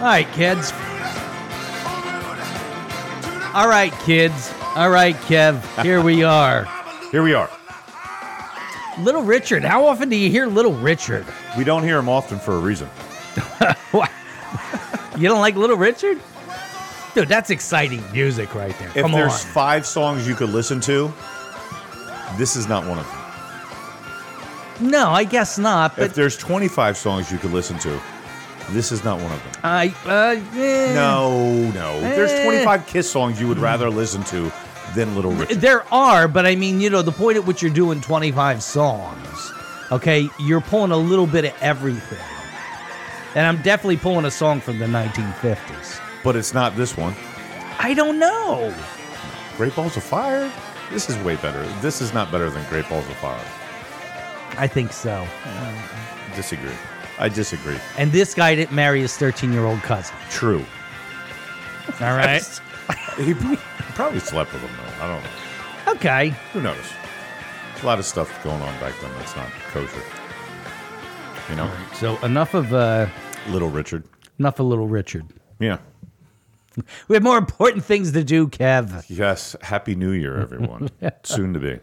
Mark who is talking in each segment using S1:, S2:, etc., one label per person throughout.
S1: right, kids. All right, kids. All right, Kev. Here we are.
S2: Here we are.
S1: Little Richard. How often do you hear Little Richard?
S2: We don't hear him often for a reason.
S1: You don't like Little Richard? Dude, that's exciting music right there.
S2: If
S1: Come on.
S2: there's five songs you could listen to, this is not one of them.
S1: No, I guess not.
S2: if
S1: But
S2: there's 25 songs you could listen to, this is not one of them.
S1: I. Uh, eh.
S2: No, no. There's
S1: Eh.
S2: 25 Kiss songs you would rather listen to than Little Richard.
S1: There are, but I mean, you know, the point at which you're doing 25 songs, okay, you're pulling a little bit of everything. And I'm definitely pulling a song from the 1950s.
S2: But it's not this one.
S1: I don't know.
S2: Great Balls of Fire? This is way better. This is not better than Great Balls of Fire.
S1: I think so.
S2: Disagree. I disagree.
S1: And this guy didn't marry his 13 year old cousin.
S2: True.
S1: All right.
S2: He pro- probably slept with him, though. I don't know.
S1: okay.
S2: Who knows? There's a lot of stuff going on back then that's not kosher. You know?
S1: So enough of uh,
S2: Little Richard.
S1: enough of Little Richard.
S2: Yeah.
S1: We have more important things to do, Kev.
S2: Yes. Happy New Year, everyone. Soon to be.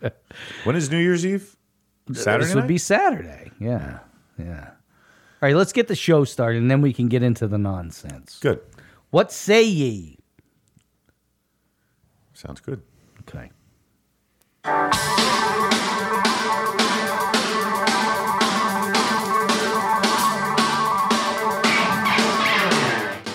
S2: When is New Year's Eve? Saturday.
S1: This would
S2: night?
S1: be Saturday. Yeah. Yeah. All right, let's get the show started and then we can get into the nonsense.
S2: good.
S1: What say ye?
S2: Sounds good.
S1: Okay.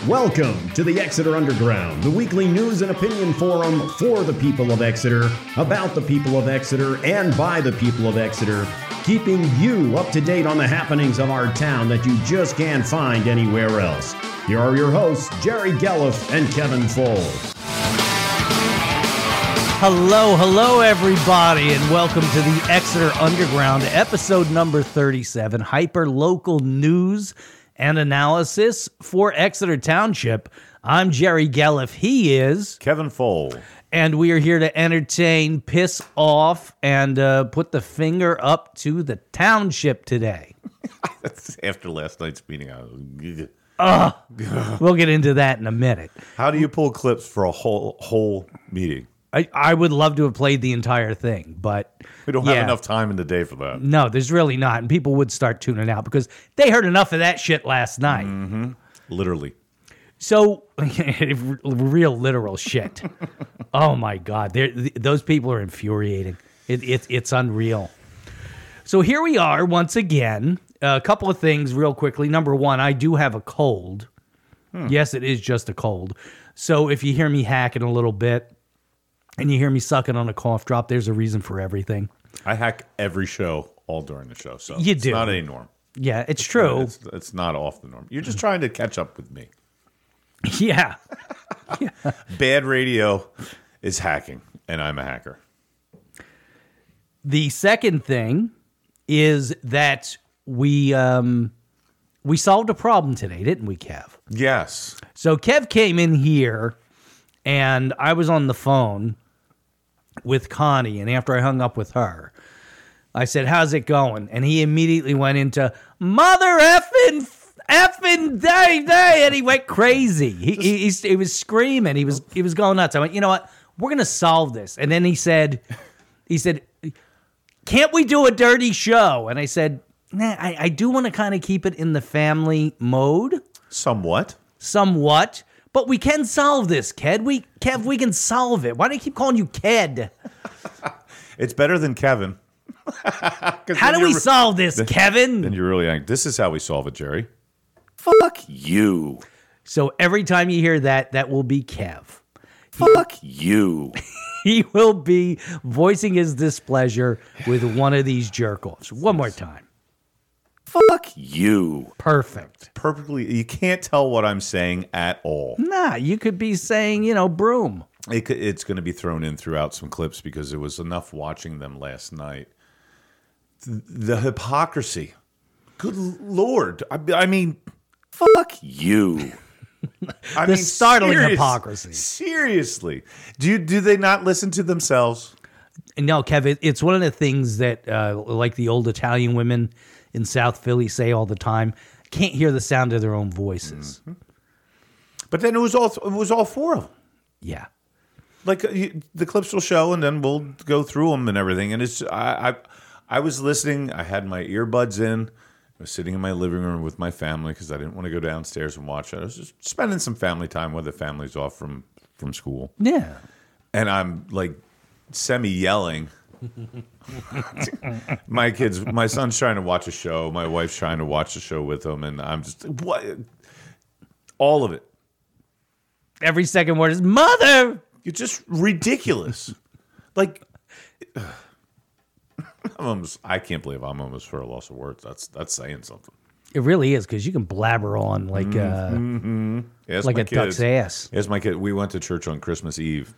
S3: Welcome to the Exeter Underground, the weekly news and opinion forum for the people of Exeter, about the people of Exeter, and by the people of Exeter, keeping you up to date on the happenings of our town that you just can't find anywhere else. Here are your hosts, Jerry Gelliff and Kevin Foles.
S1: Hello, hello, everybody, and welcome to the Exeter Underground, episode number 37 hyper local news and analysis for Exeter Township. I'm Jerry Gelliff. He is,
S2: Kevin Fole.
S1: and we are here to entertain, piss off, and uh, put the finger up to the township today.
S2: After last night's meeting, I was.
S1: We'll get into that in a minute.
S2: How do you pull clips for a whole whole meeting?
S1: I, I would love to have played the entire thing, but
S2: We don't
S1: Yeah.
S2: have enough time in the day for that.
S1: No, there's really not. And people would start tuning out because they heard enough of that shit last night.
S2: Literally.
S1: So, real literal shit. oh my God. They're, th- those people are infuriating. It, it, it's unreal. So, here we are once again. a couple of things, real quickly. Number one, I do have a cold. Yes, it is just a cold. So, if you hear me hacking a little bit and you hear me sucking on a cough drop, there's a reason for everything.
S2: I hack every show all during the show, so
S1: You
S2: it's
S1: do.
S2: not a norm.
S1: Yeah, it's true.
S2: It's, it's not off the norm. You're just trying to catch up with me.
S1: yeah.
S2: Bad radio is hacking, and I'm a hacker.
S1: The second thing is that we um, we solved a problem today, didn't we, Kev?
S2: Yes.
S1: So Kev came in here, and I was on the phone with Connie, and after I hung up with her, I said, "How's it going?" And he immediately went into mother effing. Effing day day, and he went crazy. He, he, he, he was screaming. He was he was going nuts. I went, you know what? We're gonna solve this. And then he said, he said, can't we do a dirty show? And I said, nah, I, I do want to kind of keep it in the family mode
S2: Somewhat.
S1: somewhat, but we can solve this, Ked. We Kev, we can solve it. Why do you keep calling you Ked?
S2: It's better than Kevin.
S1: How do we solve this, Kevin?
S2: And you're really angry. This is how we solve it, Jerry. Fuck you.
S1: So every time you hear that, that will be Kev.
S2: Fuck you.
S1: He will be voicing his displeasure with one of these jerk offs. One more time.
S2: Fuck you.
S1: Perfect.
S2: Perfectly. You can't tell what I'm saying at all.
S1: Nah, you could be saying, you know, broom.
S2: It, c- it's going to be thrown in throughout some clips because it was enough watching them last night. Th- The hypocrisy. Good lord. I, I mean, fuck you. I
S1: The startling hypocrisy.
S2: Seriously. Do you, do they not listen to themselves?
S1: No, Kev, it, it's one of the things that, uh, like the old Italian women
S2: Mm-hmm.
S1: in South Philly say all the time, can't hear the sound of their own voices.
S2: But then it was all it was all four of them.
S1: Yeah.
S2: like uh, you, the clips will show and then we'll go through them and everything and it's I, I i was listening i had my earbuds in i was sitting in my living room with my family because i didn't want to go downstairs and watch it i was just spending some family time while the family's off from from school
S1: Yeah.
S2: and i'm like semi yelling my kids my son's trying to watch a show my wife's trying to watch a show with him and i'm just what all of it
S1: Every second word is mother.
S2: You're just ridiculous. like, I'm almost, I can't believe I'm almost for a loss of words. That's that's saying something.
S1: It really is because you can blabber on like uh,
S2: Mm-hmm. Yes,
S1: like
S2: my
S1: a duck's
S2: kids.
S1: ass.
S2: As my kid, we went to church on Christmas Eve,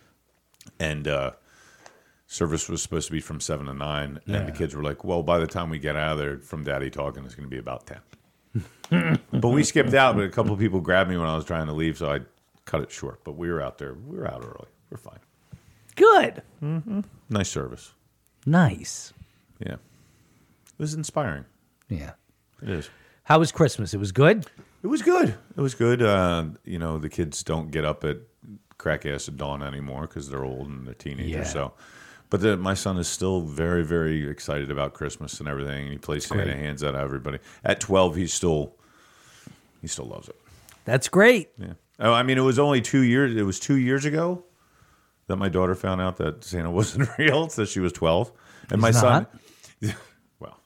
S2: and uh, service was supposed to be from seven to nine. And the kids were like, "Well, by the time we get out of there from Daddy talking, it's going to be about 10. But we skipped out. But a couple of people grabbed me when I was trying to leave, so I cut it short. But we were out there. We were out early. We're fine.
S1: Good.
S2: Mm-hmm. Nice service.
S1: Nice.
S2: Yeah, it was inspiring.
S1: Yeah.
S2: It is.
S1: How was Christmas? It was good.
S2: It was good. It was good. Uh, you know, the kids don't get up at crack ass at dawn anymore because they're old and they're teenagers.
S1: Yeah.
S2: So, but the, my son is still very, very excited about Christmas and everything. And he plays Santa
S1: great.
S2: hands out to everybody. At twelve, he's still he still loves it.
S1: That's great.
S2: Yeah. Oh, I mean, it was only two years. It was two years ago that my daughter found out that Santa wasn't real. So she was twelve, and my son. Well,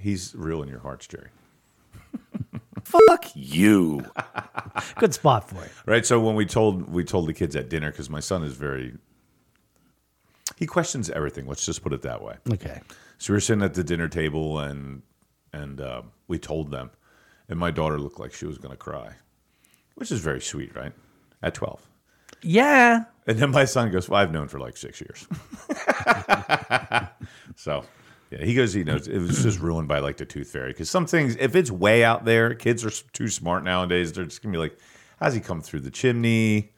S2: he's real in your hearts, Jerry.
S1: Fuck you. good spot for it.
S2: Right. So when we told we told the kids at dinner because my son is very he questions everything. Let's just put it that way.
S1: Okay.
S2: So we were sitting at the dinner table and and uh, we told them, and my daughter looked like she was going to cry, which is very sweet, right? At twelve.
S1: Yeah.
S2: And then my son goes, "Well, I've known for like six years." so, yeah, he goes, he knows it was just ruined by like the tooth fairy because some things, if it's way out there, kids are s- too smart nowadays. They're just gonna be like, "How's he come through the chimney?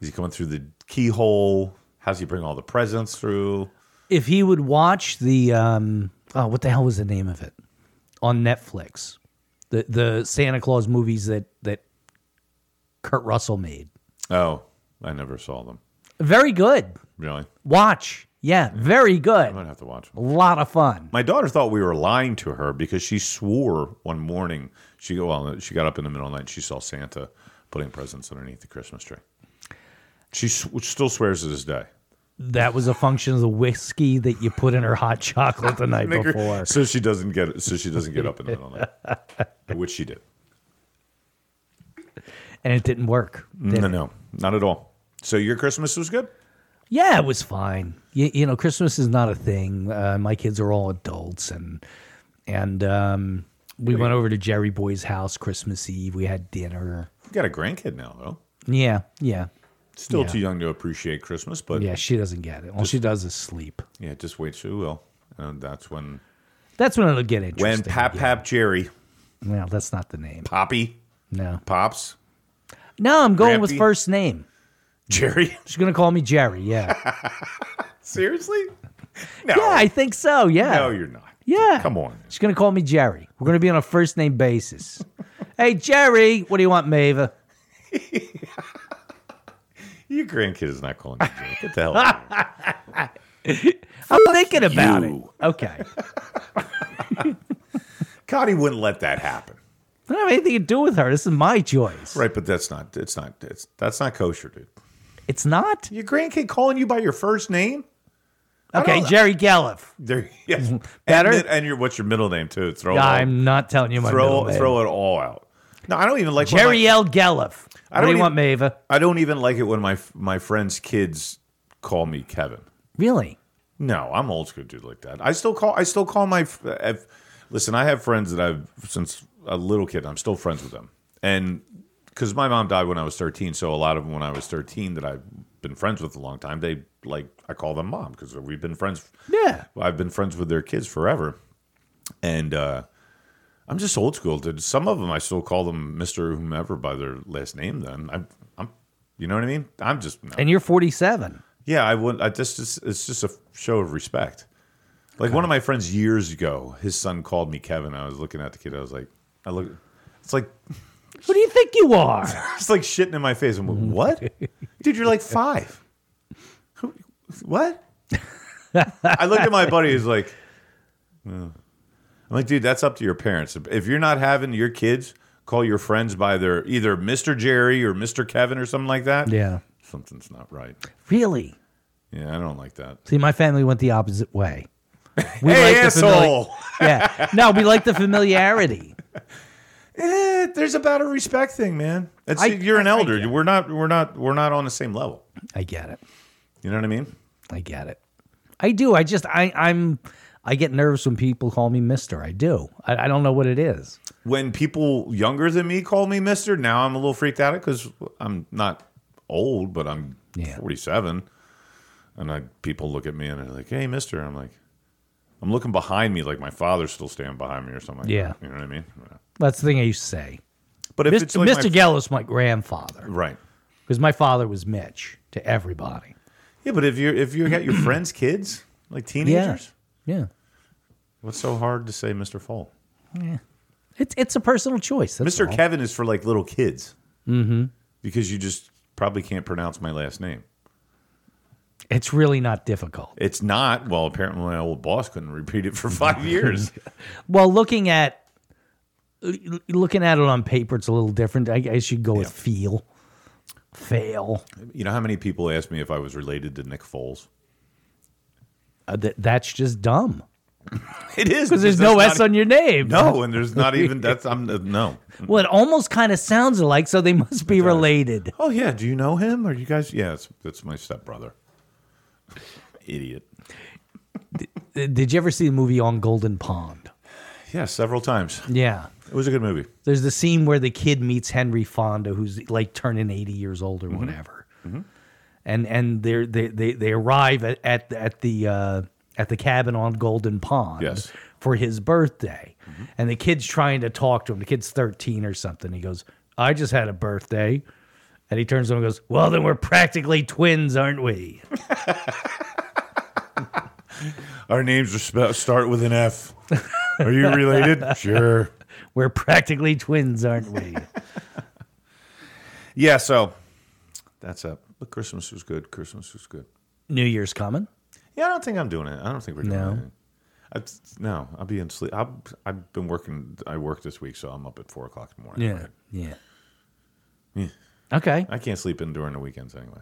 S2: Is he coming through the keyhole? How's he bring all the presents through?"
S1: If he would watch the um oh what the hell was the name of it on Netflix, the the Santa Claus movies that that Kurt Russell made.
S2: Oh, I never saw them.
S1: Very good.
S2: Really,
S1: Watch. Yeah. Very good.
S2: I'm gonna have to watch them.
S1: A lot of fun.
S2: My daughter thought we were lying to her because she swore one morning she go well, she got up in the middle of the night and she saw Santa putting presents underneath the Christmas tree. She sw- still swears to this day.
S1: That was a function of the whiskey that you put in her hot chocolate the night before.
S2: So she doesn't get so she doesn't get up in the middle of the night, which she did.
S1: And it didn't work.
S2: No, no, not at all. So your Christmas was good.
S1: Yeah, it was fine. You, you know, Christmas is not a thing. Uh, my kids are all adults, and and um, we went over to Jerry Boy's house Christmas Eve. We had dinner.
S2: You got a grandkid now though.
S1: Yeah, yeah,
S2: Still
S1: Yeah.
S2: too young to appreciate Christmas, but
S1: yeah.
S2: yeah,
S1: She doesn't get it. All she does is sleep.
S2: just wait she will. And uh, that's when
S1: That's when it'll get interesting.
S2: when Pap
S1: yeah.
S2: Pap Jerry
S1: No, that's not the name.
S2: Poppy
S1: No,
S2: Pops
S1: no. I'm going with
S2: Grampy?
S1: first name.
S2: Jerry.
S1: She's gonna call me Jerry. Yeah,
S2: Seriously? No.
S1: yeah. I think so. Yeah.
S2: No, you're not.
S1: Yeah.
S2: Come on.
S1: She's going to call me Jerry. We're going to be on a first name basis. hey, Jerry, what do you want, Mava?
S2: Your grandkid is not calling you Jerry. Get the hell out of here.
S1: I'm thinking about
S2: you.
S1: it. Okay.
S2: Connie wouldn't let that happen.
S1: I don't have anything to do with her. This is my choice.
S2: Right, but that's not it's not it's that's not kosher, dude.
S1: It's not?
S2: Your grandkid calling you by your first name?
S1: Okay,
S2: don't-
S1: Jerry Galliff.
S2: There yes.
S1: Better?
S2: And, mid- and your what's your middle name too? Throw it all,
S1: I'm not telling you my middle
S2: throw
S1: name.
S2: throw it all out. No, I don't even like when
S1: Jerry
S2: my-
S1: L. Galliff. What do
S2: don't
S1: you want, Mava?
S2: I don't even like it when my my friends' kids call me Kevin.
S1: Really?
S2: No, I'm old school dude like that. I still call. I still call my. f- I've, listen, I have friends that I've since a little kid. I'm still friends with them, and because my mom died when I was 13, so a lot of them when I was 13 that I've been friends with a long time. They like I call them mom because we've been friends.
S1: Yeah.
S2: I've been friends with their kids forever, and uh, I'm just old school dude. Some of them I still call them Mister whomever by their last name. Then I'm, I'm, you know what I mean. I'm just no.
S1: And you're 47.
S2: Yeah, I would. I just, just it's just a show of respect. Like one of my friends years ago, his son called me Kevin. I was looking at the kid. I was like, I look. It's like
S1: Who do you think you are?
S2: It's like shitting in my face. I'm like, what? Dude, you're like five. Who- What? I looked at my buddy. He's like, "Oh." I'm like, dude, that's up to your parents. If you're not having your kids call your friends by their either Mr. Jerry or Mr. Kevin or something like that,
S1: Yeah.
S2: something's not right.
S1: Really?
S2: Yeah, I don't like that.
S1: See, my family went the opposite way. We
S2: hey,
S1: like the famili-
S2: asshole.
S1: yeah. No, we like the familiarity.
S2: Eh, there's about a respect thing, man. It's,
S1: I-
S2: you're an
S1: I- I
S2: elder.
S1: get it.
S2: we're not. We're not. We're not on the same level.
S1: I get it.
S2: You know what I mean?
S1: I get it. I do. I just I I'm I get nervous when people call me Mister. I do. I, I don't know what it is.
S2: when people younger than me call me Mister, now I'm a little freaked out because I'm not old, but I'm
S1: Yeah.
S2: 47, and I people look at me and they're like, "Hey, Mister," I'm like, I'm looking behind me like my father's still standing behind me or something. Like
S1: Yeah.
S2: that. you know what I mean. Yeah.
S1: That's the thing I used to say.
S2: But if
S1: Mr.
S2: it's like
S1: Mr.
S2: my-
S1: Gellis, my grandfather,
S2: right?
S1: because my father was Mitch to everybody.
S2: Yeah, but if you're if you got your friends' kids like teenagers,
S1: Yeah.
S2: what's so hard to say Mister Fall?
S1: It's it's a personal choice. That's
S2: Mister
S1: all.
S2: Kevin is for like little kids, mm-hmm. because you just probably can't pronounce my last name.
S1: it's really not difficult.
S2: It's not. Well, apparently my old boss couldn't repeat it for five years.
S1: Well, looking at l- l- looking at it on paper, it's a little different. I, I should go with feel, fail.
S2: you know how many people asked me if I was related to Nick Foles?
S1: Uh, that that's just dumb
S2: It is
S1: because there's no S
S2: not- e-
S1: on your name.
S2: No, and there's not even that's I'm uh, no.
S1: Well, it almost kind of sounds alike, so they must be related.
S2: Oh yeah, do you know him? Are you guys? Yeah, it's, that's my stepbrother. Idiot.
S1: Uh, Did you ever see the movie On Golden Pond?
S2: Yeah, several times.
S1: Yeah.
S2: It was a good movie.
S1: There's the scene where the kid meets Henry Fonda, who's like turning 80 years old
S2: Mm-hmm.
S1: or whatever. And and they're, they they they arrive at at, at the uh, at the cabin on Golden Pond
S2: Yes. Mm-hmm.
S1: for his birthday. And the kid's trying to talk to him. The kid's 13 or something. He goes, "I just had a birthday." And he turns to him and goes, "Well, then we're practically twins, aren't we?"
S2: Our names are spe- start with an F. Are you related? sure.
S1: We're practically twins, aren't we?
S2: Yeah. So that's up. But Christmas was good. Christmas was good.
S1: New Year's coming.
S2: Yeah, I don't think I'm doing it. I don't think we're doing
S1: No.
S2: anything. I, no, I'll be in sleep. I've, I've been working. I work this week, so I'm up at four o'clock in the morning. Right?
S1: Yeah. Okay.
S2: I can't sleep in during the weekends anyway.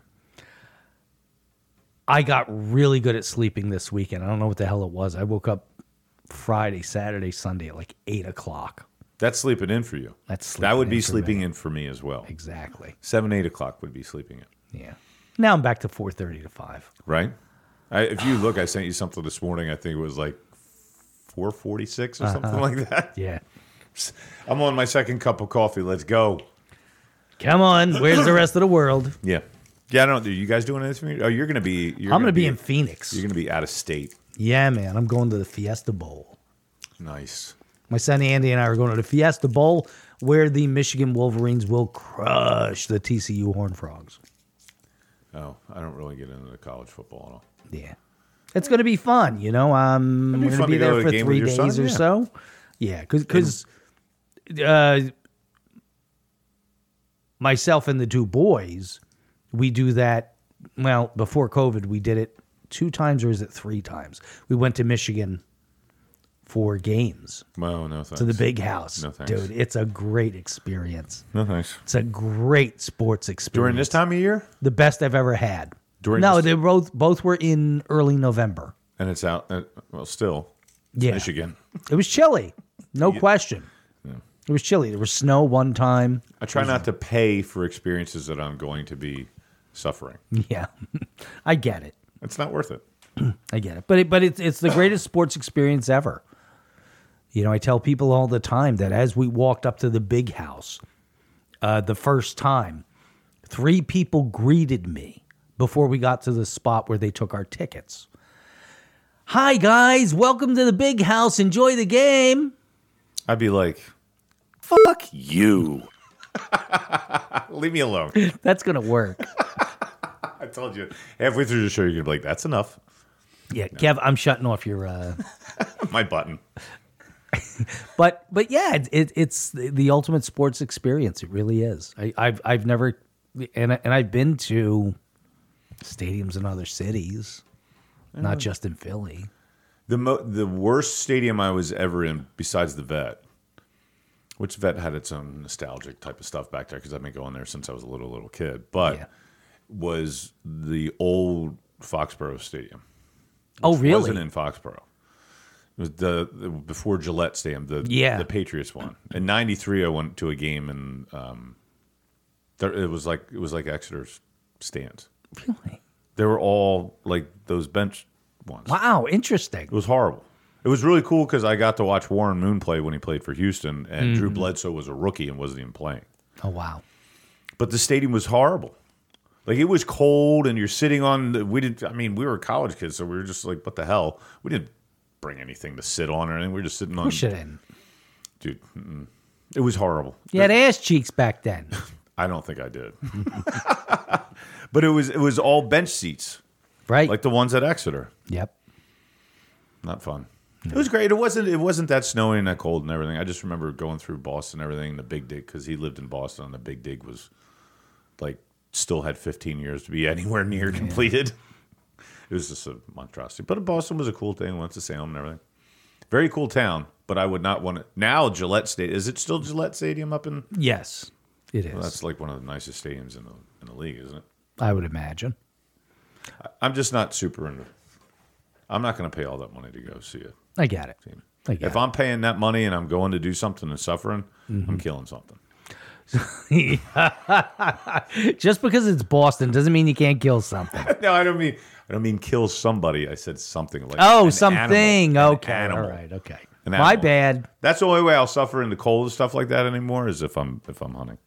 S1: I got really good at sleeping this weekend. I don't know what the hell it was. I woke up Friday, Saturday, Sunday at like eight o'clock.
S2: That's sleeping in for you.
S1: That's
S2: that
S1: sleeping
S2: would be
S1: in for
S2: sleeping in for me as well.
S1: Exactly.
S2: Seven, eight o'clock would be sleeping in,
S1: Yeah. Now I'm back to four thirty to five.
S2: right? I, if you look, I sent you something this morning. I think it was like four forty-six or something like that.
S1: Uh-huh. Yeah.
S2: I'm on my second cup of coffee. Let's go.
S1: Come on. Where's the rest of the world?
S2: Yeah, yeah. I don't. Are you guys doing anything? Oh, you're gonna be. You're
S1: I'm gonna be in Phoenix.
S2: You're gonna be out of state.
S1: Yeah, man. I'm going to the Fiesta Bowl.
S2: Nice.
S1: My son Andy and I are going to the Fiesta Bowl where the Michigan Wolverines will crush the TCU Horned Frogs.
S2: Oh, I don't really get into the college football at all.
S1: Yeah. It's going to be fun, you know. Um,
S2: be
S1: we're going to
S2: fun to
S1: be
S2: go
S1: there
S2: to a
S1: for
S2: game with
S1: three
S2: your
S1: days
S2: son, yeah.
S1: or so. Yeah, because uh, myself and the two boys, we do that. Well, before COVID, we did it two times, or is it three times? We went to Michigan for games
S2: Well, no thanks.
S1: to the big house,
S2: No thanks.
S1: dude. It's a great experience.
S2: no thanks.
S1: It's a great sports experience.
S2: During this time of year,
S1: the best I've ever had.
S2: During
S1: no,
S2: this-
S1: they both both were in early November.
S2: and it's out. Uh, well, still,
S1: Yeah.
S2: Michigan.
S1: It was chilly, no question. It was chilly. There was snow one time.
S2: I try not to pay for experiences that I'm going to be suffering.
S1: Yeah, I get it.
S2: It's not worth it.
S1: I get it. But it, but it's it's the greatest sports experience ever. You know, I tell people all the time that as we walked up to the big house, uh, the first time, three people greeted me before we got to the spot where they took our tickets. Hi guys, welcome to the big house. Enjoy the game.
S2: I'd be like, "Fuck you." Leave me alone.
S1: That's gonna work.
S2: I told you halfway through the show, you're gonna be like, "That's enough."
S1: Yeah, Kev, I'm shutting off your. Uh,
S2: My button.
S1: but but yeah, it, it, it's the, the ultimate sports experience. It really is. I, I've I've never and I- and I've been to stadiums in other cities, not just in Philly.
S2: The mo- the worst stadium I was ever in, besides the Vet, which Vet had its own nostalgic type of stuff back there because I've been going there since I was a little little kid. But
S1: Yeah.
S2: was the old Foxborough Stadium?
S1: Oh really?
S2: Wasn't in Foxborough. It was the, the- before Gillette Stadium, the
S1: Yeah.
S2: the Patriots one. In '93, I went to a game and um, there, it was like it was like Exeter's stands.
S1: Really?
S2: They were all like those bench ones.
S1: Wow, interesting.
S2: It was horrible. It was really cool because I got to watch Warren Moon play when he played for Houston, and Drew Bledsoe was a rookie and wasn't even playing.
S1: Mm-hmm. Oh wow.
S2: But the stadium was horrible. Like it was cold, and you're sitting on. The, we didn't. I mean, we were college kids, so we were just like, "What the hell?" We didn't bring anything to sit on or anything. We were just sitting on.
S1: We shouldn't.
S2: Dude, mm-mm. it was horrible.
S1: You had ass cheeks back then.
S2: I don't think I did. but it was it was all bench seats,
S1: Right?
S2: like the ones at Exeter.
S1: yep.
S2: not fun. It was great. It wasn't. It wasn't that snowy and that cold and everything. I just remember going through Boston, and everything. The Big Dig, because he lived in Boston, and the Big Dig was like still had 15 years to be anywhere near completed. It was just a monstrosity. But Boston was a cool thing. Went to Salem and everything. Very cool town. But I would not want it now. Gillette Stadium is it still Gillette Stadium up in?
S1: Yes. It is.
S2: That's like one of the nicest stadiums in the in the league, isn't it?
S1: I would imagine.
S2: I'm just not super into. I'm not going to pay all that money to go see it.
S1: I get it. Mm-hmm. I get
S2: If I'm paying that money and I'm going to do something and suffering, I'm killing something.
S1: it. Just because it's Boston doesn't mean you can't kill something.
S2: No, I don't mean I don't mean kill somebody. I said something like
S1: Oh,
S2: an
S1: something.
S2: animal, an
S1: okay.
S2: animal.
S1: All right. Okay.
S2: An
S1: My
S2: animal.
S1: bad.
S2: That's the only way I'll suffer in the cold and stuff like that anymore is if I'm if I'm hunting,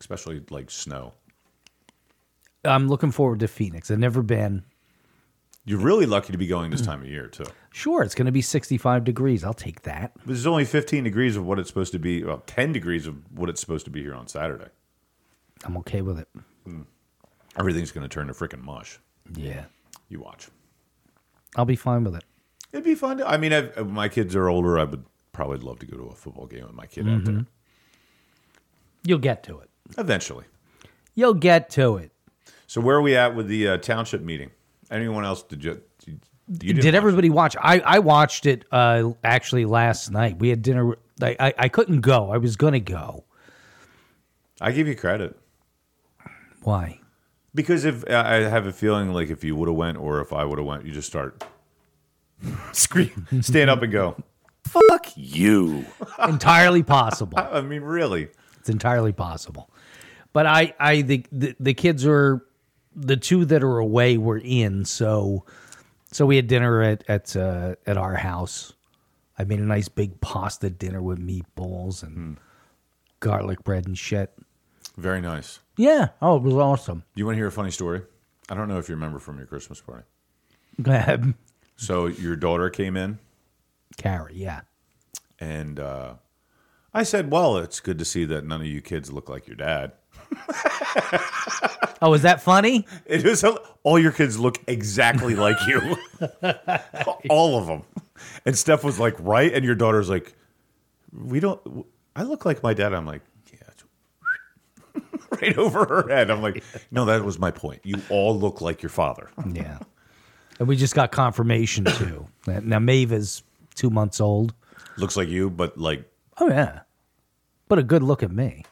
S2: especially like snow.
S1: I'm looking forward to Phoenix. I've never been.
S2: You're really lucky to be going this time of year too.
S1: Sure, it's going to be 65 degrees. I'll take that.
S2: There's only 15 degrees of what it's supposed to be. Well, 10 degrees of what it's supposed to be here on Saturday. Hmm.
S1: I'm okay with it.
S2: Everything's going to turn to freaking mush.
S1: Yeah.
S2: You watch.
S1: I'll be fine with it.
S2: It'd be fun. To, I mean, I've, if my kids are older. I would probably love to go to a football game with my kid out there
S1: Mm-hmm. You'll get to it.
S2: eventually.
S1: You'll get to it.
S2: So where are we at with the uh, township meeting? Anyone else? Did you? you didn't
S1: Did
S2: watch
S1: everybody watch? I, I watched it uh, actually last night. We had dinner. I, I, I couldn't go. I was going to go.
S2: it? I give you credit
S1: Why?
S2: because if I I have a feeling like if you would have went or if I would have went, you just start scream, stand up and go. Fuck you!
S1: Entirely possible.
S2: I mean, really.
S1: It's entirely possible. But I, I the, the the kids are the two that are away were in, so so we had dinner at at uh, at our house. I made a nice big pasta dinner with meatballs
S2: Hmm.
S1: and garlic bread and shit.
S2: Very nice.
S1: Yeah. Oh, it was awesome.
S2: You want to hear a funny story? I don't know if you remember from your Christmas party.
S1: Go ahead.
S2: So your daughter came in.
S1: Carrie, yeah.
S2: And uh, I said, Well, it's good to see that none of you kids look like your dad.
S1: Oh, is that funny?
S2: It is all your kids look exactly like you, all of them. And Steph was like, Right. And your daughter's like, We don't, I look like my dad. I'm like, Yeah. it's Right over her head. I'm like, no, that was my point. You all look like your father.
S1: Yeah. And we just got confirmation too. Now Maeve is two months old.
S2: Looks like you, but like,
S1: Oh yeah, but a good look at me.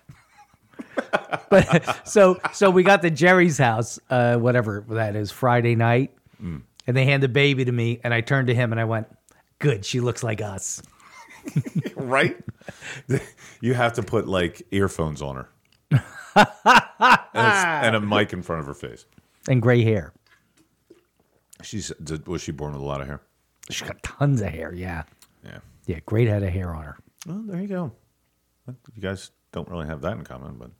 S1: but so so we got to Jerry's house, uh, whatever that is, Friday night,
S2: Mm.
S1: and they hand the baby to me, and I turned to him and I went, "Good, she looks like us."
S2: right? you have to put like earphones on her and, a, and a mic in front of her face.
S1: And gray hair.
S2: She's did, was she born with a lot of hair?
S1: She's got tons of hair. Yeah,
S2: Yeah.
S1: yeah, great head of hair on her.
S2: Well, Oh, there you go. You guys don't really have that in common, but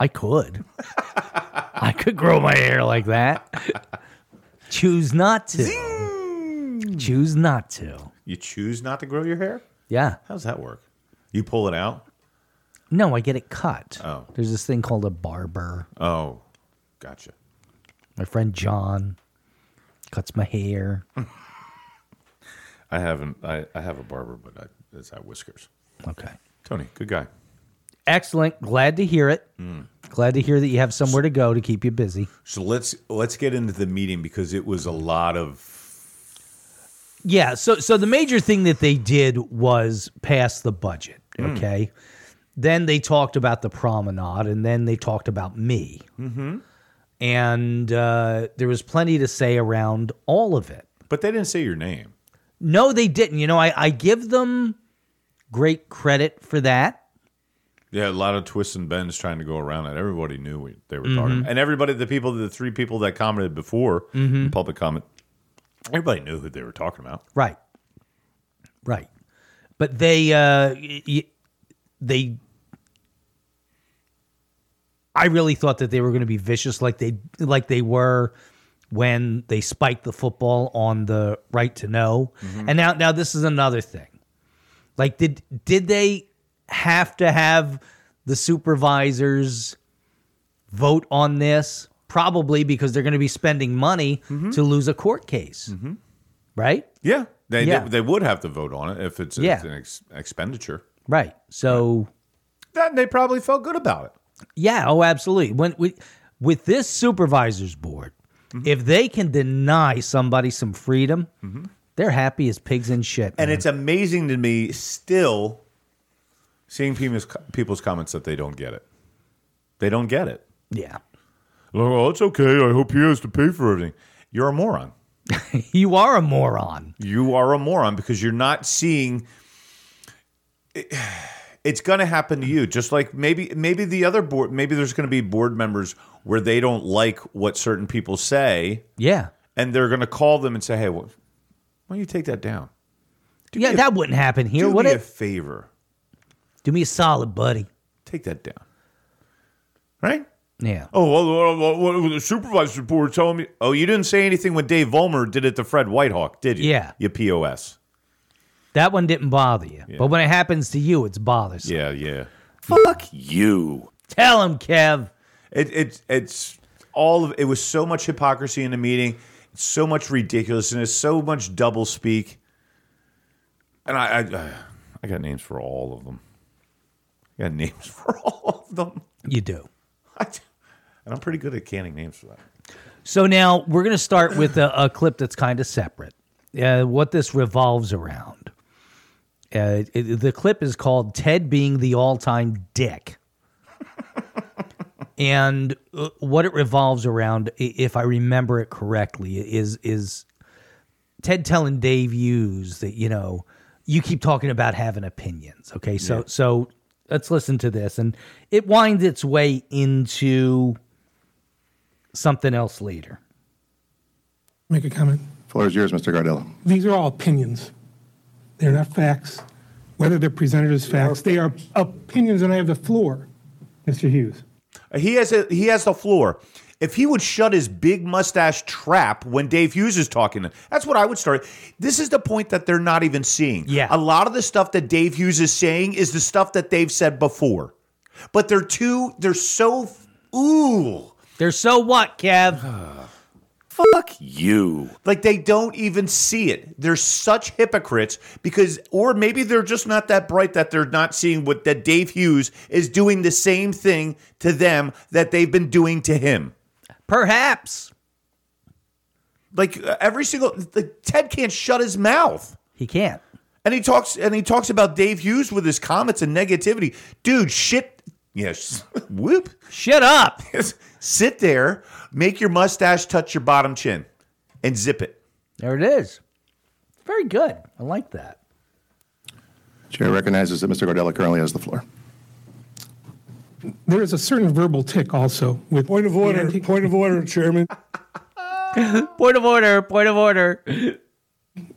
S1: I could, I could grow my hair like that. Choose not to. Choose not to.
S2: you choose not to grow your hair.
S1: Yeah.
S2: How does that work? You pull it out.
S1: No, I get it cut.
S2: Oh.
S1: There's this thing called a barber.
S2: Oh, gotcha.
S1: My friend John cuts my hair.
S4: I haven't. I, I have a barber, but I, it's at Whiskers.
S1: Okay.
S4: Tony, good guy.
S1: Excellent. Glad to hear it. Glad to hear that you have somewhere to go to keep you busy.
S4: So let's let's get into the meeting because it was a lot of
S1: Yeah, so so the major thing that they did was pass the budget, okay? Then they talked about the promenade and then they talked about me. Mm-hmm. And uh, there was plenty to say around all of it.
S4: but they didn't say your name.
S1: No, they didn't. You know, I, I give them great credit for that.
S4: Yeah, a lot of twists and bends trying to go around it. Everybody knew what they were talking about. And everybody, the people, the three people that commented before in public comment, everybody knew who they were talking about.
S1: Right. Right. But they uh y- y- they I really thought that they were going to be vicious like they like they were when they spiked the football on the right to know. And now now this is another thing. Like did did they have to have the supervisors vote on this? Probably because they're going to be spending money to lose a court case.
S2: Mm-hmm.
S1: Right?
S4: Mm-hmm. Yeah. They,
S1: Yeah.
S4: They, would have to vote on it if it's,
S1: Yeah.
S4: it's an ex- expenditure.
S1: Right. So
S4: That they probably felt good about it.
S1: yeah, oh absolutely. When we, with this supervisors board,
S4: Mm-hmm.
S1: if they can deny somebody some freedom, they're happy as pigs in shit. man.
S4: And it's amazing to me still seeing people's, people's comments that they don't get it. They don't get it.
S1: yeah.
S4: Oh, it's okay. I hope he has to pay for everything. You're a moron.
S1: You are a moron.
S4: you are a moron because you're not seeing it's going to happen to you just like maybe maybe the other board maybe there's going to be board members where they don't like what certain people say
S1: Yeah.
S4: and they're going to call them and say hey wh- why don't you take that down
S1: yeah, that wouldn't happen here,
S4: do
S1: would
S4: me
S1: it?
S4: a favor
S1: Do me a solid, buddy.
S4: take that down right
S1: Yeah.
S4: oh well, well, well, well, the supervisor board telling me oh you didn't say anything when dave Vollmer did it to fred whitehawk did you
S1: Yeah.
S4: you pos
S1: That one didn't bother you. But when it happens to you, it's bothersome.
S4: yeah yeah fuck you
S1: Tell him, Kev.
S4: It, it it's all of it was so much hypocrisy in the meeting, it's so much ridiculousness, so much double speak. And I, I I got names for all of them. I got names for all of them.
S1: You do.
S4: I, and I'm pretty good at canning names for that.
S1: So now we're going to start with a, a clip that's kind of separate. Uh, what this revolves around. Uh, it- the clip is called Ted being the all time dick. and uh, what it revolves around, i- if I remember it correctly, is is Ted telling Dave Hughes that, you know, you keep talking about having opinions. Okay. So, so let's listen to this. And it winds its way into something else later.
S5: make a comment.
S6: Floor is yours, Mr. Gardella.
S5: These are all opinions. They're not facts. Whether they're presented as facts, they are opinions, and I have the floor, Mr. Hughes.
S4: He has a, he has the floor. If he would shut his big mustache trap when Dave Hughes is talking, that's what I would start. This is the point that they're not even seeing.
S1: Yeah.
S4: A lot of the stuff that Dave Hughes is saying is the stuff that they've said before. But they're too, they're so, ooh,
S1: They're so what, Kev?
S4: fuck you. Like they don't even see it. They're such hypocrites because, or maybe they're just not that bright that they're not seeing what that Dave Hughes is doing the same thing to them that they've been doing to him.
S1: Perhaps
S4: Like uh, every single like, Ted can't shut his mouth.
S1: he can't.
S4: And he talks and he talks about Dave Hughes with his comments and negativity. Dude, shit. Yes. Whoop.
S1: Shut up.
S4: Sit there, make your mustache touch your bottom chin and zip it.
S1: There it is. Very good. I like that.
S6: Chair recognizes that Mr. Gardella currently has the floor.
S5: There is a certain verbal tick also with
S7: Point of order, point of order, Chairman.
S1: Point of order. Point of order.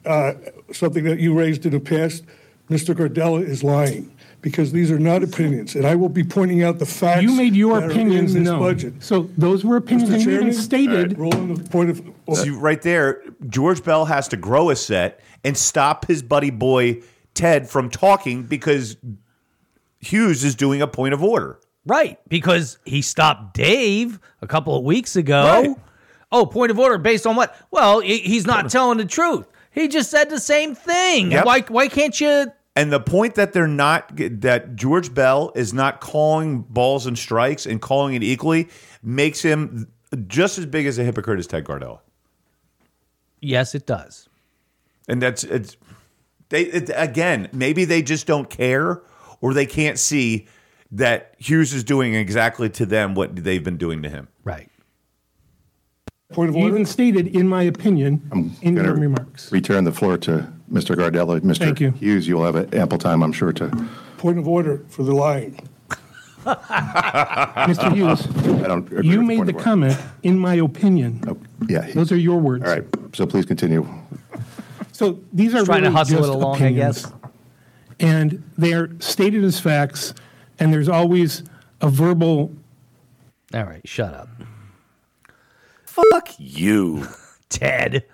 S7: Uh, Something that you raised in the past, Mr. Gardella is lying because these are not opinions, and I will be pointing out the facts.
S5: You made your
S7: that are
S5: opinions
S7: in this
S5: known.
S7: budget.
S5: So those were opinions
S7: Mr.
S5: and you even
S7: Chairman?
S5: stated.
S7: Roll on the point of order.
S4: See, right there, George Bell has to grow a set and stop his buddy boy Ted from talking because Hughes is doing a point of order.
S1: Right, because he stopped Dave a couple of weeks ago.
S4: Right.
S1: Oh, point of order based on what? Well, he- he's not telling the truth. He just said the same thing.
S4: Yep.
S1: Why why can't you
S4: And the point that they're not that George Bell is not calling balls and strikes and calling it equally makes him just as big as a hypocrite as Ted Gardella.
S1: Yes, it does.
S4: And that's it's they it, again, maybe they just don't care or they can't see that Hughes is doing exactly to them what they've been doing to him.
S1: Right.
S7: Point of order.
S5: Even stated, in my opinion, in your
S6: Gonna
S5: remarks.
S6: Return the floor to Mr. Gardella. Mr.
S5: Thank you.
S6: Hughes, you will have ample time, I'm sure, to.
S7: Point of order for the lying.
S5: Mr. Hughes,
S6: I don't agree with
S5: you
S6: the
S5: made
S6: point
S5: the
S6: of order.
S5: comment, in my opinion.
S6: Yeah. he-
S5: Those are your words.
S6: All right. So please continue.
S5: So these are
S1: Trying to
S5: really
S1: hustle it
S5: just
S1: along, I
S5: opinions.
S1: guess.
S5: And they are stated as facts, and there's always a verbal
S1: All right, shut up.
S4: Fuck you.
S1: Ted.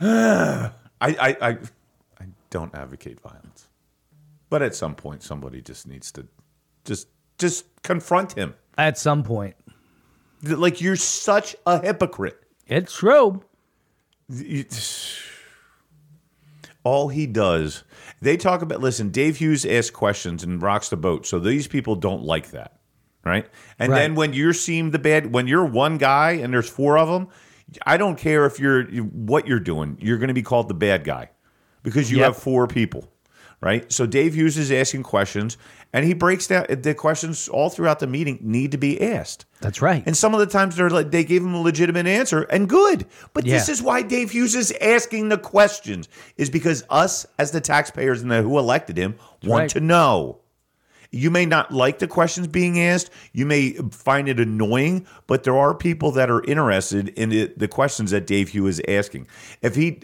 S4: I, I, I, I don't advocate violence, but at some point, somebody just needs to just just confront him.
S1: At some point.
S4: Like you're such a hypocrite.
S1: It's true.
S4: You- All he does, they talk about. Listen, Dave Hughes asks questions and rocks the boat, so these people don't like that, right? And
S1: Right.
S4: then when you're seeing the bad, when you're one guy and there's four of them, I don't care if you're what you're doing, you're going to be called the bad guy because you
S1: Yep.
S4: have four people, right? So Dave Hughes is asking questions, and he breaks down the questions all throughout the meeting need to be asked.
S1: That's right.
S4: And some of the times they're like they gave him a legitimate answer and good. But this
S1: Yeah.
S4: is why Dave Hughes is asking the questions is because us as the taxpayers and the, who elected him want
S1: right.
S4: to know. You may not like the questions being asked. You may find it annoying, but there are people that are interested in it, the questions that Dave Hughes is asking. If he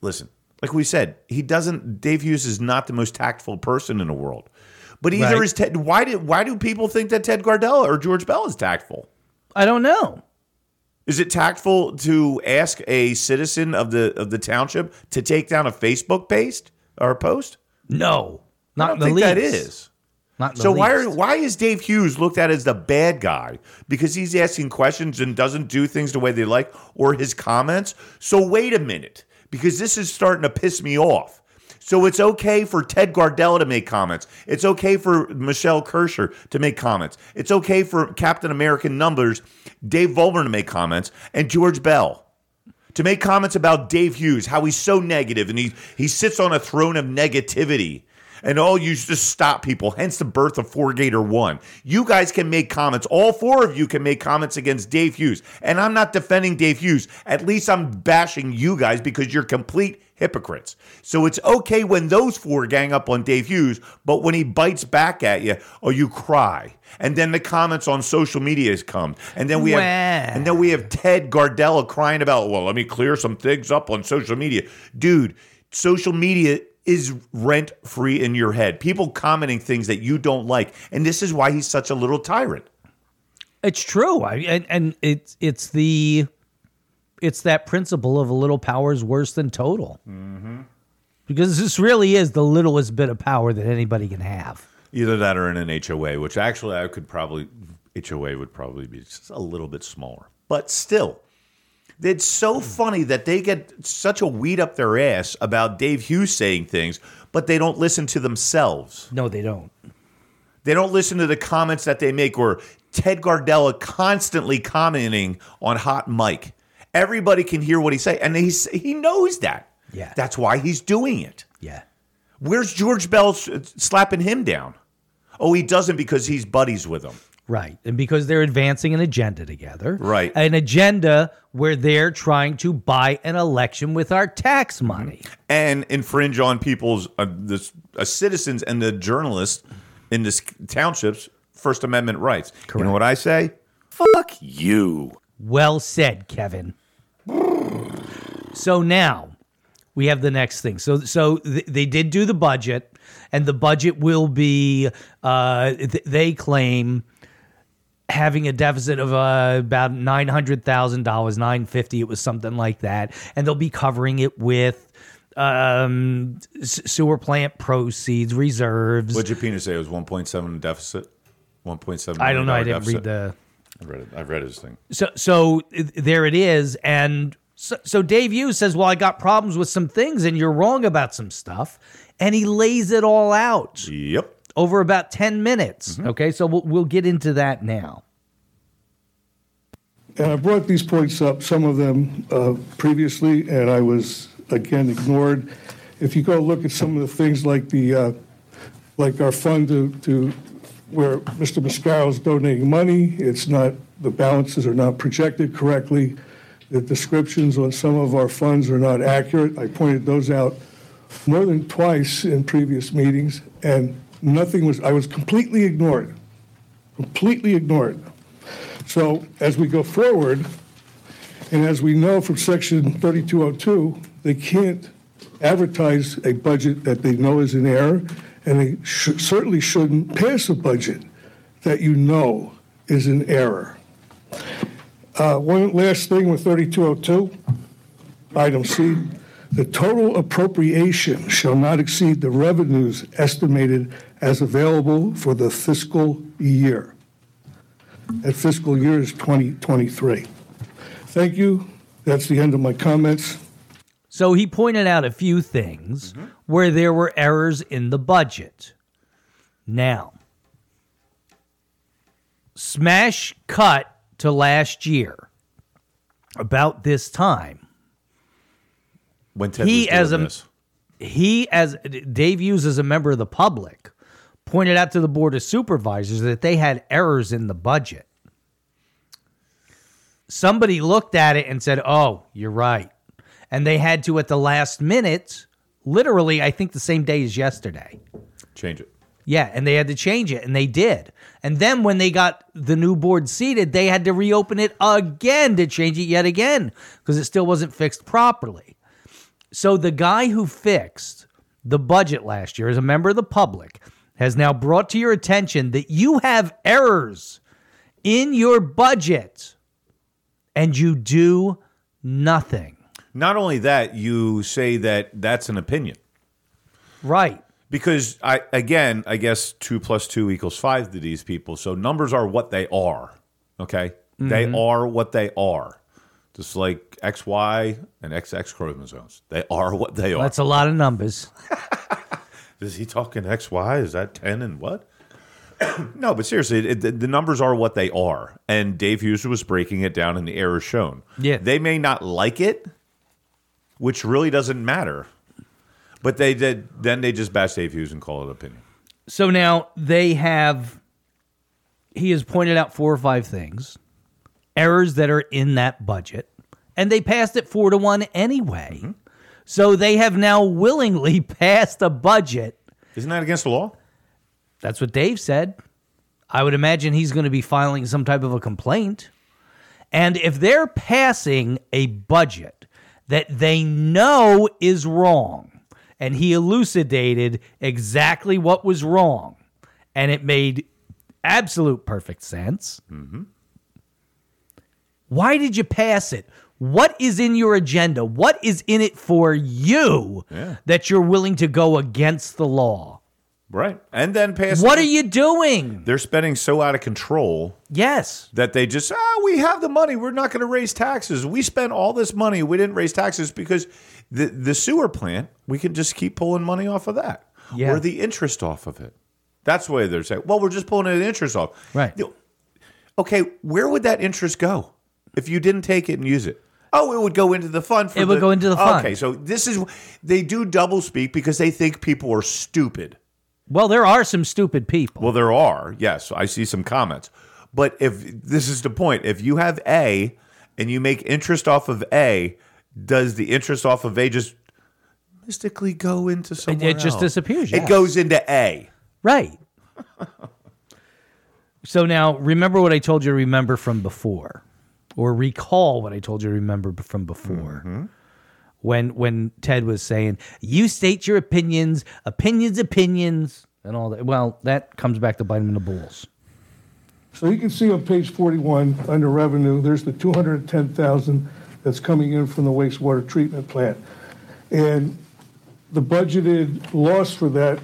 S4: listen, like we said, he doesn't. Dave Hughes is not the most tactful person in the world. But either
S1: Right.
S4: is Ted. Why did why do people think that Ted Gardella or George Bell is tactful?
S1: I don't know.
S4: Is it tactful to ask a citizen of the of the township to take down a Facebook paste or post?
S1: No.
S4: I
S1: Not
S4: don't
S1: in the
S4: think
S1: least.
S4: that is.
S1: Not in the
S4: So why are,
S1: least.
S4: why is Dave Hughes looked at as the bad guy because he's asking questions and doesn't do things the way they like or his comments? So wait a minute because this is starting to piss me off. So it's okay for Ted Gardella to make comments. It's okay for Michelle Kirscher to make comments. It's okay for Captain American Numbers, Dave Volmer to make comments, and George Bell to make comments about Dave Hughes, how he's so negative and he he sits on a throne of negativity. And all you just stop people, hence the birth of Four Gator One. You guys can make comments. All four of you can make comments against Dave Hughes. And I'm not defending Dave Hughes. At least I'm bashing you guys because you're complete hypocrites. So it's okay when those four gang up on Dave Hughes, but when he bites back at you, or you cry. And then the comments on social media come. And then we have
S1: Wow.
S4: and then we have Ted Gardella crying about, well, let me clear some things up on social media. Dude, social media is rent free in your head. People commenting things that you don't like. And this is why he's such a little tyrant.
S1: It's true. I and, and it's it's the it's that principle of a little power is worse than total.
S4: Hmm.
S1: Mm-hmm. Because this really is the littlest bit of power that anybody can have.
S4: Either that or in an HOA, which actually I could probably, HOA would probably be just a little bit smaller. But still, it's so
S1: Hmm.
S4: funny that they get such a weed up their ass about Dave Hughes saying things, but they don't listen to themselves.
S1: No, they don't.
S4: They don't listen to the comments that they make or Ted Gardella constantly commenting on hot mic. Everybody can hear what he say and he's, he knows that.
S1: Yeah.
S4: That's why he's doing it.
S1: Yeah.
S4: Where's George Bell s- slapping him down? Oh, he doesn't because he's buddies with him.
S1: Right. And because they're advancing an agenda together.
S4: Right.
S1: An agenda where they're trying to buy an election with our tax money.
S4: and infringe on people's uh, this, uh, citizens and the journalists in this townships First Amendment rights. You know what I say? Fuck you.
S1: Well said, Kevin. so now we have the next thing. So so th- they did do the budget, and the budget will be uh, th- they claim having a deficit of uh, about nine hundred thousand dollars, nine fifty. It was something like that, and they'll be covering it with um s- sewer plant proceeds reserves
S4: What did Pena say? It was 1.7 deficit. 1.7.
S1: i don't know i
S4: million
S1: didn't read
S4: deficit.
S1: the
S4: I read it. I've read his thing.
S1: So, so there it is. And so, so Dave Hughes says, Well, I got problems with some things, and you're wrong about some stuff. And he lays it all out
S4: Yep.
S1: over about 10 minutes. Okay. So we'll, we'll get into that now.
S7: And I brought these points up, some of them uh, previously, and I was again ignored. If you go look at some of the things like the, uh, like our fund to, to where Mr. Mascaro's donating money, it's not, the balances are not projected correctly. The descriptions on some of our funds are not accurate. I pointed those out more than twice in previous meetings, and nothing was, I was completely ignored, completely ignored. So as we go forward, and as we know from section 3202, they can't advertise a budget that they know is in error, and they sh- certainly shouldn't pass a budget that you know is in error. Uh, One last thing with 3202, item C, the total appropriation shall not exceed the revenues estimated as available for the fiscal year at fiscal year is 2023. Thank you. That's the end of my comments.
S1: So he pointed out a few things where there were errors in the budget. Now, smash cut to last year, about this time.
S4: When Ted
S1: He
S4: was doing
S1: as a-
S4: this.
S1: he as Dave Hughes as a member of the public pointed out to the board of supervisors that they had errors in the budget. Somebody looked at it and said, "Oh, you're right." And they had to at the last minute, literally I think the same day as yesterday.
S4: change it.
S1: Yeah, and they had to change it and they did. And then when they got the new board seated, they had to reopen it again to change it yet again because it still wasn't fixed properly. So the guy who fixed the budget last year as a member of the public has now brought to your attention that you have errors in your budget and you do nothing.
S4: Not only that, you say that that's an opinion
S1: Right.
S4: because I again, I guess two plus two equals five to these people. So numbers are what they are. Okay, they
S1: Mm-hmm.
S4: are what they are. Just like XY and XX chromosomes, they are what they are.
S1: That's a lot of numbers.
S4: Is he talking XY? Is that 10 and what? no, but seriously, it, the, the numbers are what they are. And Dave Hughes was breaking it down in the errors shown.
S1: Yeah.
S4: They may not like it, which really doesn't matter. But they did, then they just bash Dave Hughes and call it opinion.
S1: So now they have, he has pointed out four or five things, errors that are in that budget, and they passed it four to one anyway. So they have now willingly passed a budget.
S4: Isn't that against the law?
S1: That's what Dave said. I would imagine he's going to be filing some type of a complaint. And if they're passing a budget that they know is wrong, and he elucidated exactly what was wrong, and it made absolute perfect sense,
S4: Mm-hmm.
S1: why did you pass it? What is in your agenda? What is in it for
S2: Oh.
S1: you that you're willing to go against the law?
S4: Right. And then pass.
S1: What are you doing?
S4: They're spending so out of control
S1: Yes.
S4: that they just, ah, we have the money. We're not going to raise taxes. We spent all this money. We didn't raise taxes because the, the sewer plant, we can just keep pulling money off of that
S1: Yeah.
S4: or the interest off of it. That's the way they're saying, well, we're just pulling an interest off.
S1: Right.
S4: No. Okay, where would that interest go if you didn't take it and use it? Oh, it would go into the fund. For
S1: It would go into the fund.
S4: Okay, so this is they do double speak because they think people are stupid.
S1: Well, there are some stupid people.
S4: Well, there are. Yes, I see some comments. But if this is the point, if you have A and you make interest off of A, does the interest off of A just mystically go into somewhere?
S1: it just
S4: else?
S1: disappears, yes.
S4: It goes into A.
S1: right. so now remember what I told you to remember from before or recall what I told you to remember b- from before. When when Ted was saying, "You state your opinions, opinions, opinions." And all that. Well, that comes back to biting him in the balls.
S7: So you can see on page 41, under revenue, there's the 210,000 that's coming in from the wastewater treatment plant. And the budgeted loss for that,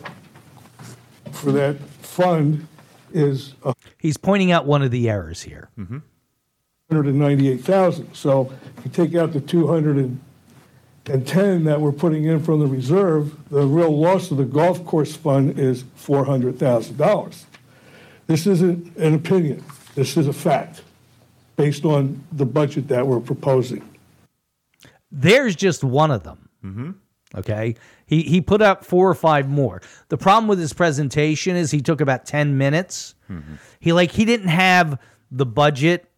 S7: for that fund is
S1: He's pointing out one of the errors here.
S2: Mm-hmm.
S7: 198,000. So if you take out the 210 that we're putting in from the reserve, the real loss of the golf course fund is $400,000. This isn't an opinion. This is a fact based on the budget that we're proposing.
S1: There's just one of them. Okay. He he put out four or five more. The problem with his presentation is he took about ten minutes. He like he didn't have the budget.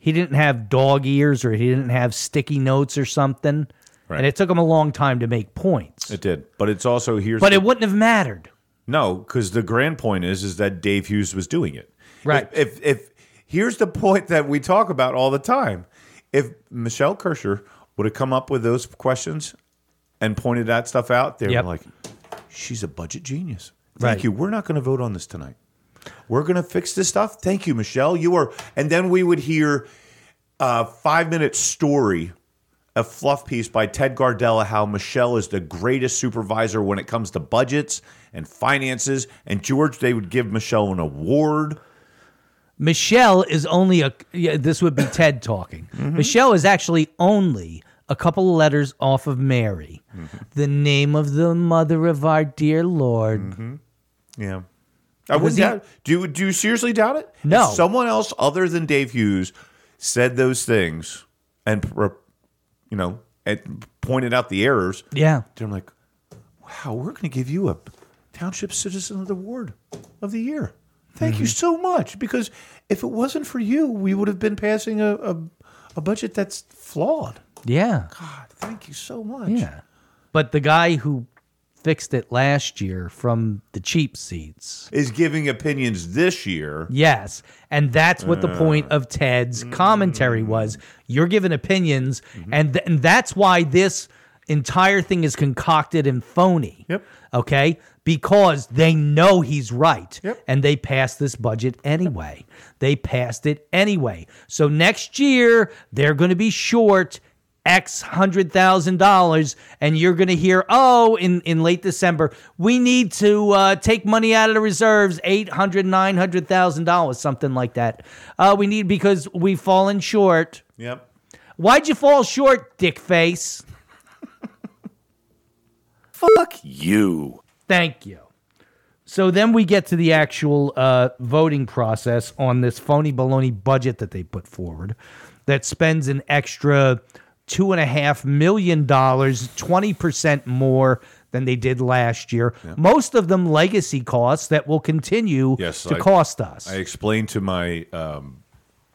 S1: He didn't have dog ears or he didn't have sticky notes or something.
S4: Right.
S1: And it took him a long time to make points.
S4: It did, but it's also here's
S1: but
S4: the-
S1: it wouldn't have mattered.
S4: No, because the grand point is is that Dave Hughes was doing it.
S1: Right.
S4: If, if if here's the point that we talk about all the time, if Michelle Kirscher would have come up with those questions and pointed that stuff out, they
S1: Yep.
S4: were like, "She's a budget genius." Thank
S1: Right.
S4: you. We're not going to vote on this tonight. We're going to fix this stuff. Thank you, Michelle. You are, and then we would hear a five minute story, a fluff piece by Ted Gardella, how Michelle is the greatest supervisor when it comes to budgets and finances. And George, they would give Michelle an award.
S1: Michelle is only a. Yeah, this would be Ted talking. Michelle is actually only a couple of letters off of Mary, the name of the mother of our dear Lord.
S4: Yeah. I would
S1: Was he-
S4: doubt. Do you, do you seriously doubt it?
S1: No.
S4: If someone else other than Dave Hughes said those things and, pro- you know, and pointed out the errors.
S1: Yeah.
S4: They're like, wow, we're going to give you a Township Citizen of the Ward of the Year. Thank
S1: Mm-hmm.
S4: you so much. Because if it wasn't for you, we would have been passing a, a, a budget that's flawed.
S1: Yeah.
S4: God, thank you so much.
S1: Yeah. But the guy who fixed it last year from the cheap seats.
S4: Is giving opinions this year.
S1: Yes. And that's what the point
S4: Uh.
S1: of Ted's commentary
S4: Mm.
S1: was. You're giving opinions,
S4: Mm-hmm.
S1: and, th- and that's why this entire thing is concocted and phony.
S4: Yep.
S1: Okay. Because they know he's right.
S4: Yep.
S1: And they passed this budget anyway. They passed it anyway. So next year, they're going to be short. X hundred thousand dollars, and you're going to hear, oh, in, in late December, we need to uh, take money out of the reserves, eight hundred, nine hundred thousand dollars, something like that. Uh, we need because we've fallen short.
S4: Yep.
S1: Why'd you fall short, dick face?
S4: Fuck you.
S1: Thank you. So then we get to the actual uh, voting process on this phony baloney budget that they put forward that spends an extra two and a half million dollars, 20% more than they did last year. Most of them legacy costs that will continue
S4: Yes,
S1: to
S4: I-
S1: cost us.
S4: I explained to my um,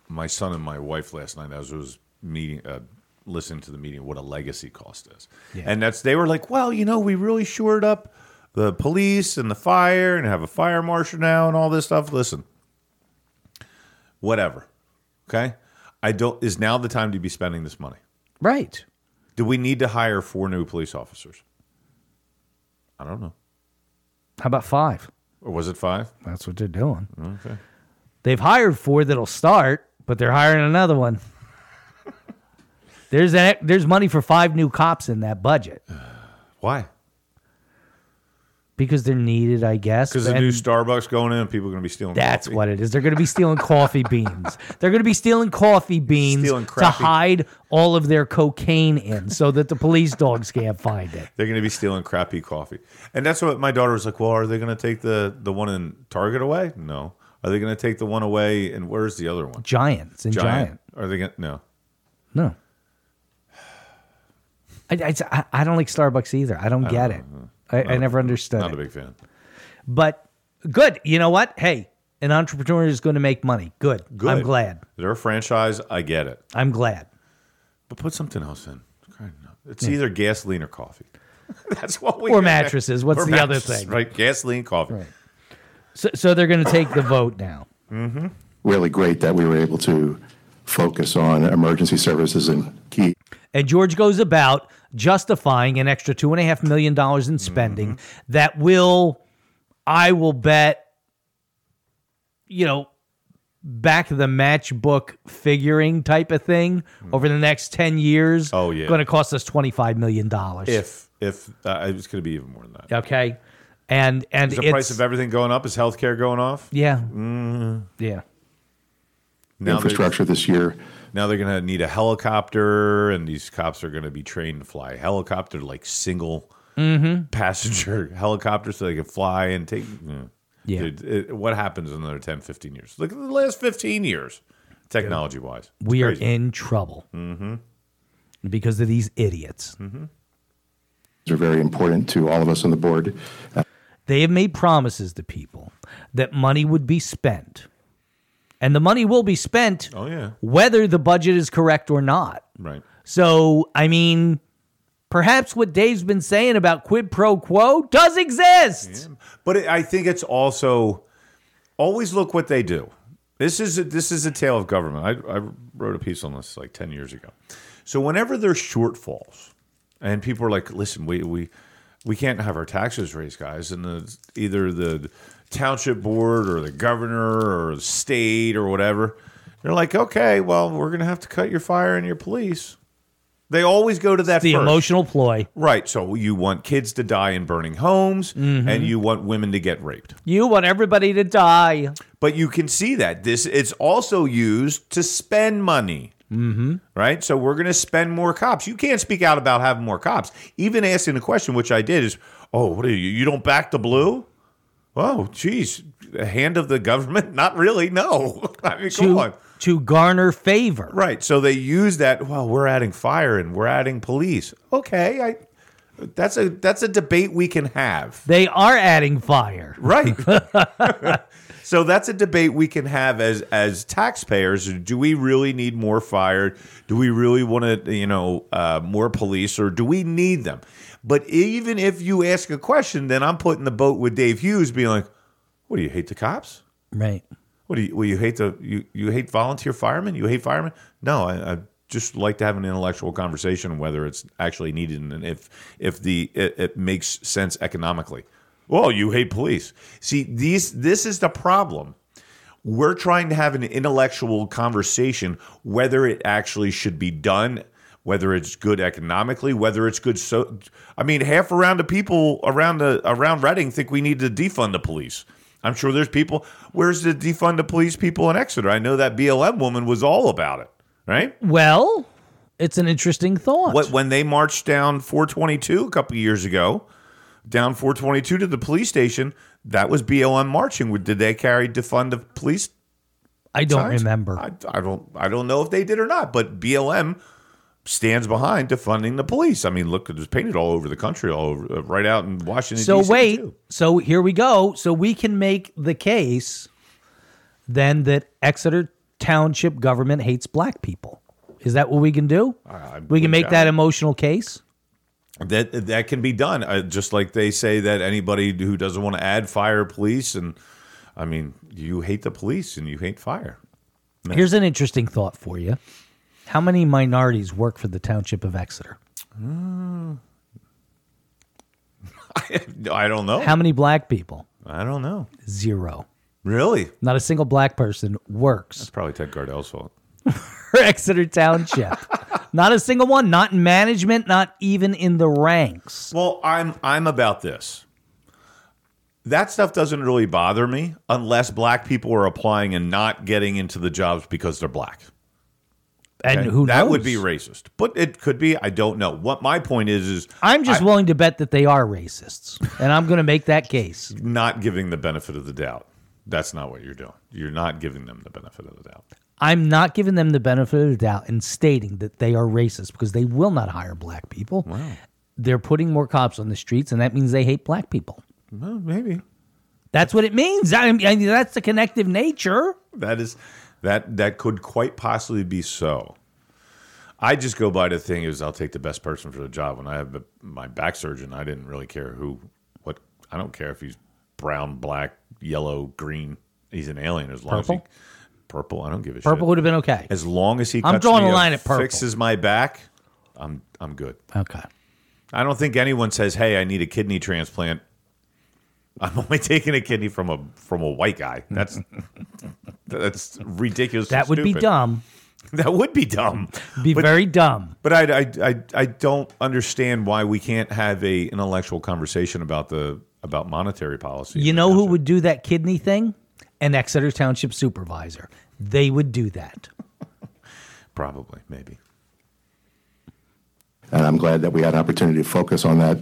S4: my son and my wife last night as I was meeting, uh, listening to the meeting, what a legacy cost is, and that's they were like,
S2: "Oh,
S4: well, you know, we really shored up the police and the fire and have a fire marshal now and all this stuff. Listen, whatever, okay. I don't. Is now the time to be spending this money?
S1: right.
S4: Do we need to hire four new police officers? I don't know.
S1: How about five?
S4: Or was it five?
S1: That's what they're doing. Okay. They've hired four that'll start, but they're hiring another one. there's that, there's money for five new cops in that budget
S4: Why?
S1: because they're needed, I guess.
S4: Because the
S1: and
S4: new Starbucks going in, people are going to be stealing.
S1: that's
S4: coffee.
S1: what it is. They're going to be stealing coffee beans. They're going to be stealing coffee beans
S4: Stealing
S1: to
S4: crappy-
S1: hide all of their cocaine in so that the police dogs can't find it.
S4: They're going to be stealing crappy coffee. And that's what my daughter was like, well, are they going to take the, the one in Target away? No. Are they going to take the one away? And where's the other one?
S1: Giants and giant.
S4: Are they going to? No.
S1: No. I, I, I- I don't like Starbucks either. I don't get it. I, I never understood
S4: Uh, Not
S1: it.
S4: a big fan.
S1: But good. You know what? Hey, an entrepreneur is going to make money. Good.
S4: Good.
S1: I'm glad.
S4: They're a franchise. I get it.
S1: I'm glad.
S4: But put something else in. It's either gasoline or coffee. that's what we
S1: Or mattresses. What's
S4: Or
S1: the other
S4: mattresses,
S1: thing?
S4: Right. Gasoline, coffee.
S1: So, so they're going to take the vote now.
S4: Mm-hmm.
S6: Really great that we were able to focus on emergency services and key
S1: And George goes about justifying an extra two and a half million dollars in spending
S6: Mm-hmm.
S1: that will, I will bet, you know, back of the matchbook figuring type of thing
S6: Hmm.
S1: over the next 10 years.
S4: Oh, yeah.
S1: Going to cost us $25 million.
S4: If, if uh, it's going to be even more than that.
S1: Okay. and and
S2: Is the
S1: it's,
S2: price of everything going up? Is healthcare going off?
S1: yeah, yeah.
S2: Now they're-
S6: Mm-hmm. infrastructure this year.
S2: Now they're going to need a helicopter, and these cops are going to be trained to fly a helicopter, like single
S8: Hmm.
S1: Mm-hmm.
S2: passenger helicopter, so they can fly and take. mm.
S1: Yeah.
S2: Dude, it- what happens in another 10, 15 years? Look at the last 15 years, technology wise.
S1: We are in trouble
S6: Mm-hmm.
S1: because of these idiots.
S6: These are very important to all of us on the board. Uh,
S1: They have made promises to people that money would be spent, and the money will be spent,
S2: Oh, yeah.
S1: whether the budget is correct or not.
S2: Right.
S1: So, I mean, perhaps what Dave's been saying about quid pro quo does exist.
S2: But it, I think it's also always look what they do. This is a, this is a tale of government. I, I wrote a piece on this like ten years ago. So whenever there's shortfalls, and people are like, "Listen, we we we can't have our taxes raised, guys," and the, either the township board or the governor or the state or whatever, they're like, "Okay, well, we're gonna have to cut your fire and your police." They always go to that
S1: The
S2: first.
S1: emotional ploy.
S2: Right. So you want kids to die in burning homes and you want women to get raped.
S1: Mm-hmm. You want everybody to die.
S2: But you can see that this it's also used to spend money. Mm-hmm. Right. So we're going to spend more cops. You can't speak out about having more cops. Even asking the question, which I did, is, oh, what are you? You don't back the blue? Oh, geez. The hand of the government? Not really. No. I mean, come
S1: To,
S2: on.
S1: to garner favor.
S2: Right. So they use that. Well, we're adding fire and we're adding police. Okay. I. That's a that's a debate we can have.
S1: They are adding fire.
S2: Right. so that's a debate we can have as as taxpayers. Do we really need more fire? Do we really want to, you know, uh, more police, or do we need them? But even if you ask a question, then I'm putting the boat with Dave Hughes, being like, "What do you hate the cops?
S1: Right.
S2: What do you? Well, you hate the you you hate volunteer firemen? You hate firemen? No, I." I just like to have an intellectual conversation whether it's actually needed and if if the it, it makes sense economically. Well, you hate police. See, these this is the problem. We're trying to have an intellectual conversation whether it actually should be done, whether it's good economically, whether it's good so I mean, half around the people around the around Reading think we need to defund the police. I'm sure there's people where's the defund the police people in Exeter? I know that BLM woman was all about it, right?
S1: Well, it's an interesting thought.
S2: What when they marched down 422 a couple years ago, down 422 to the police station, that was BLM marching. Did they carry defund the police?
S1: I don't
S2: signs?
S1: remember.
S2: I, I don't. I don't know if they did or not. But BLM stands behind defunding the police. I mean, look, it was painted all over the country, all over, uh, right out in Washington.
S1: so
S2: DC
S1: wait.
S2: too.
S1: So here we go. So we can make the case then that Exeter Township government hates black people. Is that what we can do? we
S2: wouldn't
S1: can make
S2: doubt
S1: that
S2: it.
S1: emotional case.
S2: that that can be done. Uh, just like they say that anybody who doesn't want to add fire, police, and I mean, you hate the police and you hate fire.
S1: Here's an interesting thought for you. How many minorities work for the township of Exeter?
S2: I don't know.
S1: How many black people?
S2: I don't know.
S1: Zero.
S2: Really?
S1: Not a single black person works
S2: Probably Ted Gardell's fault.
S1: for Exeter Township. not a single one, not in management, not even in the ranks.
S2: Well, I'm I'm about this. That stuff doesn't really bother me unless black people are applying and not getting into the jobs because they're black.
S1: And
S2: Okay?
S1: who knows?
S2: that would be racist, but it could be. I don't know. What my point is is
S1: I'm just
S2: I-
S1: willing to bet that they are racists. And I'm going to make that case.
S2: not giving the benefit of the doubt. That's not what you're doing. You're not giving them the benefit of the doubt.
S1: I'm not giving them the benefit of the doubt and stating that they are racist because they will not hire black people. They're putting more cops on the streets, and that means they hate black people.
S2: Well, maybe
S1: That's what it means. I mean, I mean, that's the connective nature.
S2: that is that that could quite possibly be so. I just go by the thing is I'll take the best person for the job. When I have the- my back surgeon, I didn't really care who, what. I don't care if he's brown, black, yellow, green. He's an alien as long as
S1: Purple?
S2: he purple. I don't give a shit.
S1: Purple would have been okay.
S2: As long as he,
S1: I'm
S2: cuts
S1: drawing
S2: me
S1: a
S2: up,
S1: line at purple.
S2: Fixes my back. I'm I'm good.
S1: Okay.
S2: I don't think anyone says, "Hey, I need a kidney transplant." I'm only taking a kidney from a from a white guy. That's that's ridiculous. and
S1: That would be
S2: stupid.
S1: dumb.
S2: That would be dumb.
S1: Be
S2: but
S1: very dumb.
S2: but I, I I I don't understand why we can't have a intellectual conversation about the
S4: about monetary policy.
S1: You know who would do that kidney thing? An Exeter Township supervisor. They would do that.
S4: Probably, maybe.
S6: And I'm glad that we had an opportunity to focus on that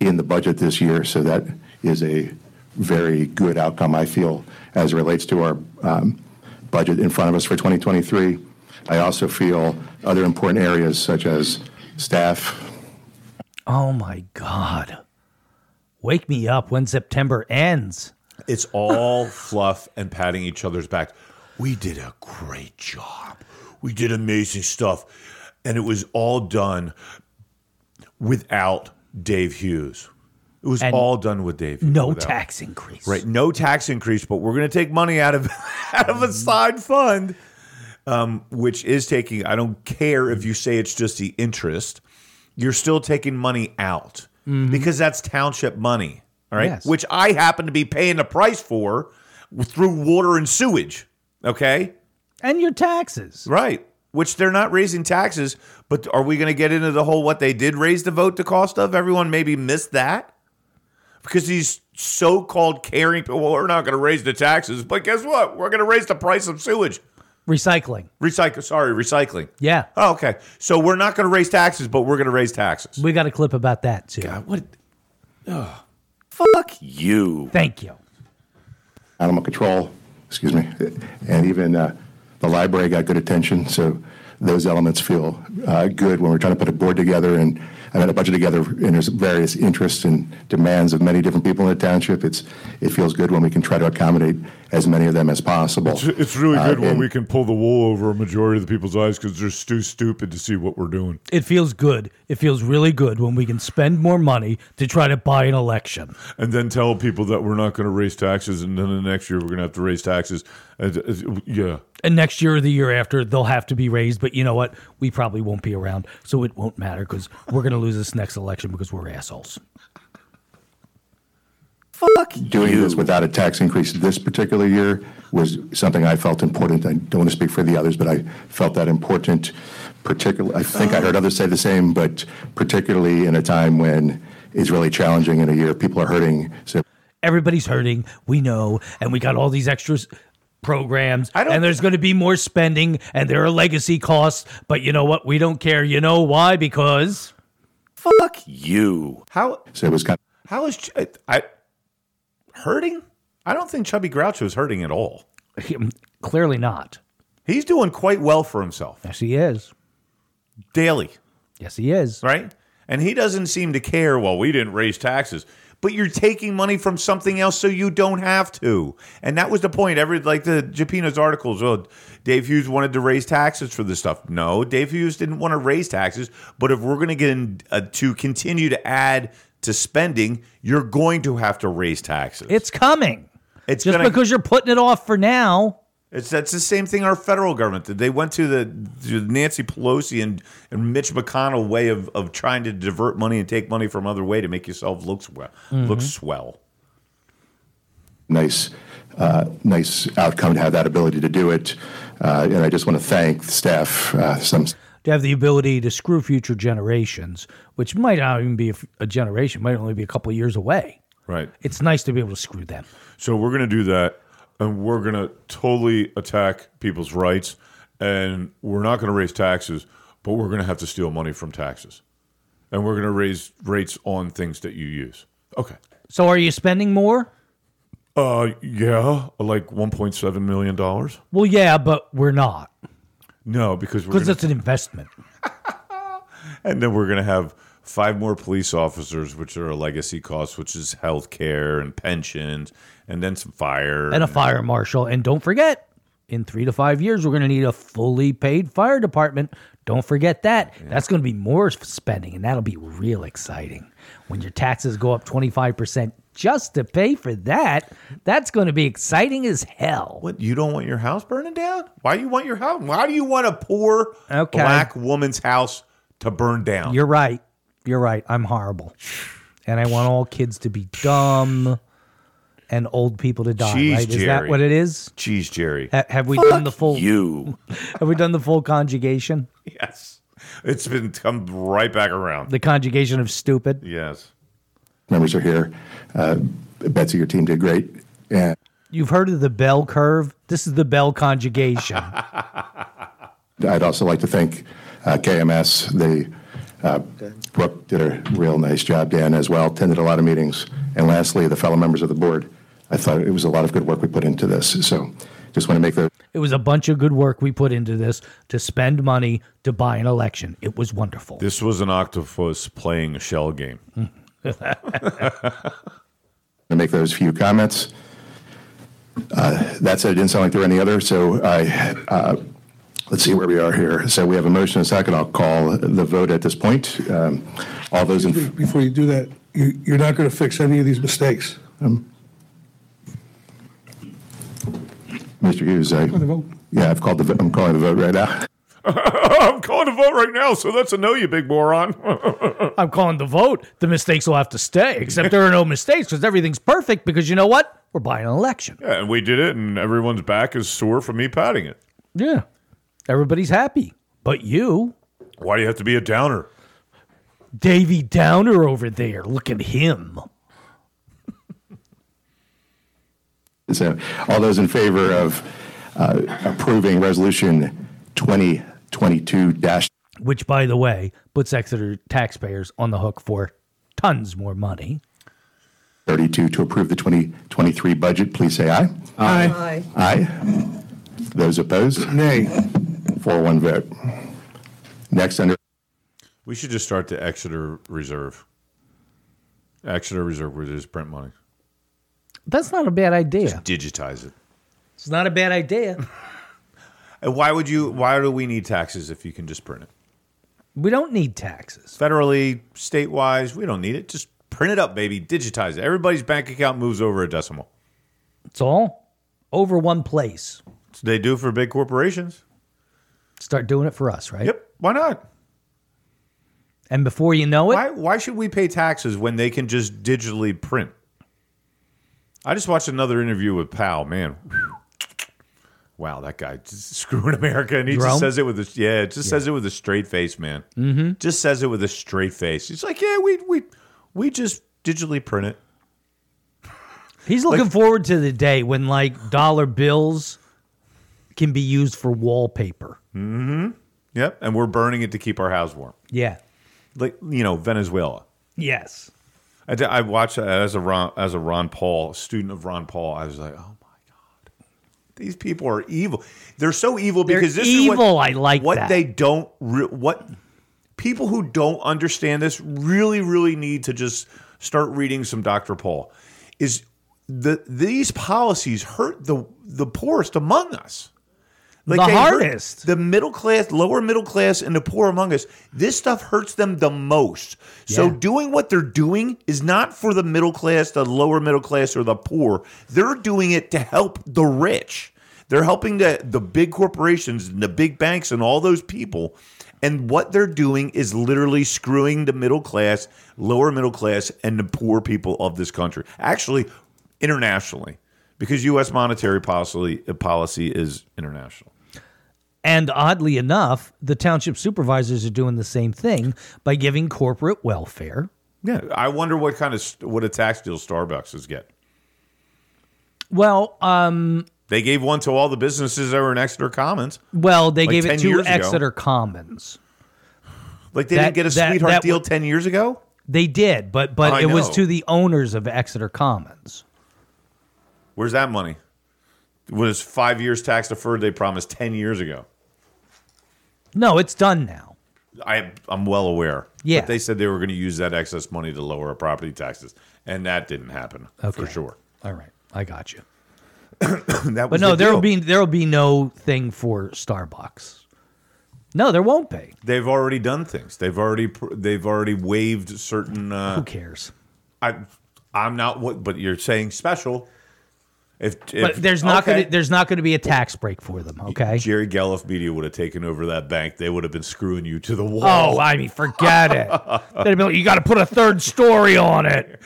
S6: in the budget this year. So that is a very good outcome, I feel, as it relates to our um, budget in front of us for 2023. I also feel other important areas such as staff,
S1: Oh my God. Wake me up when September ends.
S4: It's all fluff and patting each other's back. We did a great job. We did amazing stuff. And it was all done without Dave Hughes. It was
S1: And
S4: all done with Dave Hughes.
S1: No
S4: without-
S1: tax increase.
S4: Right. No tax increase, but we're going to take money out of out
S1: Mm.
S4: of a side fund, um, which is taking. I don't care if you say it's just the interest. You're still taking money out because that's township money. All right,
S1: Mm-hmm. Yes.
S4: which I happen to be paying the price for through water and sewage. Okay,
S1: And your taxes.
S4: right. Which they're not raising taxes, but are we going to get into the whole what they did raise the vote the cost of? Everyone maybe missed that because these so-called caring people well, we're not going to raise the taxes but guess what we're going to raise the price of sewage
S1: Recycling.
S4: recycle sorry recycling
S1: Yeah.
S4: oh, okay so we're not going to raise taxes but we're going to raise taxes
S1: We got a clip about that too.
S4: what oh fuck you
S1: Thank you.
S6: animal control, excuse me, and even uh, the library got good attention. So those elements feel uh, good when we're trying to put a board together and I mean, a budget together. And there's various interests and demands of many different people in the township. It's it feels good when we can try to accommodate as many of them as possible.
S2: It's really
S6: Uh,
S2: good when
S6: and-
S2: we can pull the wool over a majority of the people's eyes because they're too stupid to see what we're doing.
S1: It feels good. It feels really good when we can spend more money to try to buy an election.
S2: And then tell people that we're not going to raise taxes, and then the next year we're going to have to raise taxes. And, uh, yeah.
S1: And next year or the year after, they'll have to be raised. But you know what? We probably won't be around, so it won't matter because we're going to lose this next election because we're assholes.
S6: doing this without a tax increase this particular year was something I felt important. I don't want to speak for the others, but I felt that important. Particularly, I think I heard others say the same, but particularly in a time when it's really challenging in a year, people are hurting. So
S1: Everybody's hurting. We know, and we got all these extras programs
S4: I don't-
S1: and there's going to be more spending and there are legacy costs but you know what we don't care you know why because
S4: fuck you how
S6: so it was kind
S4: how is Ch- I, I hurting i don't think chubby groucho is hurting at all
S1: clearly not
S4: he's doing quite well for himself
S1: yes he is
S4: daily
S1: yes he is
S4: right? And he doesn't seem to care. Well, we didn't raise taxes, but you're taking money from something else, so you don't have to. And that was the point. Every like the Japino's articles. Well, Dave Hughes wanted to raise taxes for this stuff. No, Dave Hughes didn't want to raise taxes. But if we're going to get in, uh, to continue to add to spending, you're going to have to raise taxes.
S1: it's coming
S4: it's
S1: just
S4: gonna-
S1: because you're putting it off for now
S4: It's that's the same thing our federal government did. They went to the to Nancy Pelosi and, and Mitch McConnell way of, of trying to divert money and take money from other way to make yourself look swell.
S1: Mm-hmm.
S4: Look swell.
S6: nice, uh, nice outcome to have that ability to do it. Uh, and I just want to thank the staff. Uh, some
S1: to have the ability to screw future generations, which might not even be a, f- a generation, might only be a couple of years away.
S2: Right.
S1: It's nice to be able to screw them.
S2: So we're going to do that, and we're going to totally attack people's rights, and we're not going to raise taxes, but we're going to have to steal money from taxes, and we're going to raise rates on things that you use. Okay.
S1: So, are you spending more?
S2: Uh, yeah, like one point seven million dollars.
S1: Well, yeah, but we're not
S2: No, because we're
S1: because
S2: gonna,
S1: it's an investment.
S2: and then we're going to have five more police officers, which are a legacy cost, which is health care and pensions, and then some fire
S1: and a fire marshal. And don't forget, in three to five years, we're going to need a fully paid fire department. Don't forget that. That's going to be more f- spending, and that'll be real exciting. When your taxes go up 25% just to pay for that, that's going to be exciting as hell.
S4: What you don't want your house burning down? Why do you want your house? Why do you want a poor
S1: Okay.
S4: black woman's house to burn down?
S1: You're right. You're right. I'm horrible. And I want all kids to be dumb and old people to die,
S4: Jeez,
S1: right? Is that
S4: Jerry.
S1: what it is?
S4: Jeez, Jerry.
S1: Ha- Have we done the full
S4: You.
S1: have we done the full conjugation?
S4: yes. It's been come right back around.
S1: The conjugation of stupid?
S4: Yes.
S6: members are here. Uh, Betsy, your team did great. And
S1: You've heard of the bell curve? This is the bell conjugation.
S6: I'd also like to thank uh, KMS. They, uh, Brooke did a real nice job, Dan as well, attended a lot of meetings. And lastly, the fellow members of the board. I thought it was a lot of good work we put into this. So just want to make those
S1: it was a bunch of good work we put into this to spend money to buy an election. It was wonderful.
S2: This was an octopus playing a shell game. Mm-hmm.
S6: to make those few comments. Uh, That said, it didn't sound like there were any other, so I, uh, let's see where we are here. So we have a motion and a second. I'll call the vote at this point. Um, All those in,
S7: Before you do that, you, you're not going to fix any of these mistakes.
S6: Mr. Hughes, I,
S5: For the vote.
S6: yeah, I've called the, vo- I'm calling the vote right now.
S2: I'm calling a vote right now, so that's a no, you big moron.
S1: I'm calling the vote. The mistakes will have to stay, except there are no mistakes because everything's perfect because you know what? We're buying an election.
S2: yeah, and we did it, and everyone's back is sore from me patting it.
S1: Yeah. Everybody's happy. But you,
S2: Why do you have to be a downer?
S1: Davy Downer over there, look at him.
S6: So all those in favor of uh, approving Resolution 2022 dash,
S1: Which, by the way, puts Exeter taxpayers on the hook for tons more money.
S6: 32 to approve the 2023 budget, please say aye.
S5: Aye.
S6: Aye. Those opposed? Nay. 4-1 vote. Next, under
S2: We should just start the Exeter Reserve. Exeter Reserve, where there's print money.
S1: That's not a bad idea.
S2: Digitize it.
S1: It's not a bad idea.
S2: And why would you? Why do we need taxes if you can just print it?
S1: We don't need taxes.
S2: Federally, state wise, we don't need it. Just print it up, baby. Digitize it. Everybody's bank account moves over a decimal.
S1: It's all over one place.
S2: So they do for big corporations.
S1: Start doing it for us, right?
S2: Yep. Why not?
S1: And before you know it,
S2: Why why should we pay taxes when they can just digitally print? I just watched another interview with Powell, man. Wow, that guy just screwing America, and he
S1: Jerome?
S2: just says it with a yeah, just says it with a straight face, man. Mm-hmm. Just says it with a straight face. He's like, yeah, we we we just digitally print it.
S1: he's looking forward to the day when like dollar bills can be used for wallpaper.
S2: Mm-hmm. Yep, and we're burning it to keep our house warm,
S1: Yeah.
S2: like you know Venezuela.
S1: Yes.
S2: I, d- I watched that as a Ron, as a Ron Paul student of Ron Paul. I was like, oh my god, these people are evil. They're so evil
S1: They're
S2: because this is
S1: evil.
S2: what,
S1: I like
S2: what
S1: that.
S2: they don't re- what people who don't understand this really really need to just start reading some Dr. Paul. Is the these policies hurt the the poorest among us? Like
S1: The
S2: they hurt
S1: hardest.
S2: the middle class, lower middle class, and the poor among us. This stuff hurts them the most. So
S1: Yeah.
S2: doing what they're doing is not for the middle class, the lower middle class, or the poor. They're doing it to help the rich. They're helping the, the big corporations and the big banks and all those people. And what they're doing is literally screwing the middle class, lower middle class, and the poor people of this country. Actually, internationally, because U.S. monetary policy policy is international.
S1: And oddly enough, the township supervisors are doing the same thing by giving corporate welfare.
S2: Yeah, I wonder what kind of st- what a tax deal Starbucks is get.
S1: Well, um,
S2: They gave one to all the businesses that were in Exeter Commons.
S1: well, they
S2: Like
S1: gave it
S2: 10
S1: to
S2: years ago.
S1: Exeter Commons.
S2: Like they
S1: That-
S2: didn't get a
S1: that-
S2: sweetheart
S1: that
S2: deal
S1: w-
S2: ten years ago.
S1: They did, but but
S2: I
S1: it was
S2: know.
S1: to the owners of Exeter Commons.
S2: Where's that money? It was five years tax deferred. They promised ten years ago.
S1: No, it's done now.
S2: I I'm well aware.
S1: Yeah.
S2: but they said they were going to use that excess money to lower property taxes, and that didn't happen for
S1: Okay.
S2: sure.
S1: All right, I got you.
S2: That
S1: But
S2: was
S1: no,
S2: the
S1: there'll
S2: deal.
S1: be there'll be no thing for Starbucks. No, there won't be.
S2: they've already done things. They've already pr- they've already waived certain. Uh,
S1: Who cares?
S2: I I'm not what, but you're saying special. If,
S1: But
S2: if-
S1: there's not
S2: okay.
S1: gonna there's not gonna be a tax break for them. Okay.
S2: Jerry Galliff Media would have taken over that bank. They would have been screwing you to the
S1: Oh,
S2: wall.
S1: I mean, forget it. They'd be like, you got to put a third story on it.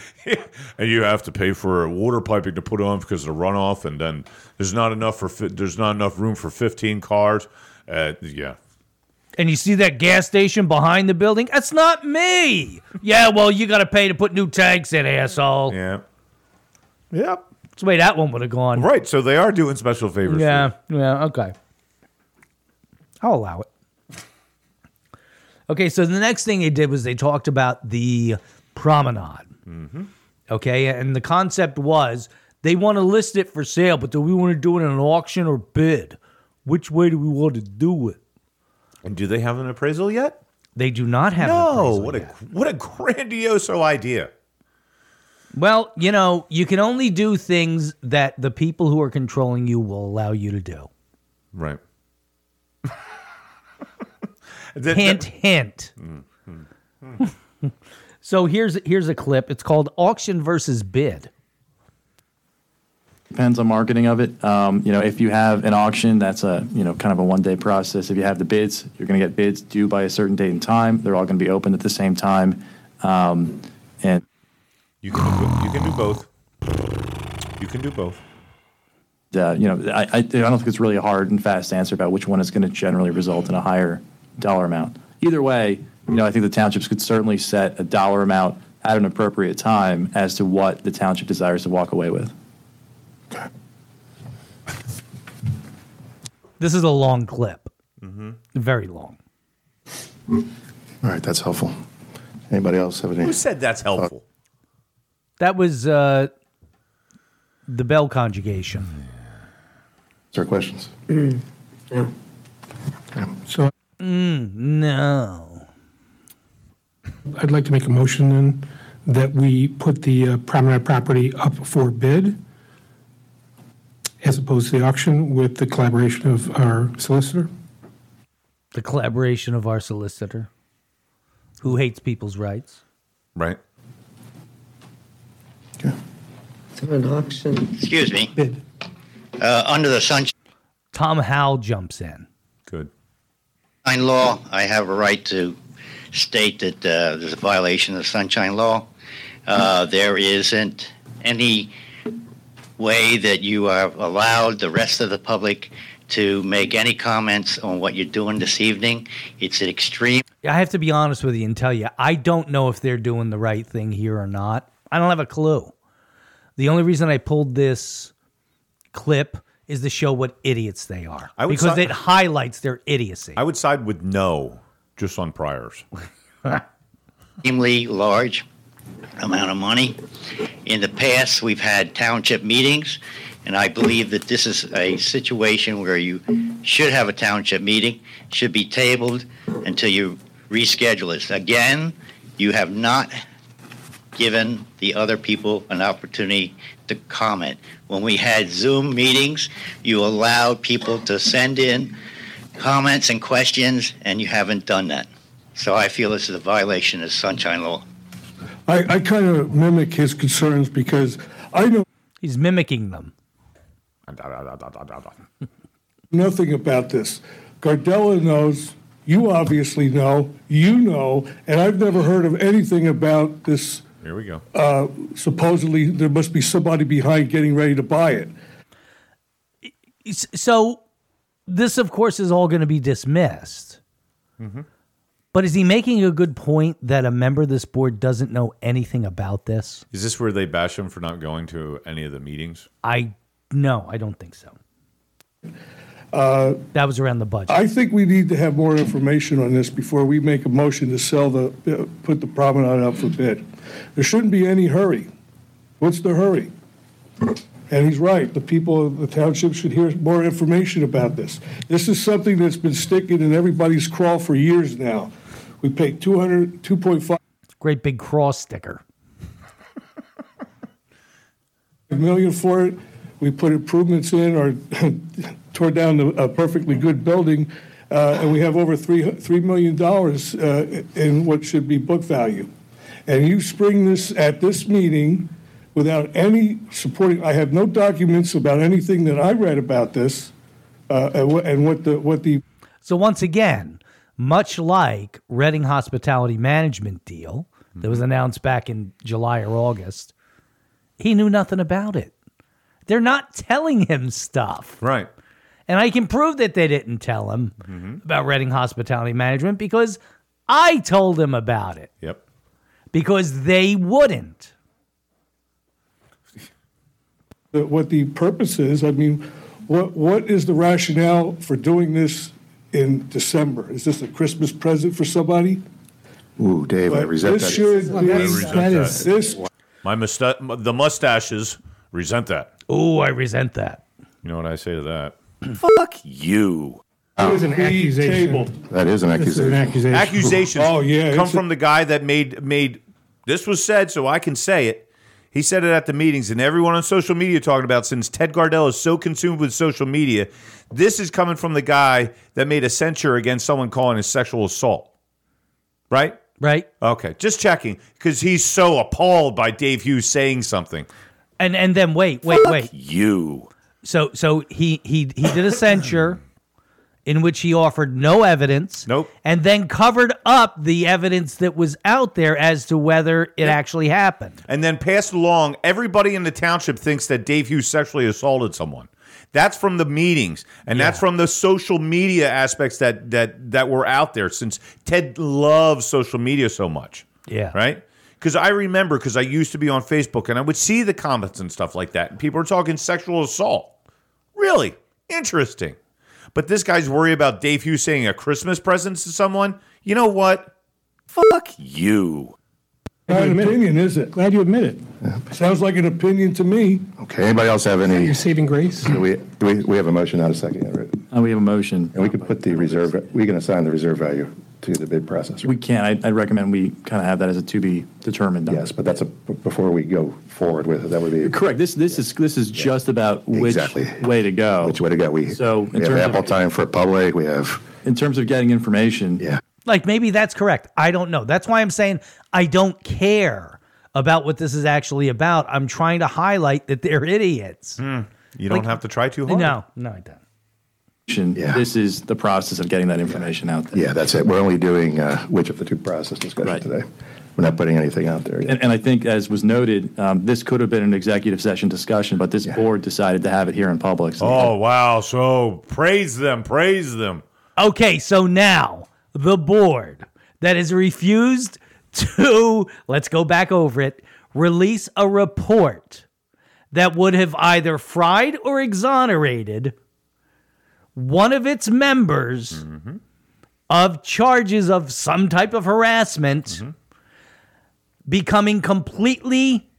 S2: and you have to pay for water piping to put on because of the runoff, and then there's not enough for fi- there's not enough room for 15 cars. Uh, yeah,
S1: and you see that gas station behind the building? That's not me. Yeah, well, you got to pay to put new tanks in, asshole.
S4: Yeah. Yep.
S1: That's the way that one would have gone.
S4: Right. So they are doing special favors. for
S1: Yeah,
S4: you.
S1: yeah, okay. I'll allow it. Okay, so the next thing they did was they talked about the promenade. Mm-hmm. Okay, and the concept was they want to list it for sale, but do we want to do it in an auction or bid? Which way do we want to do it?
S4: And do they have an appraisal yet?
S1: They do not have an
S4: No.
S1: appraisal
S4: What
S1: yet.
S4: a what a grandiose idea.
S1: Well, you know, you can only do things that the people who are controlling you will allow you to do.
S4: Right. The- the-
S1: hint hint so here's here's a clip it's called auction versus bid
S9: depends on marketing of it. Um, you know, if you have an auction, that's a you know kind of a one day process. If you have the bids, you're going to get bids due by a certain date and time. They're all going to be open at the same time, um, and
S4: You can do, bo- you can do both. You can do both.
S9: uh, you know I, I I don't think it's really a hard and fast answer about which one is going to generally result in a higher dollar amount. Either way, you know I think the townships could certainly set a dollar amount at an appropriate time as to what the township desires to walk away with.
S1: this is a long clip very long
S6: All right, that's helpful. Anybody else have any?
S4: Who said that's helpful?
S1: that was uh the bell conjugation
S6: Sir, questions?
S5: So
S1: Mm, no
S5: I'd like to make a motion then that we put the uh, promenade property up for bid as opposed to the auction with the collaboration of our solicitor.
S1: the collaboration of our solicitor who hates people's rights
S4: Right.
S6: Okay.
S10: So an auction.
S11: Excuse me.
S5: Bid.
S11: Uh, under the sunshine
S1: tom howell jumps in
S4: Good.
S11: law, I have a right to state that uh, there's a violation of sunshine law. Uh, there isn't any way that you are allowed the rest of the public to make any comments on what you're doing this evening. It's an extreme
S1: i have to be honest with you and tell you i don't know if they're doing the right thing here or not i don't have a clue the only reason i pulled this clip is to show what idiots they are
S4: I would
S1: because
S4: si-
S1: it highlights their idiocy
S4: I would side with no, just on priors.
S11: extremely large amount of money. In the past, we've had township meetings, and I believe that this is a situation where you should have a township meeting, should be tabled until you reschedule it. Again, you have not given the other people an opportunity to comment. When we had Zoom meetings, you allowed people to send in comments and questions, and you haven't done that. So I feel this is a violation of sunshine law.
S7: I, I kind of mimic his concerns because I know
S1: he's mimicking them
S7: nothing about this. Gardella knows, you obviously know, you know, and I've never heard of anything about this.
S4: Here we go.
S7: Uh, Supposedly, there must be somebody behind getting ready to buy it.
S1: S- so this of course is all going to be dismissed but is he making a good point that a member of this board doesn't know anything about this
S4: Is this where they bash him for not going to any of the meetings?
S1: i no i don't think so that was around the budget
S7: I think we need to have more information on this before we make a motion to sell the, uh, put the promenade out for bid. There shouldn't be any hurry. What's the hurry? And he's right, the people of the township should hear more information about this. This is something that's been sticking in everybody's craw for years now. We pay 200, 2.5
S1: great big cross sticker
S7: million for it. We put improvements in or tore down the- a perfectly good building, uh, and we have over three, $3 million dollars, uh, in what should be book value. And you spring this at this meeting without any supporting, I have no documents about anything that I read about this uh, and what- and what the, what the
S1: So once again, much like Reading Hospitality Management deal that was
S4: Mm-hmm.
S1: announced back in July or August, he knew nothing about it. They're not telling him stuff.
S4: Right. Mm-hmm.
S1: And I can prove that they didn't tell him about Reading Hospitality Management because I told him about it
S4: Yep.
S1: because they wouldn't.
S7: that what the purpose is. I mean, what, what is the rationale for doing this in December? Is this a Christmas present for somebody?
S6: Ooh, Dave, I
S7: But
S6: resent
S7: this
S6: that.
S7: should be-
S2: I resent that.
S7: this
S4: My musta- the mustaches resent that.
S1: Oh, I resent that.
S4: You know what I say to that?
S2: Fuck you.
S5: It was an accusation.
S7: tabled.
S6: that is an
S5: This is an
S6: accusation.
S5: accusation.
S4: Accusations.
S7: Oh, yeah,
S4: come
S7: it's a-
S4: from the guy that made made this was said, so I can say it. He said it at the meetings, and everyone on social media talking about since Ted Gardell is so consumed with social media. This is coming from the guy that made a censure against someone calling it sexual assault, right?
S1: Right?
S4: Okay, just checking because he's so appalled by Dave Hughes saying something.
S1: And and then wait, wait, wait.
S4: You.
S1: So so he he he did a censure in which he offered no evidence.
S4: Nope.
S1: And then covered up the evidence that was out there as to whether it actually happened.
S4: and then passed along. Everybody in the township thinks that Dave Hughes sexually assaulted someone. That's from the meetings, and that's from the social media aspects that that that were out there. Since Ted loves social media so much,
S1: Yeah.
S4: right? Because I remember, because I used to be on Facebook, and I would see the comments and stuff like that. And people are talking sexual assault. Really interesting. But this guy's worried about Dave Hughes saying a Christmas present to someone. You know what? Fuck you.
S7: Not an opinion, is it?
S5: Glad you admit it.
S7: Sounds like an opinion to me.
S6: Okay, anybody else have
S5: Your
S6: any?
S5: saving grace.
S6: Do we, do we, we have a motion, not a second, right?
S9: Uh, we have a motion.
S6: And we could put the reserve, we can assign the reserve value to the bid process.
S9: We can. I, I recommend we kind of have that as a to be determined. number.
S6: Yes, but that's a, before we go forward with it, that would be.
S9: Correct. This this is this is just about which
S6: Exactly.
S9: way to go.
S6: Which way to go? We,
S9: So, in
S6: we have
S9: terms of-
S6: ample time for public, we have,
S9: in terms of getting information.
S6: yeah.
S1: Like maybe that's correct. I don't know. That's why I'm saying I don't care about what this is actually about. I'm trying to highlight that they're idiots.
S4: Hmm. You don't have to try too hard.
S1: No, no, I don't.
S6: Yeah.
S9: This is the process of getting that information out there.
S6: Yeah, that's it. We're only doing uh, which of the two process discussion
S9: Right.
S6: today. We're not putting anything out there yet.
S9: And, and I think, as was noted, um, this could have been an executive session discussion, but this board decided to have it here in public. So
S2: Oh wow! So praise them, praise them.
S1: Okay, so now the board that has refused to, let's go back over it, release a report that would have either fried or exonerated one of its members of charges of some type of harassment becoming completely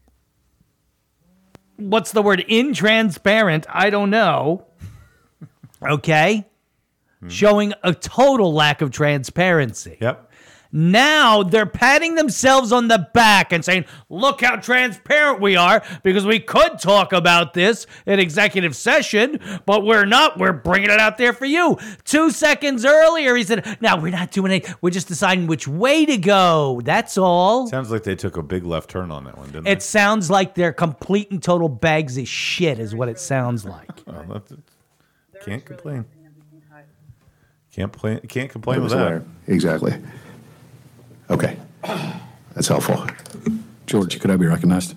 S1: what's the word intransparent i don't know okay Mm-hmm. showing a total lack of transparency
S4: Yep.
S1: now they're patting themselves on the back and saying, look how transparent we are because we could talk about this in executive session, but we're not. We're bringing it out there for you. Two seconds earlier, he said, now we're not doing it. We're just deciding which way to go. That's all.
S4: Sounds like they took a big left turn on that one, didn't
S1: It sounds like they're complete and total bags of shit, is what it sounds like.
S4: they? Well, that's- can't complain. Can't play, Can't complain
S6: It
S4: with
S6: was
S4: that.
S6: there. Exactly. Okay. That's helpful.
S12: George, could I be recognized?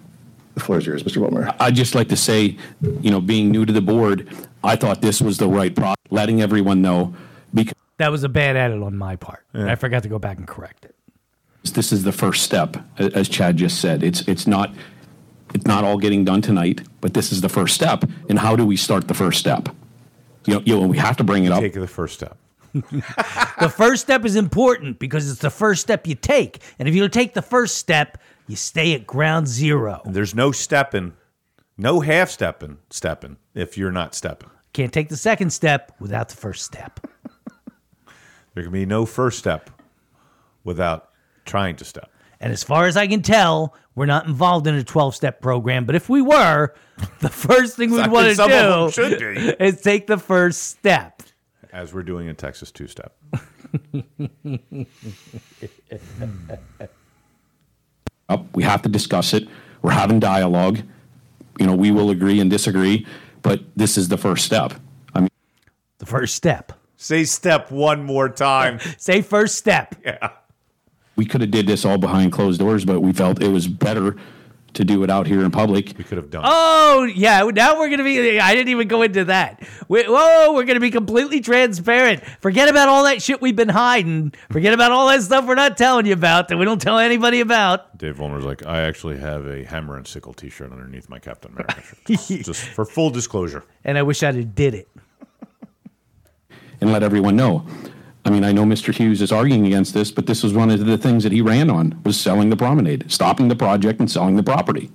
S6: The floor is yours, Mr. Ballmer.
S12: I'd just like to say, you know, being new to the board, I thought this was the right pro, letting everyone know because
S1: That was a bad edit on my part. I forgot to go back and correct it.
S12: this is the first step, a- as Chad just said. It's, it's not, it's not all getting done tonight, but this is the first step. And how do we start the first step? You know, you know, we have to bring it up.
S4: Take the first step.
S1: The first step is important because it's the first step you take. And if you don't take the first step, you stay at ground zero.
S4: There's no stepping, no half stepping, stepping if you're not stepping.
S1: Can't take the second step without the first step.
S4: There can be no first step without trying to step.
S1: And as far as I can tell, we're not involved in a 12 step program. But if we were, the first thing we'd
S4: think
S1: want
S4: some
S1: to
S4: of them should
S1: do
S4: be.
S1: is take the first step.
S4: As we're doing in Texas two step.
S12: up. We have to discuss it. We're having dialogue. You know, we will agree and disagree, but this is the first step. I mean,
S1: The first step.
S4: Say step one more time.
S1: Say first step.
S12: we could have did this all behind closed doors, but we felt it was better to do it out here in public. We
S2: could have done.
S1: Oh yeah, now we're gonna be. I didn't even go into that. We, whoa, we're gonna be completely transparent. Forget about all that shit we've been hiding. Forget about all that stuff we're not telling you about that we don't tell anybody about.
S2: Dave Vollmer's like, I actually have a hammer and sickle T-shirt underneath my Captain America shirt, just for full disclosure.
S1: And I wish I'd have did it.
S12: and let everyone know. I mean, I know Mr. Hughes is arguing against this, but this was one of the things that he ran on was selling the promenade, stopping the project and selling the property.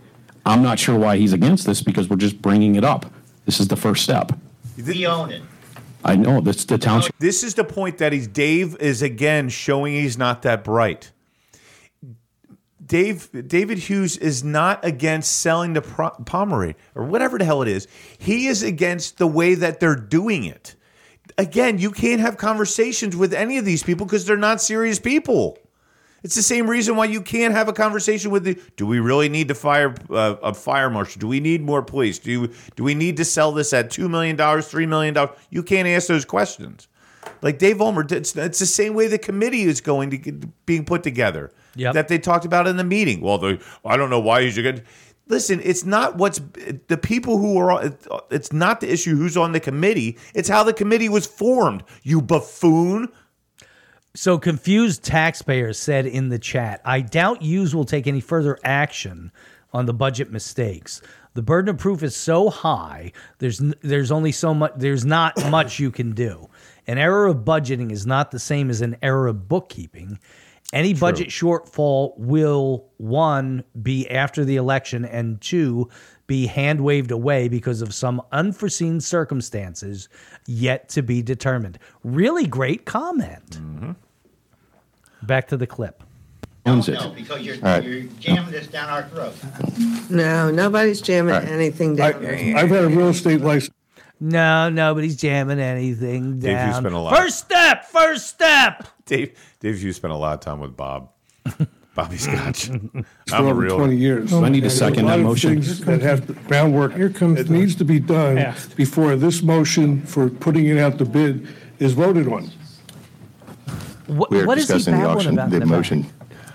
S12: I'm not sure why he's against this because we're just bringing it up. This is the first step.
S11: We own it.
S12: I know that's the township.
S4: This is the point that he's Dave is again showing he's not that bright. Dave David Hughes is not against selling the pro- Pomerade or whatever the hell it is. He is against the way that they're doing it. Again, you can't have conversations with any of these people because they're not serious people. It's the same reason why you can't have a conversation with the. Do we really need to fire uh, a fire marshal? Do we need more police? Do you, do we need to sell this at two million dollars, three million dollars? You can't ask those questions. Like Dave Olmer, it's, it's the same way the committee is going to get, being put together that they talked about in the meeting. Well, the, I don't know why he's against. Listen, it's not what's the people who are. on- It's not the issue who's on the committee. It's how the committee was formed. You buffoon.
S1: So confused taxpayers said in the chat, I doubt Hughes will take any further action on the budget mistakes. The burden of proof is so high, there's n- there's only so much there's not much you can do. An error of budgeting is not the same as an error of bookkeeping. Any budget shortfall will one be after the election and two be hand waved away because of some unforeseen circumstances yet to be determined. Really great comment.
S2: Mm-hmm.
S1: Back to the clip.
S12: Owns it.
S11: No, because you're,
S1: All right.
S11: you're jamming this down our throat.
S10: No, nobody's jamming anything down.
S7: I've had a real estate license.
S1: No, nobody's jamming anything
S2: Dave, you
S1: down.
S2: spent a lot.
S1: First step, first step.
S2: Dave Dave Hughes spent a lot of time with Bob. Bobby Scotch. I'm a
S7: for over
S2: real
S7: 20 years.
S6: Oh,
S12: I need to second that
S7: There's a lot of
S12: motion.
S7: things That have to- groundwork that needs to be done before this motion for putting it out to bid is voted on.
S6: We are
S7: what is he
S6: discussing the
S7: babbling
S6: auction,
S7: about
S6: the
S7: in the back?
S6: motion,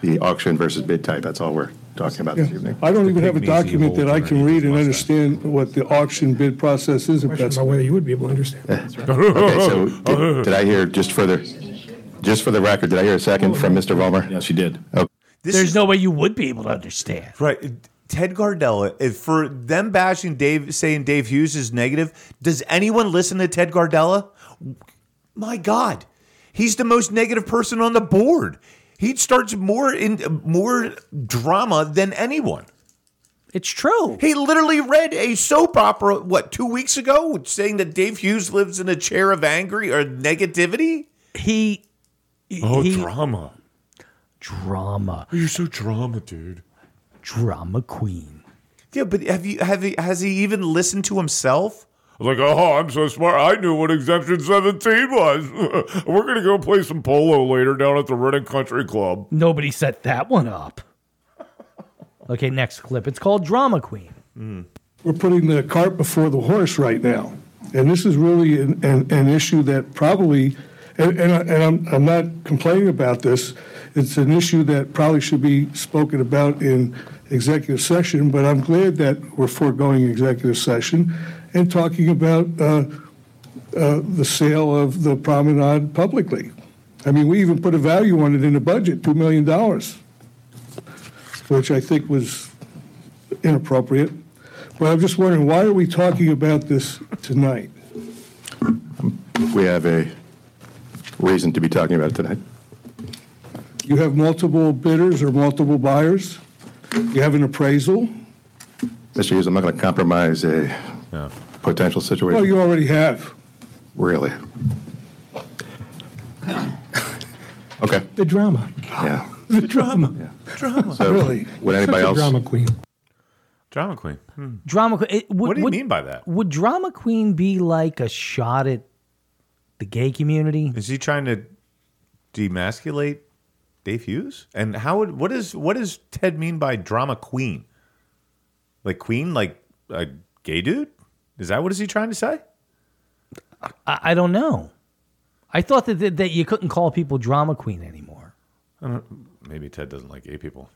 S6: the auction versus bid type. That's all we're talking about this evening.
S7: I don't even have a document that I can read and understand what the auction bid process is. If that's whether you would be able to understand.
S6: Okay, so did, did I hear just further, just for the record, did I hear a second from Mr. Vollmer? Yes, you did. Okay.
S1: There's no way you would be able to understand.
S4: Right. Ted Gardella, if for them bashing Dave, saying Dave Hughes is negative, does anyone listen to Ted Gardella? My God, he's the most negative person on the board. He starts more in more drama than anyone.
S1: It's true.
S4: He literally read a soap opera what two weeks ago, saying that Dave Hughes lives in a chair of angry or negativity.
S1: He
S2: Oh,
S1: he-
S2: drama.
S1: Drama.
S2: Oh, You're so drama, dude.
S1: Drama queen.
S4: Yeah, but have you have he, has he even listened to himself?
S2: Like, oh, I'm so smart. I knew what exemption 17 was. We're going to go play some polo later down at the Reading Country Club.
S1: Nobody set that one up. Okay, next clip. It's called Drama Queen.
S7: We're putting the cart before the horse right now. And this is really an, an, an issue that probably, and, and, I- and I'm, I'm not complaining about this, it's an issue that probably should be spoken about in executive session, but I'm glad that we're foregoing executive session and talking about uh, uh, the sale of the promenade publicly. I mean, we even put a value on it in the budget, $2 million, which I think was inappropriate. But I'm just wondering, why are we talking about this tonight?
S6: We have a reason to be talking about it tonight.
S7: You have multiple bidders or multiple buyers? You have an appraisal?
S6: Mr. Hughes, I'm not going to compromise a potential situation.
S7: Well, you already have.
S6: Really? Okay,
S5: The drama.
S6: yeah.
S5: The drama.
S7: Drama.
S6: So, Really? would anybody
S5: Such a
S6: else-
S5: drama queen.
S2: Drama queen. Hmm.
S1: Drama queen. it- would-
S2: What do you
S1: would-
S2: mean by that?
S1: Would Drama Queen be like a shot at the gay community?
S2: Is he trying to demasculate Dave Hughes? And how would what is what does Ted mean by drama queen? Like queen, like a gay dude? Is that what is he trying to say?
S1: I, I don't know. I thought that, that that you couldn't call people drama queen anymore.
S2: I don't, maybe Ted doesn't like gay people.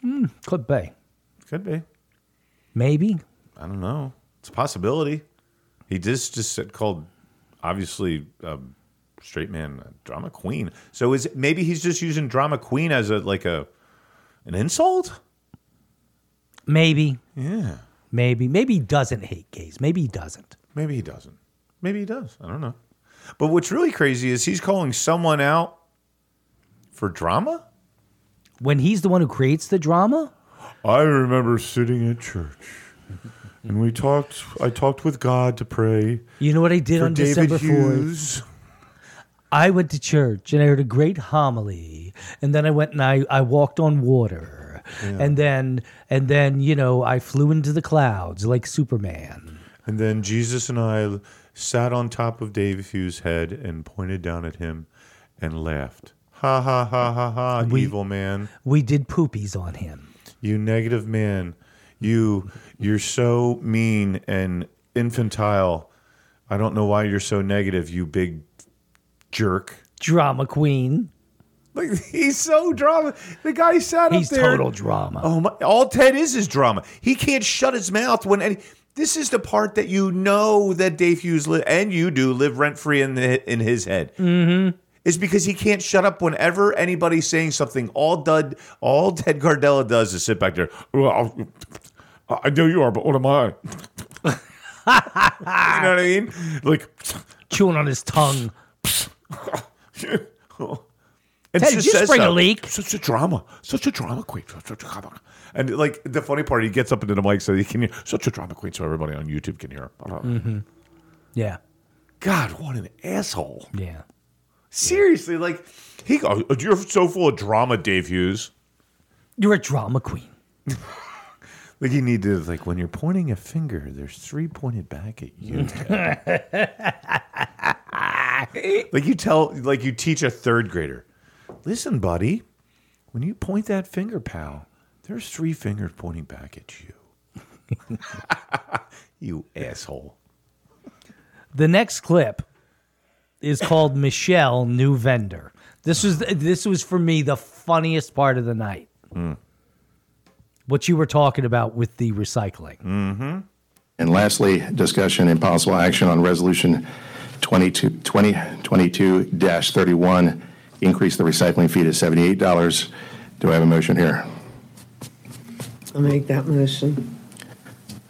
S1: Hmm, clip bay.
S4: Could be.
S1: Maybe.
S4: I don't know. It's a possibility. He just just said, called obviously um, straight man a drama queen. So is maybe he's just using drama queen as a like a an insult?
S1: Maybe.
S4: Yeah.
S1: Maybe. Maybe he doesn't hate gays. Maybe he doesn't.
S4: Maybe he doesn't. Maybe he does. I don't know. But what's really crazy is he's calling someone out for drama.
S1: When he's the one who creates the drama?
S2: I remember sitting at church and we talked. I talked with God to pray.
S1: You know what I did
S2: for
S1: on
S2: David
S1: December
S2: Hughes.
S1: 4th? I went to church and I heard a great homily. And then I went and I, I walked on water.
S2: Yeah.
S1: And then and then, you know, I flew into the clouds like Superman.
S2: And then Jesus and I sat on top of Dave Hughes' head and pointed down at him and laughed. Ha ha ha ha ha,
S1: We-
S2: evil man.
S1: We did poopies on him.
S2: You negative man. You you're so mean and infantile. I don't know why you're so negative, you big jerk.
S1: Drama queen.
S4: Like he's so drama. The guy sat
S1: He's
S4: up there.
S1: total drama.
S4: Oh my! All Ted is is drama. He can't shut his mouth when any. This is the part that you know that Dave Hughes li- and you do live rent free in the, in his head.
S1: Mm-hmm.
S4: Is because he can't shut up whenever anybody's saying something. All Dud, all Ted Gardella does is sit back there. Well, I know you are, but what am I? you know what I mean? Like
S1: chewing on his tongue.
S4: And
S1: Ted,
S4: she
S1: did you
S4: says
S1: spring a
S4: so.
S1: leak?
S4: Such a drama. Such a drama queen. Such a drama. And like the funny part, he gets up into the mic so he can hear such a drama queen, so everybody on YouTube can hear. him.
S1: Mm-hmm. Yeah.
S4: God, what an asshole.
S1: Yeah.
S4: Seriously, like he goes, You're so full of drama, Dave Hughes.
S1: You're a drama queen.
S4: Like you need to like when you're pointing a finger, there's three pointed back at you. Ted. like you tell like you teach a third grader. Listen, buddy, when you point that finger, pal, there's three fingers pointing back at you. you asshole.
S1: The next clip is called Michelle New Vendor. This was this was for me the funniest part of the night. What you were talking about with the recycling.
S6: Mm-hmm. And lastly, discussion and possible action on resolution 22 2022 31, increase the recycling fee to $78. Do I have a motion here?
S10: I'll make that motion.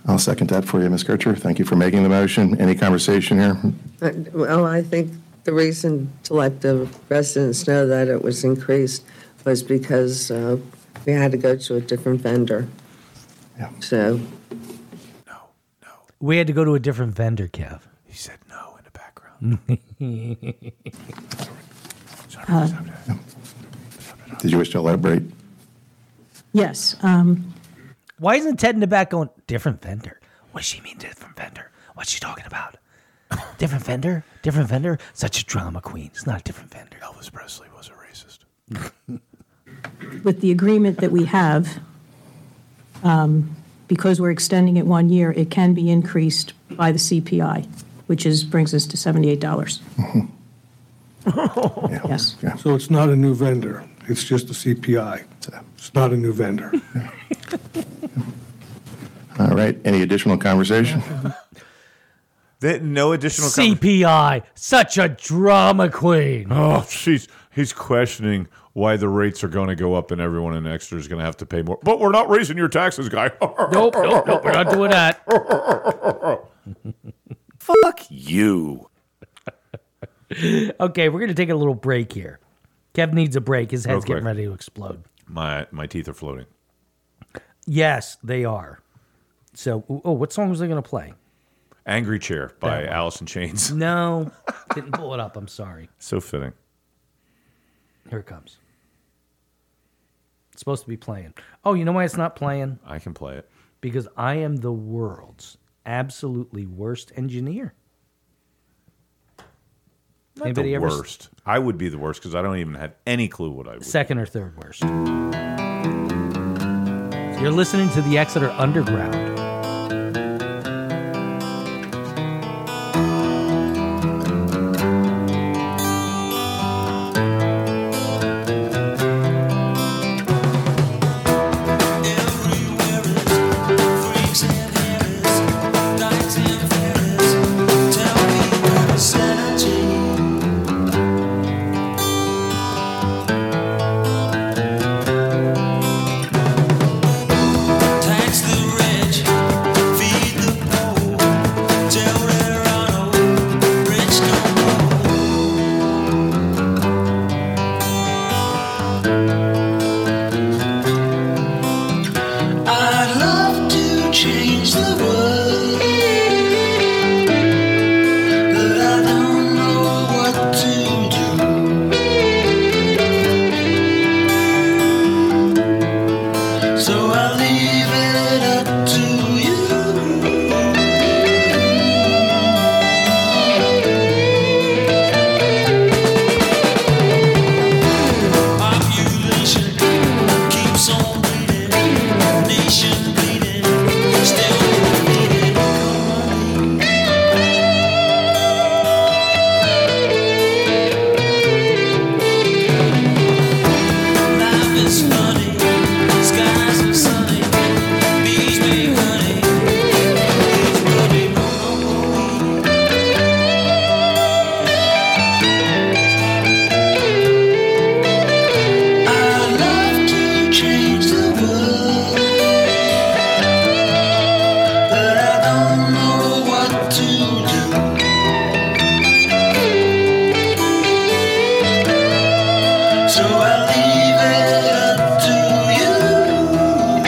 S6: I'll second that for you, Ms. Kircher. Thank you for making the motion. Any conversation here?
S10: Uh, Well, I think the reason to let the residents know that it was increased was because uh, we had to go to a different vendor. So,
S1: We had to go to a different vendor, Kev.
S4: He said no in the
S1: background.
S13: Uh,
S6: Did you wish to elaborate?
S13: Yes. Um,
S1: Why isn't Ted in the back going different vendor? What does she mean different vendor? What's she talking about? different vendor? Different vendor? Such a drama queen. It's not a different vendor.
S4: Elvis Presley was a racist.
S13: with the agreement that we have, um, because we're extending it one year, it can be increased by the CPI, which is, brings us to $78. Yes.
S7: So it's not a new vendor, it's just a CPI. It's not a new vendor.
S6: All right. Any additional conversation?
S4: no additional
S1: CPI. Such a drama queen.
S2: Oh, she's he's questioning why the rates are going to go up and everyone in Exeter is going to have to pay more. But we're not raising your taxes, guy.
S1: Nope, nope, nope. We're not doing that.
S4: Fuck you.
S1: okay, we're gonna take a little break here. Kev needs a break. His
S2: Real
S1: head's getting
S2: quick.
S1: ready to explode.
S4: My my teeth are floating.
S1: Yes, they are. So, oh, what song was I gonna play?
S4: Angry Chair by Alice in Chains.
S1: No, didn't pull it up. I'm sorry.
S4: So fitting.
S1: Here it comes. It's supposed to be playing. Oh, you know why it's not playing?
S4: I can play it.
S1: Because I am the world's absolutely worst engineer.
S4: Not
S1: Anybody
S4: the
S1: ever s-
S4: worst. I would be the worst because I don't even have any clue what I would.
S1: Second or third worst. You're listening to the Exeter Underground.
S8: Everywhere change the world. But I don't know what to do. So I leave it up to you. Population keeps on bleeding, nation bleeding, still bleeding. Life is funny, skies are sunny, bees make honey. It's bloody I love to change the world, but I don't know what to do. So I leave it up to you.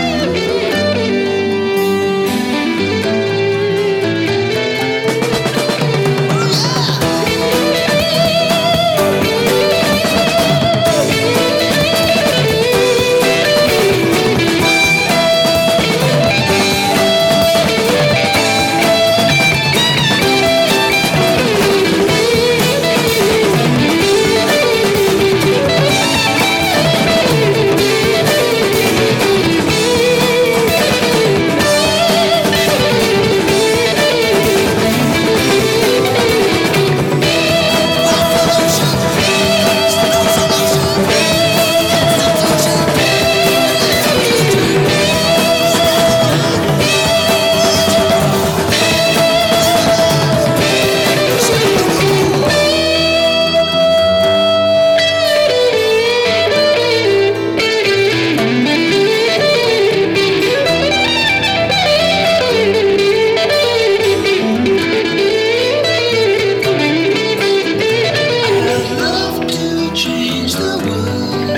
S8: I'd love to change the world,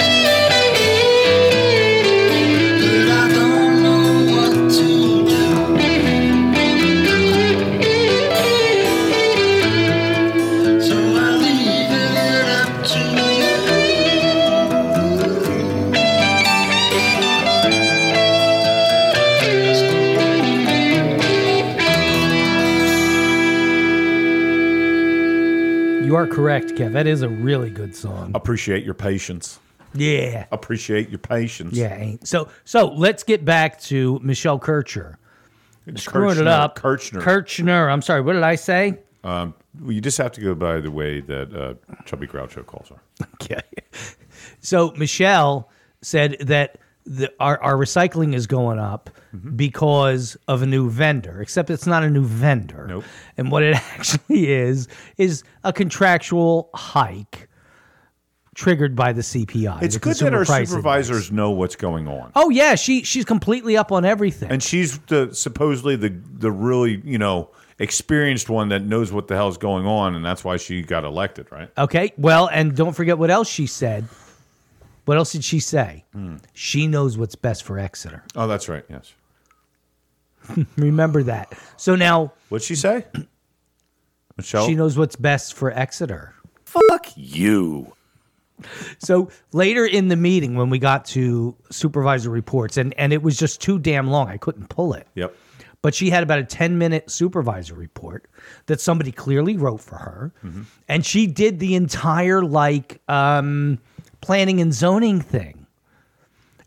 S8: but I don't know what to do. So I leave it up to
S1: You are correct, Kev. That is a really good song.
S2: Appreciate your patience.
S1: Yeah.
S2: Appreciate your patience.
S1: Yeah. ain't- So so let's get back to Michelle Kircher. Screwing it
S2: Kirchner,
S1: up.
S2: Kirchner.
S1: Kirchner. I'm sorry. What did I say?
S2: Um, well, you just have to go by the way that uh, Chubby Groucho calls her.
S1: Okay. So Michelle said that the, our, our recycling is going up
S2: Mm-hmm.
S1: because of a new vendor, except it's not a new vendor. Nope. And what it actually is, is a contractual hike triggered by the CPI.
S2: It's
S1: the
S2: good that
S1: Consumer
S2: our
S1: Price
S2: supervisors
S1: Index.
S2: know what's going on.
S1: Oh, yeah. She, she's completely up on everything.
S2: And she's the supposedly the the really you know experienced one that knows what the hell's going on, and that's why she got elected, right?
S1: Okay. Well, and don't forget what else she said. What else did she say?
S2: Hmm.
S1: She knows what's best for Exeter.
S2: Oh, that's right. Yes.
S1: Remember that. So now,
S2: what'd she say? Michelle,
S1: She knows what's best for Exeter.
S2: Fuck you.
S1: So later in the meeting, when we got to supervisor reports, and and it was just too damn long, I couldn't pull it.
S2: Yep.
S1: But she had about a ten minute supervisor report that somebody clearly wrote for her, Mm-hmm. and she did the entire like um, planning and zoning thing.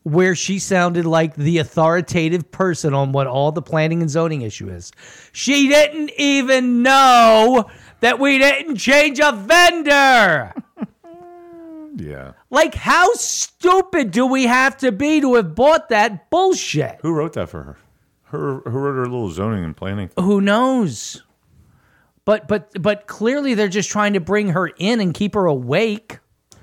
S1: Where she sounded like the authoritative person on what all the planning and zoning issue is. She didn't even know that we didn't change a vendor.
S2: Yeah.
S1: Like, how stupid do we have to be to have bought that bullshit?
S2: Who wrote that for her? Her who wrote her little zoning and planning?
S1: Who knows? But but but clearly they're just trying to bring her in and keep her awake.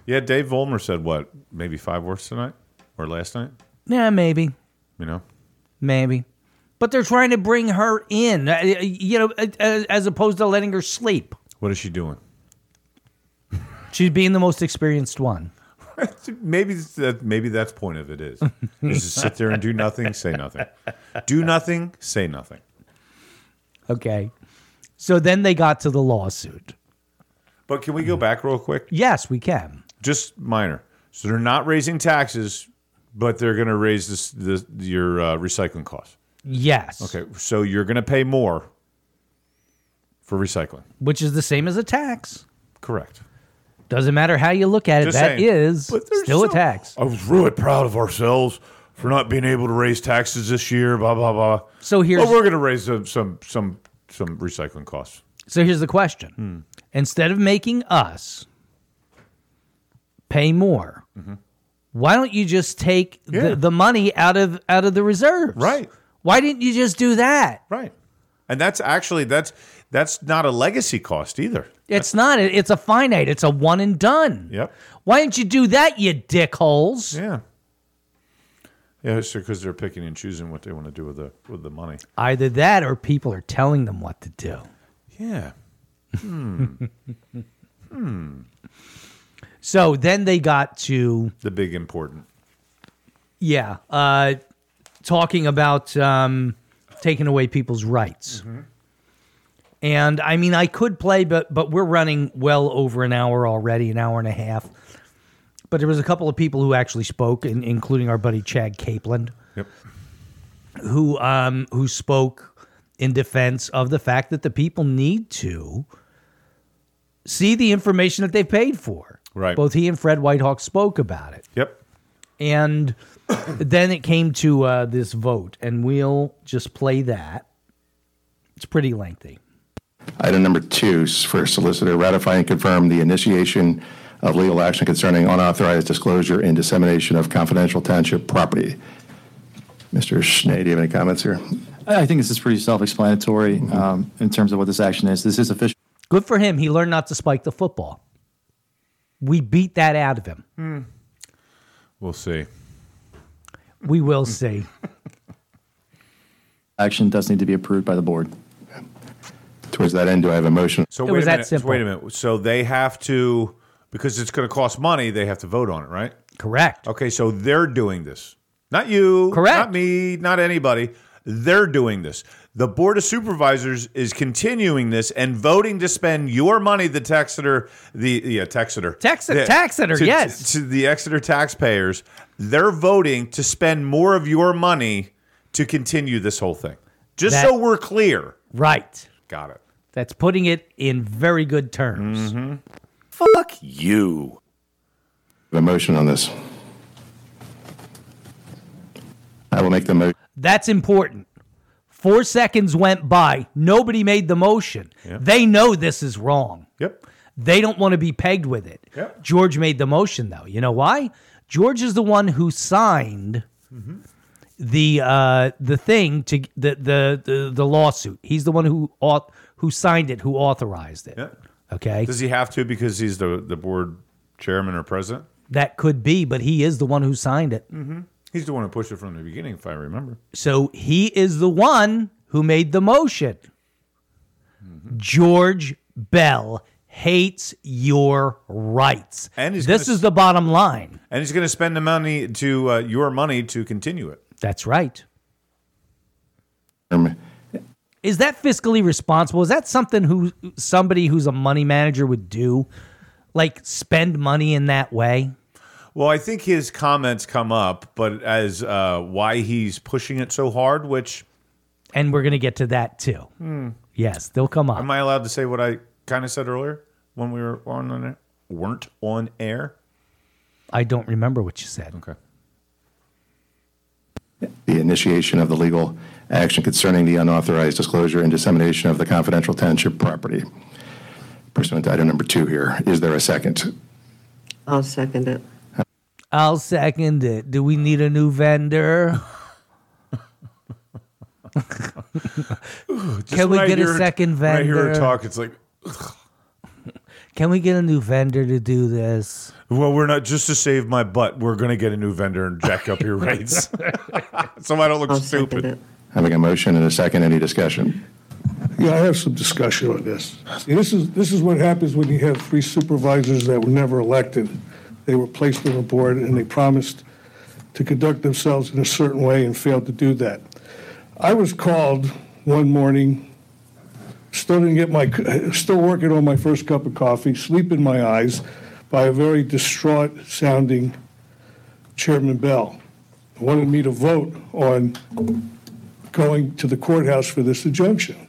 S2: Yeah, Dave Vollmer said what? Maybe five words tonight or last night?
S1: Yeah, maybe,
S2: You know?
S1: maybe. But they're trying to bring her in, uh, you know, uh, as opposed to letting her sleep.
S2: What is she doing?
S1: She's being the most experienced one.
S2: maybe that maybe that's point of it is. is to sit there and do nothing, say nothing.
S4: Do nothing, say nothing.
S1: Okay. So then they got to the lawsuit.
S4: But can we go back real quick?
S1: Yes, we can.
S4: Just minor. So they're not raising taxes, but they're going to raise this, this your uh, recycling costs.
S1: Yes.
S4: Okay, so you're going to pay more for recycling.
S1: Which is the same as a tax.
S4: Correct.
S1: Doesn't matter how you look at it,
S4: Just
S1: that
S4: saying.
S1: is
S4: But there's
S1: still a
S4: so-
S1: tax.
S2: I was really proud of ourselves for not being able to raise taxes this year. Blah blah blah.
S1: So here's-
S2: oh, we're going to raise some, some some some recycling costs.
S1: So here's the question.
S4: Hmm.
S1: Instead of making us pay more, why don't you just take
S4: Yeah.
S1: the, the money out of out of the reserves? Right. Why didn't you just do that?
S4: Right. And that's actually that's that's not a legacy cost either.
S1: It's not. It- It's a finite. It's a one and done.
S4: Yep.
S1: Why didn't you do that, you dickholes?
S4: Yeah. Yeah, it's because they're picking and choosing what they want to do with the with the money.
S1: Either that, or people are telling them what to do.
S4: Yeah. Hmm. hmm.
S1: So then they got to
S4: The big important.
S1: yeah, uh, talking about um, taking away people's
S4: Mm-hmm.
S1: rights. And I mean, I could play, but but we're running well over an hour already, an hour and a half. But there was a couple of people who actually spoke, in, including our buddy Chad Capland,
S4: Yep.
S1: who um, who spoke in defense of the fact that the people need to see the information that they've paid for.
S4: Right.
S1: Both he and Fred Whitehawk spoke about it.
S4: Yep.
S1: And then it came to uh, this vote, and we'll just play that. It's pretty lengthy.
S6: Item number two is for solicitor, ratify and confirm the initiation of legal action concerning unauthorized disclosure and dissemination of confidential township property. Mr. Schnee, do you have any comments here?
S9: I I think this is pretty self-explanatory
S6: Mm-hmm.
S9: um, in terms of what this action is. This is official.
S1: Good for him. He learned not to spike the football. We beat that out of him.
S4: We'll see.
S1: We will see.
S9: Action does need to be approved by the board.
S6: Towards that end, do I have a motion?
S4: So wait a minute. so Wait a minute. So they have to because it's going to cost money. They have to vote on it, right?
S1: Correct.
S4: Okay, so they're doing this, not you, correct? Not me, not anybody. They're doing this. The board of supervisors is continuing this and voting to spend your money, the Texeter, the yeah, Texeter,
S1: Tex-
S4: The-
S1: Taxeter,
S4: to-
S1: yes.
S4: to the Exeter taxpayers. They're voting to spend more of your money to continue this whole thing. Just
S1: That-
S4: so we're clear,
S1: Right.
S4: got it.
S1: That's putting it in very good terms.
S4: Fuck you.
S6: A motion on this. I will make the motion.
S1: That's important. Four seconds went by. Nobody made the motion.
S6: Yeah.
S1: They know this is wrong.
S4: Yep.
S1: They don't want to be pegged with it.
S4: Yep.
S1: George made the motion, though. You know why? George is the one who signed the uh, the thing to the, the the the lawsuit. He's the one who auth- who signed it, who authorized it. Okay.
S4: Does he have to because he's the the board chairman or president?
S1: That could be, but he is the one who signed it.
S4: Mm-hmm. He's the one who pushed it from the beginning, if I remember.
S1: So he is the one who made the motion. George Bell hates your rights.
S4: And he's
S1: this
S4: gonna-
S1: is the bottom line.
S4: And he's going to spend the money to uh, your money to continue it.
S1: That's right. Is that fiscally responsible? Is that something who somebody who's a money manager would do? Like spend money in that way?
S4: Well, I think his comments come up, but as uh, why he's pushing it so hard, which
S1: And we're going to get to that too.
S4: Hmm.
S1: Yes, they'll come up.
S4: am I allowed to say what I kind of said earlier when we were on, on air? weren't on air?
S1: I don't remember what you said.
S4: Okay.
S6: the initiation of the legal action concerning the unauthorized disclosure and dissemination of the confidential township property pursuant to item number two here. Is there a second?
S10: I'll second it.
S1: I'll second it. Do we need a new vendor?
S4: Just
S1: Can we
S4: when I
S1: get
S4: hear-
S1: a second
S4: When I hear her
S1: vendor?
S4: talk, it's like,
S1: Can we get a new vendor to do this?
S4: well, we're not just to save my butt. We're going to get a new vendor and jack up your rates, so I don't look stupid.
S6: Having a motion and a second, any discussion?
S7: Yeah, I have some discussion on this. See, this is, this is what happens when you have three supervisors that were never elected. They were placed on the board and they promised to conduct themselves in a certain way and failed to do that. I was called one morning, still didn't get my, c- still working on my first cup of coffee, sleep in my eyes, by a very distraught sounding Chairman Bell. Wanted me to vote on going to the courthouse for this injunction.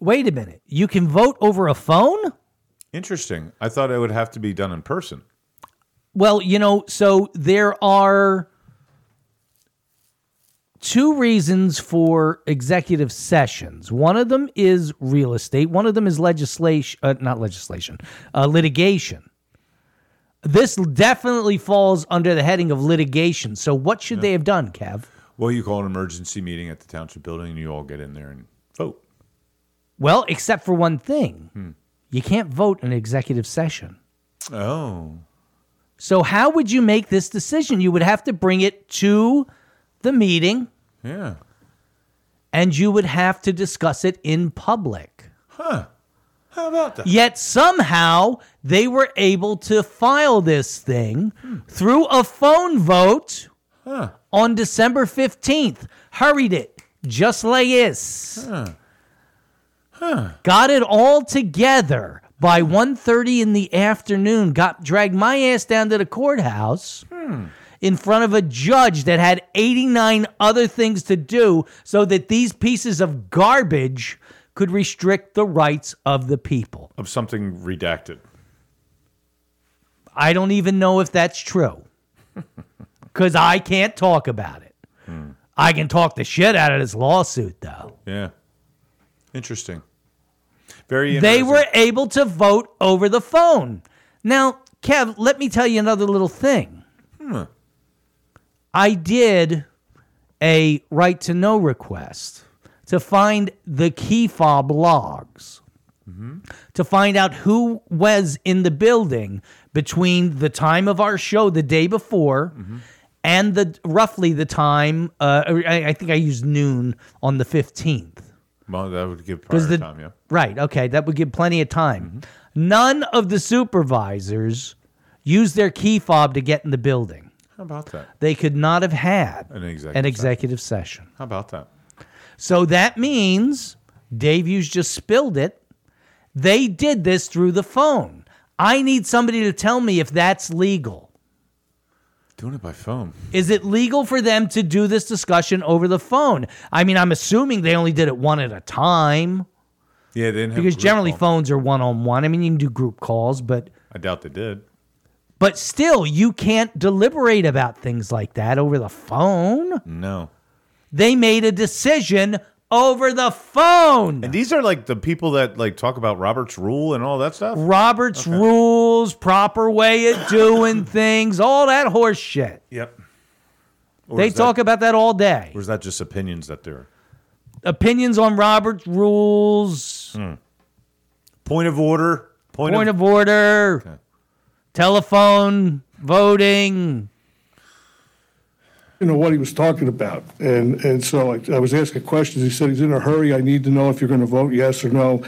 S1: Wait a minute. You can vote over a phone?
S4: Interesting. I thought it would have to be done in person.
S1: Well, you know, so there are two reasons for executive sessions. One of them is real estate, one of them is legislation, uh, not legislation, uh, litigation. This definitely falls under the heading of litigation. So, what should they have done, Kev?
S4: Well, you call an emergency meeting at the township building, and you all get in there and vote.
S1: Well, except for one thing
S4: Hmm.
S1: you can't vote in executive session.
S4: Oh,
S1: So, how would you make this decision? You would have to bring it to the meeting
S4: yeah.
S1: and you would have to discuss it in public.
S4: Huh. How about that?
S1: Yet somehow they were able to file this thing through a phone vote
S4: Huh.
S1: on December 15th. Hurried it, just like this. Got it all together by 1.30 in the afternoon. Got dragged my ass down to the courthouse
S4: Hmm.
S1: in front of a judge that had 89 other things to do so that these pieces of garbage could restrict the rights of the people.
S4: Of something redacted.
S1: I don't even know if that's true because I can't talk about it.
S4: Hmm.
S1: I can talk the shit out of this lawsuit, though.
S4: Yeah. Interesting. Very
S1: They
S4: interesting.
S1: were able to vote over the phone. Now, Kev, let me tell you another little thing.
S4: Hmm.
S1: I did a right to know request to find the key fob logs
S4: Mm-hmm.
S1: to find out who was in the building between the time of our show the day before
S4: Mm-hmm.
S1: and the roughly the time uh, I, I think I used noon on the 15th
S4: Well, that would give prior
S1: because the
S4: time, yeah. Mm-hmm.
S1: right okay that would give plenty of time none of the supervisors used their key fob to get in the building
S4: How about that?
S1: they could not have had
S4: An executive
S1: an
S4: session.
S1: executive session.
S4: How about that?
S1: So that means Dave Hughes just spilled it. They did this through the phone. I need somebody to tell me if that's legal.
S4: Doing it by phone.
S1: Is it legal for them to do this discussion over the phone? I mean, I'm assuming they only did it one at a time
S4: Yeah, they didn't have
S1: because
S4: group
S1: generally
S4: call.
S1: phones are one on one. I mean, you can do group calls, but
S4: I doubt they did.
S1: but still you can't deliberate about things like that over the phone.
S4: No.
S1: They made a decision over the phone.
S4: And these are like the people that like talk about Robert's rule and all that stuff.
S1: Robert's rules, proper way of doing things, all that horse shit.
S4: Yep.
S1: they talk about that all day.
S4: Or is that just opinions that they're
S1: Opinions on Robert's rules,
S4: Hmm. point of order?
S1: point, of, order, telephone, voting.
S7: you know what he was talking about and and so I, I was asking questions he said he's in a hurry i need to know if you're going to vote yes or no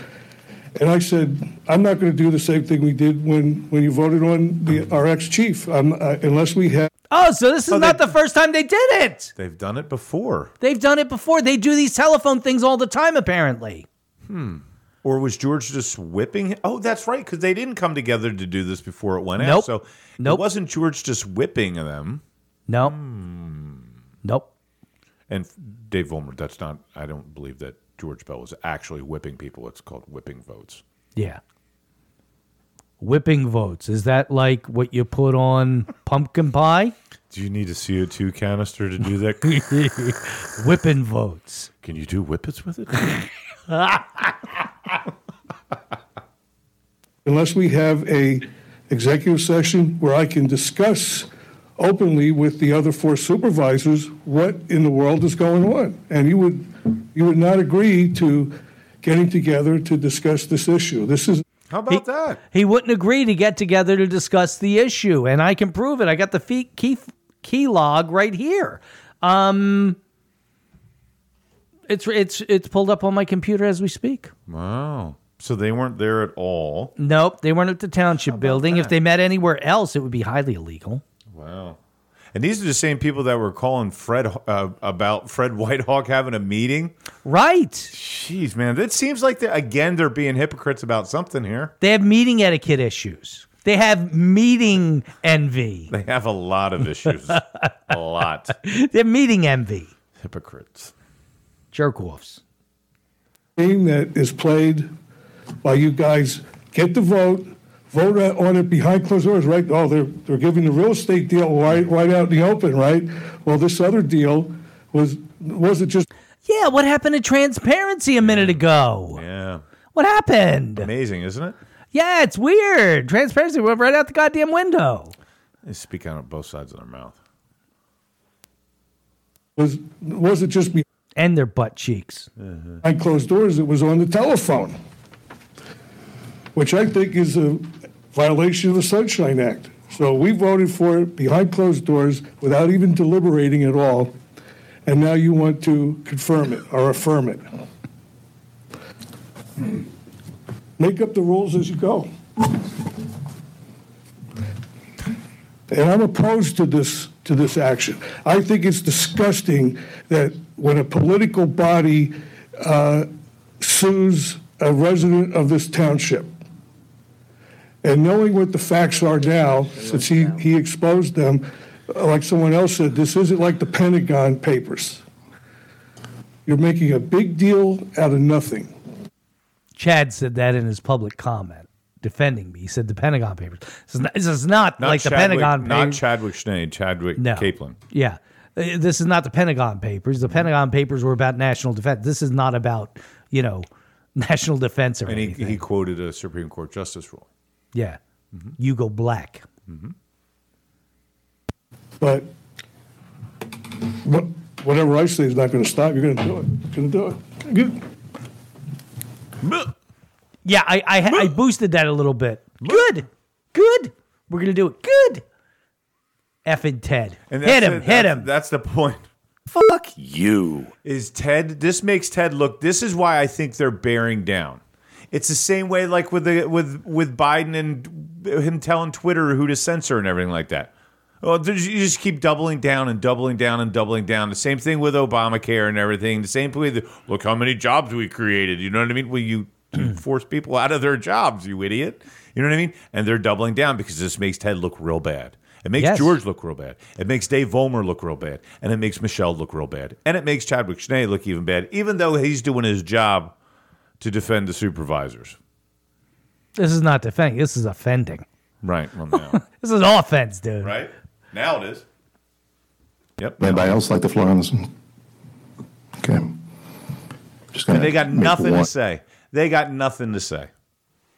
S7: and i said i'm not going to do the same thing we did when when you voted on the our ex-chief I'm, I, unless we have
S1: Oh, so this is not the first time they did it.
S4: They've done it before.
S1: They've done it before. They do these telephone things all the time, apparently.
S4: Hmm. Or was George just whipping? Oh, that's right, because they didn't come together to do this before it went
S1: Nope.
S4: out. So
S1: Nope.
S4: it wasn't George just whipping them. Hmm.
S1: Nope. Nope.
S4: And Dave Vollmer, that's not. I don't believe that George Bell was actually whipping people. It's called whipping votes.
S1: Yeah. Whipping votes. Is that like what you put on pumpkin pie?
S4: Do you need a CO two canister to do that?
S1: Whipping votes.
S4: Can you do whippets with it?
S7: unless we have a executive session where i can discuss openly with the other four supervisors what in the world is going on and you would you would not agree to getting together to discuss this issue this is
S4: How about that?
S1: He wouldn't agree to get together to discuss the issue, and I can prove it. I got the fee- key key log right here. Um, it's it's it's pulled up on my computer as we speak.
S4: Wow. So they weren't there at all.
S1: Nope, they weren't at the township building. If they met anywhere else, it would be highly illegal.
S4: Wow. And these are the same people that were calling Fred uh, about Fred Whitehawk having a meeting.
S1: Right.
S4: Jeez, man. That seems like, they're, again, they're being hypocrites about something here.
S1: They have meeting etiquette issues. They have meeting envy.
S4: They have a lot of issues. a lot.
S1: They're meeting envy.
S4: Hypocrites.
S1: Jerkoffs.
S7: Game that is played by you guys, get the vote, vote on it behind closed doors, right? Oh, they're, they're giving the real estate deal right, right out in the open, right? Well, this other deal was, was it just
S1: Yeah, what happened to transparency a minute ago?
S4: Yeah.
S1: What happened?
S4: Amazing, isn't it?
S1: Yeah, it's weird. Transparency went right out the goddamn window.
S4: They speak out of both sides of their mouth.
S7: was was it just be
S1: and their butt cheeks
S7: behind closed doors it was on the telephone which i think is a violation of the sunshine act so we voted for it behind closed doors without even deliberating at all and now you want to confirm it or affirm it make up the rules as you go and I'm opposed to this, to this action. I think it's disgusting that when a political body uh, sues a resident of this township, and knowing what the facts are now, since he, he exposed them, uh, like someone else said, this isn't like the Pentagon Papers. You're making a big deal out of nothing.
S1: Chad said that in his public comment, defending me. He said the Pentagon Papers. This is not, this is not, like the
S4: Chadwick-
S1: Pentagon
S4: Not
S1: Papers.
S4: Chadwick Schneid, Chadwick
S1: No.
S4: Capelin.
S1: yeah. Uh, This is not the Pentagon Papers. The
S4: Mm.
S1: Pentagon Papers were about national defense. This is not about, you know, national defense or
S4: And he,
S1: anything.
S4: he quoted a Supreme Court justice rule.
S1: yeah.
S4: Mm-hmm.
S1: You go black.
S7: But but whatever I say is not going to stop. You're going to do it. Going to do it. Good.
S1: Yeah, I I, I boosted that a little bit. Good, good. We're gonna do it. Good. Effing Ted,
S4: And
S1: hit
S4: that's
S1: him,
S4: it.
S1: hit
S4: That's-
S1: him.
S4: That's the point. Fuck you. Is Ted? This makes Ted look. This is why I think they're bearing down. It's the same way, like with the with with Biden and him telling Twitter who to censor and everything like that. Well, there's- you just keep doubling down and doubling down and doubling down. The same thing with Obamacare and everything. The same thing with look how many jobs we created. You know what I mean? Well, you force people out of their jobs, you idiot. You know what I mean? And they're doubling down because this makes Ted look real bad. It makes
S1: Yes.
S4: George look real bad. It makes Dave Vollmer look real bad, and it makes Michelle look real bad, and it makes Chadwick Schnee look even bad, even though he's doing his job to defend the supervisors.
S1: This is not defending. This is offending.
S4: Right. Well, now,
S1: This is an offense, dude.
S4: right now it is. Yep.
S6: Anybody else like the floor on this? one? Okay. Just gonna
S4: And they got
S6: make
S4: nothing
S6: one-
S4: to say. They got nothing to say.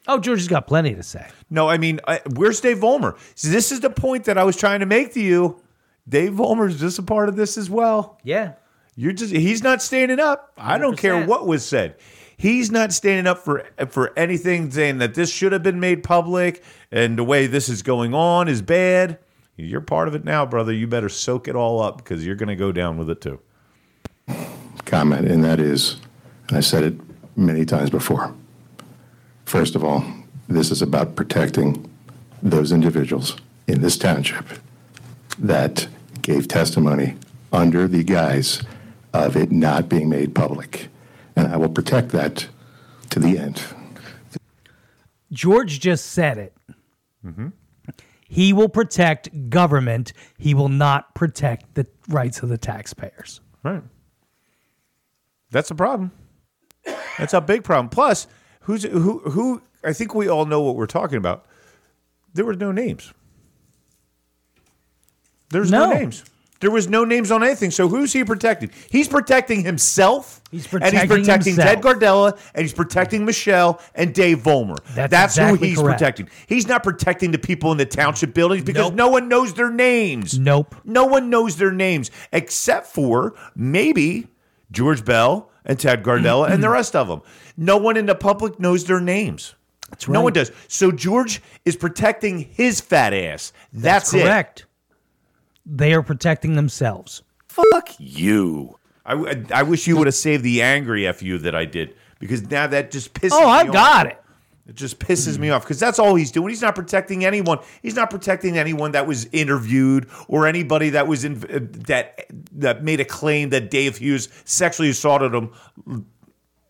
S1: Oh, George has got plenty to say.
S4: No, I mean, I, where's Dave Vollmer? See, this is the point that I was trying to make to you. Dave Vollmer's just a part of this as well.
S1: Yeah.
S4: You're just he's not standing up. I don't care
S1: 100%.
S4: what was said. He's not standing up for for anything saying that this should have been made public and the way this is going on is bad. You're part of it now, brother. You better soak it all up because you're going to go down with it too.
S6: comment, and that is, and I said it many times before. First of all, this is about protecting those individuals in this township that gave testimony under the guise of it not being made public. And I will protect that to the end.
S1: George just said it.
S4: Mm-hmm.
S1: He will protect government. He will not protect the rights of the taxpayers.
S4: Right. That's a problem. That's a big problem. Plus, who's who? Who? I think we all know what we're talking about. There were no names. There's no.
S1: No.
S4: names. There was no names on anything. So who's he protecting? He's protecting himself.
S1: He's
S4: and he's
S1: protecting
S4: protecting
S1: himself.
S4: Ted Gardella and he's protecting Michelle and Dave Vollmer.
S1: That's
S4: who
S1: exactly
S4: he's
S1: correct.
S4: protecting. He's not protecting the people in the township buildings because no one knows their names.
S1: Nope.
S4: No one knows their names except for maybe George Bell and Ted Gardella and the rest of them. No one in the public knows their names. That's No
S1: right.
S4: one does. So George is protecting his fat ass. That's, it.
S1: correct. They are protecting themselves.
S4: Fuck you. I, I- I wish you would have saved the angry F you that I did because now that just pisses
S1: Oh,
S4: me
S1: I
S4: off.
S1: got it.
S4: It just pisses me off because that's all he's doing. He's not protecting anyone. He's not protecting anyone that was interviewed or anybody that was in, that that made a claim that Dave Hughes sexually assaulted him, Ugh.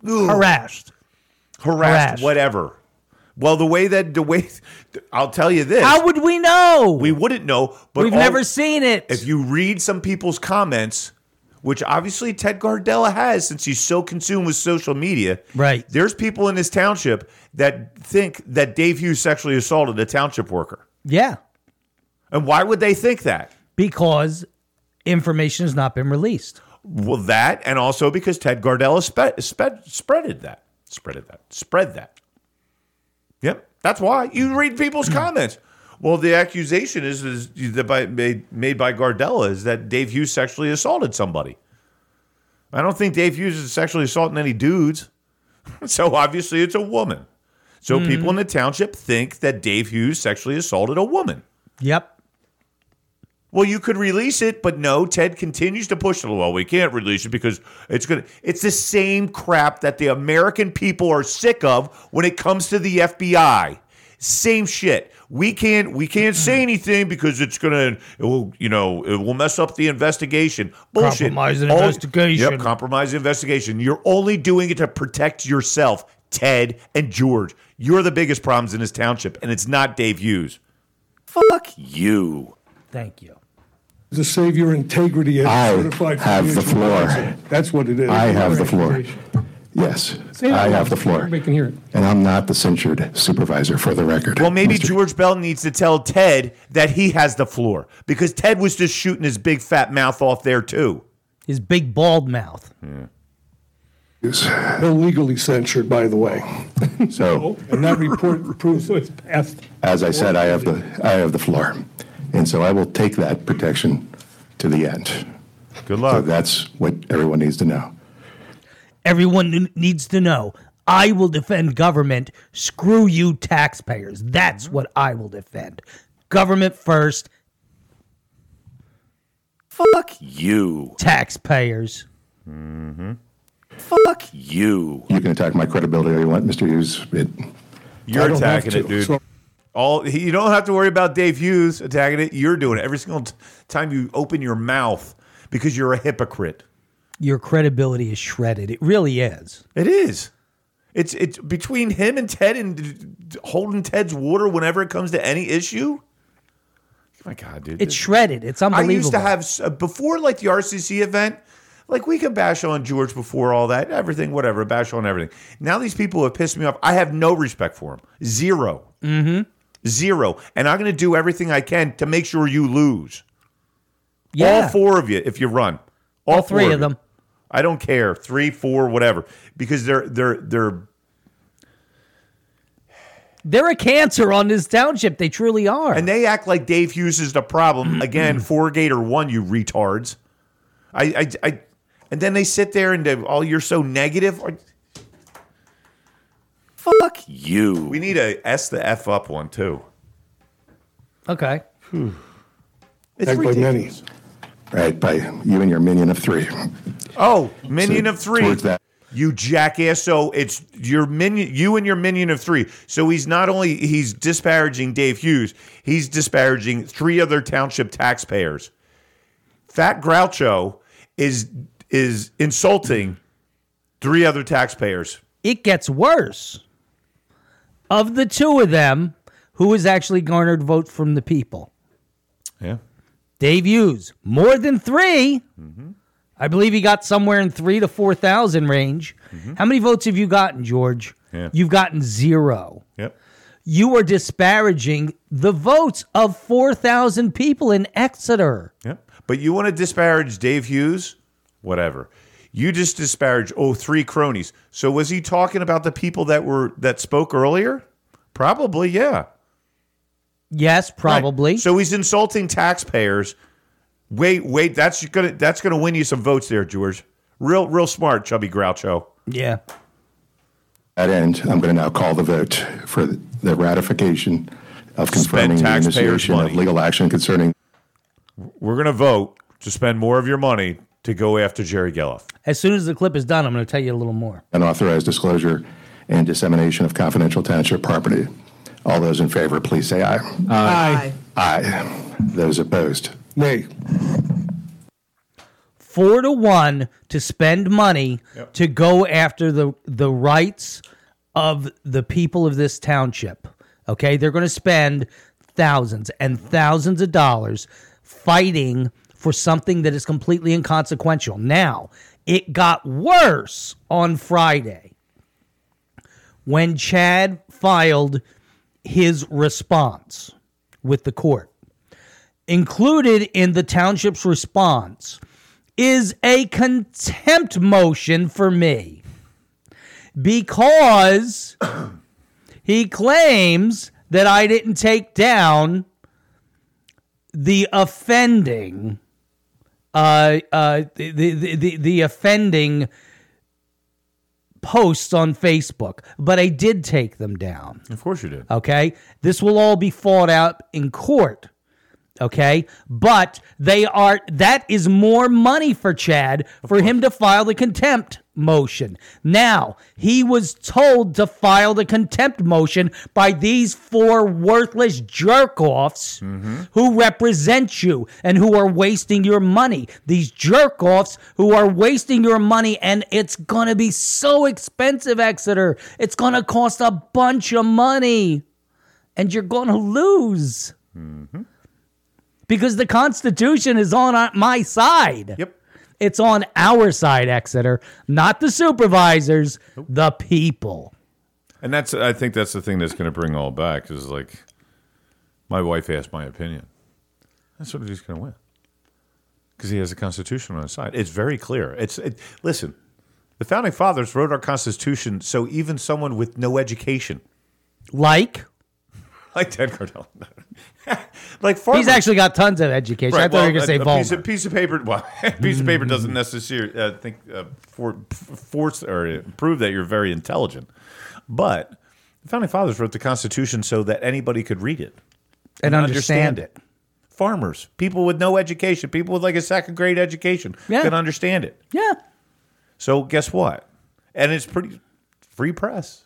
S1: Harassed.
S4: harassed,
S1: Harassed.
S4: whatever. Well, the way that the way I'll tell you this,
S1: How would we know?
S4: we wouldn't know. But
S1: We've
S4: all-
S1: never seen it.
S4: If you read some people's comments, which obviously Ted Gardella has since he's so consumed with social media,
S1: Right.
S4: There's people in this township that think that Dave Hughes sexually assaulted a township worker.
S1: Yeah,
S4: And why would they think that?
S1: because information has not been released.
S4: Well, that and also because Ted Gardella spe- spe- spreaded that, spreaded that, spread that. Yep, that's why you read people's
S1: Mm.
S4: comments. Well, the accusation is, is that by, made, made by Gardella is that Dave Hughes sexually assaulted somebody. I don't think Dave Hughes is sexually assaulting any dudes. So obviously it's a woman. So
S1: Mm.
S4: people in the township think that Dave Hughes sexually assaulted a woman.
S1: Yep.
S4: Well, you could release it, but no, Ted continues to push it. Well, we can't release it because it's going to it's the same crap that the American people are sick of when it comes to the FBI. Same shit. We can't we can't
S1: Mm.
S4: say anything because it's going to it will, you know, it will mess up the investigation. Bullshit.
S1: Compromise an
S4: All-
S1: investigation.
S4: Yep, compromise the investigation. You're only doing it to protect yourself, Ted and George. You're the biggest problems in this township and it's not Dave Hughes. Fuck you.
S1: Thank you.
S7: To save your integrity as
S6: I
S7: certified
S6: have the
S7: financial
S6: floor.
S7: advisor. That's what it is.
S6: I have the floor. Yes, I have the floor.
S5: Everybody can hear it.
S6: And I'm not the censured supervisor for the record.
S4: Well, maybe
S6: Mr.
S4: George Bell needs to tell Ted that he has the floor because Ted was just shooting his big fat mouth off there too.
S1: His big bald mouth.
S7: Illegally censured, by the way.
S6: So,
S7: And that report proves it's passed.
S6: as I said, I have the, I have the floor. And so I will take that protection to the end.
S4: Good
S6: luck. So that's what everyone needs to know.
S1: Everyone n- needs to know. I will defend government. Screw you, taxpayers. That's
S4: Mm-hmm.
S1: what I will defend. Government first,
S4: Fuck you.
S1: taxpayers.
S4: Mm-hmm. Fuck you.
S6: You can attack my credibility all you want, Mr. Hughes. It,
S7: I
S4: You're
S7: don't have
S4: attacking it,
S7: to,
S4: dude.
S7: so-
S4: All he- you don't have to worry about Dave Hughes attacking it. You're doing it every single t- time you open your mouth because you're a hypocrite.
S1: Your credibility is shredded. It really is.
S4: It is. It's it's between him and Ted and d- d- holding Ted's water whenever it comes to any issue. My God, dude.
S1: It's shredded. It's unbelievable.
S4: I used to have s- uh, before like the RCC event, like we could bash on George before all that, everything, whatever, bash on everything. Now these people have pissed me off. I have no respect for them, 0 Mm-hmm. Zero. And I'm going to do everything I can to make sure you lose.
S1: yeah.
S4: All four of you, if you run, all,
S1: All three
S4: four
S1: of
S4: you.
S1: them.
S4: I don't care, three, four, whatever, because they're they're they're
S1: They're a cancer on this township. They truly are.
S4: And they act like Dave Hughes is the problem. Again, four gator one, you retards. I, I, I and then they sit there and they, oh, you're so negative. Or- Fuck you. We need a S the F up one too.
S1: okay.
S4: It's
S7: Act by many.
S4: ridiculous.
S6: right, by you and your minion of three.
S4: Oh, minion of three.
S6: Towards that.
S4: You jackass. So it's your minion, you and your minion of three. So he's not only he's disparaging Dave Hughes, he's disparaging three other township taxpayers. Fat Groucho is is insulting three other taxpayers.
S1: It gets worse. Of the two of them, who has actually garnered votes from the people?
S4: Yeah.
S1: Dave Hughes, more than 3
S4: Mm-hmm.
S1: I believe he got somewhere in three to 4,000 range. How many votes have you gotten, George?
S4: Mm-hmm. Yeah.
S1: You've gotten zero.
S4: Yep.
S1: You are disparaging the votes of 4,000 people in Exeter.
S4: Yep. But you want to disparage Dave Hughes? Whatever. You just disparage oh three cronies. So was he talking about the people that were that spoke earlier? Probably, yeah.
S1: Yes, probably.
S4: Right. So he's insulting taxpayers. Wait, wait, that's gonna that's gonna win you some votes there, George. Real, real smart, chubby Groucho.
S1: yeah.
S6: At end, I'm going to now call the vote for the ratification of confirming the
S4: taxpayers'
S6: initiation of
S4: money.
S6: legal action concerning
S4: We're gonna vote to spend more of your money to go after Jerry Gelliff.
S1: As soon as the clip is done, I'm going to tell you a little more.
S6: unauthorized disclosure and dissemination of confidential township property. All those in favor, please say aye.
S1: Aye.
S6: Aye. Those opposed?
S14: Nay.
S1: four to one to spend money to go after the the rights of the people of this township. Okay, they're going to spend thousands and thousands of dollars fighting for something that is completely inconsequential. Now, it got worse on Friday when Chad filed his response with the court. Included in the township's response is a contempt motion for me because he claims that I didn't take down the offending uh, uh, the, the, the, the offending posts on Facebook, but I did take them down.
S4: Of course you did.
S1: Okay. This will all be fought out in court. Okay. But they are, that is more money for Chad for him to file the contempt motion. Now, he was told to file the contempt motion by these four worthless jerk offs
S8: Hmm.
S1: who represent you and who are wasting your money. These jerk offs who are wasting your money, and it's going to be so expensive, Exeter. It's going to cost a bunch of money, and you're going to lose
S4: Mm-hmm.
S1: because the Constitution is on our- my side. Yep. It's on our side, Exeter, not the supervisors, the people.
S4: And that's I think that's the thing that's going to bring all back is like my wife asked my opinion. That's what he's going to win because he has the Constitution on his side. It's very clear. It's it, listen, the founding fathers wrote our Constitution so even someone with no education,
S1: like
S4: like Ted Cardell, like farmers,
S1: He's actually got tons of education. I
S4: Right,
S1: thought you were going to say
S4: a-
S1: Mm.
S4: a
S1: Volmer.
S4: piece of, piece of paper. Well, a piece of paper doesn't necessarily uh, think uh, for, f- force or prove that you're very intelligent. But the founding fathers wrote the Constitution so that anybody could read it
S1: And understand
S4: it. Farmers, people with no education, people with like a second grade education,
S1: Yeah.
S4: can understand it.
S1: Yeah.
S4: So guess what? And it's pretty free press.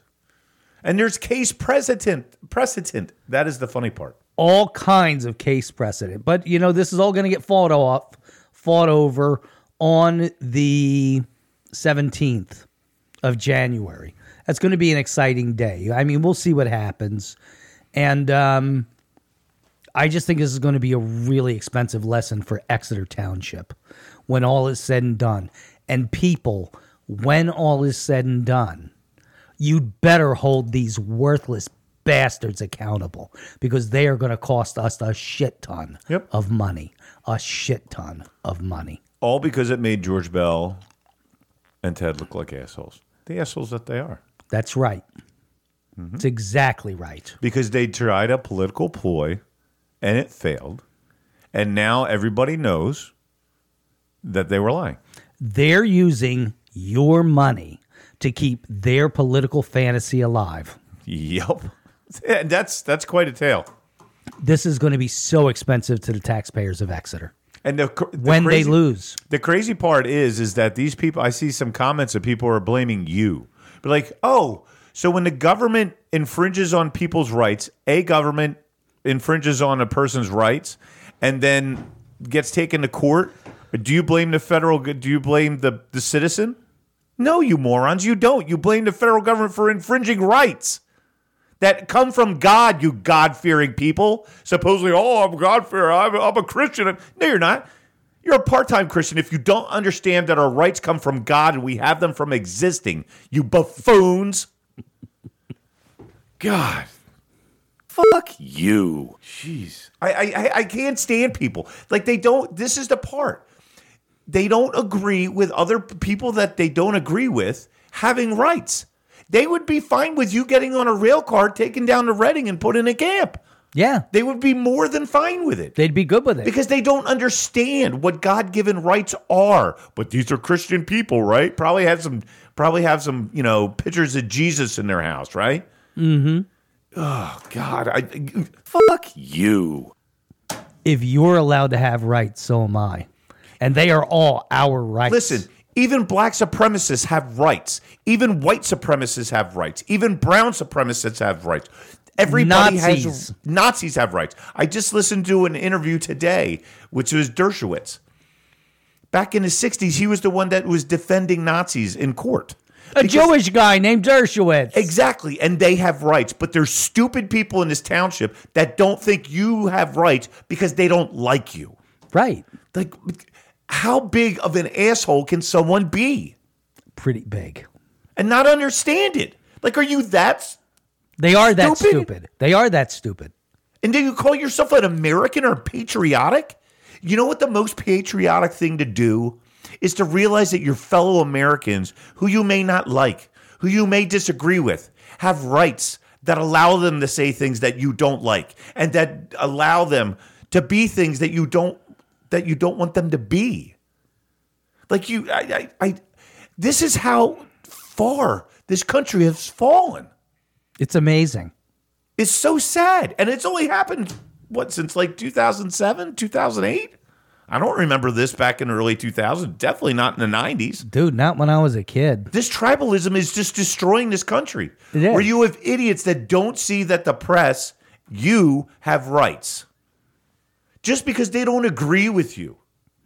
S4: And there's case precedent. Precedent. That is the funny part.
S1: all kinds of case precedent. But you know, this is all going to get fought off, fought over on the 17th of January. That's going to be an exciting day. I mean, we'll see what happens, and um, I just think this is going to be a really expensive lesson for Exeter Township when all is said and done. And people, when all is said and done, you'd better hold these worthless bastards accountable because they are going to cost us a shit ton of money. A shit ton of money.
S4: All because it made George Bell and Ted look like assholes. The assholes that they are. Mm-hmm.
S1: That's right. It's exactly right.
S4: Because they tried a political ploy and it failed. And now everybody knows that they were lying.
S1: They're using your money to keep their political fantasy alive.
S4: Yep. And that's that's quite a tale.
S1: This is going to be so expensive to the taxpayers of Exeter.
S4: And the, cr- the
S1: When they
S4: crazy-
S1: lose.
S4: the crazy part is, is that these people. I see some comments that people are blaming you, but like, oh, so when the government infringes on people's rights, a government infringes on a person's rights, and then gets taken to court. Do you blame the federal? Do you blame the the citizen? No, you morons, you don't. You blame the federal government for infringing rights that come from God, you God fearing people. Supposedly, oh, I'm God fearing. I'm, I'm a Christian. No, you're not. You're a part time Christian if you don't understand that our rights come from God and we have them from existing. You buffoons. God. Fuck you. Jeez. I, I, I- I can't stand people. Like, they don't, this is the part. They don't agree with other people that they don't agree with having rights. They would be fine with you getting on a rail car, taken down to Reading, and put in a camp.
S1: Yeah.
S4: They would be more than fine with it.
S1: They'd be good with it.
S4: Because they don't understand what God given rights are. But these are Christian people, right? Probably have some probably have some, you know, pictures of Jesus in their house, right?
S1: Mm-hmm.
S4: Oh God. I, fuck you.
S1: If you're allowed to have rights, so am I. And they are all our rights.
S4: Listen, Even black supremacists have rights. Even white supremacists have rights. Even brown supremacists have rights. Everybody
S1: Nazis.
S4: has Nazis have rights. I just listened to an interview today, which was Dershowitz. Back in the '60s, he was the one that was defending Nazis in court.
S1: A Jewish guy named Dershowitz.
S4: Exactly, and they have rights, but there's stupid people in this township that don't think you have rights because they don't like you.
S1: Right.
S4: Like, how big of an asshole can someone be?
S1: Pretty big.
S4: And not understand it. Like, are you that?
S1: They are that
S4: Stupid?
S1: stupid. They are that stupid.
S4: And then you call yourself an American or patriotic? You know what the most patriotic thing to do is to realize that your fellow Americans, who you may not like, who you may disagree with, have rights that allow them to say things that you don't like and that allow them to be things that you don't that you don't want them to be. Like you I I, I this is how far this country has fallen.
S1: It's amazing.
S4: It's so sad. And it's only happened, what, since like 2007, 2008? I don't remember this back in the early 2000s. Definitely not in the 90s.
S1: Dude, not when I was a kid.
S4: This tribalism is just destroying this country.
S1: It is.
S4: Where you have idiots that don't see that the press, you have rights. Just because they don't agree with you.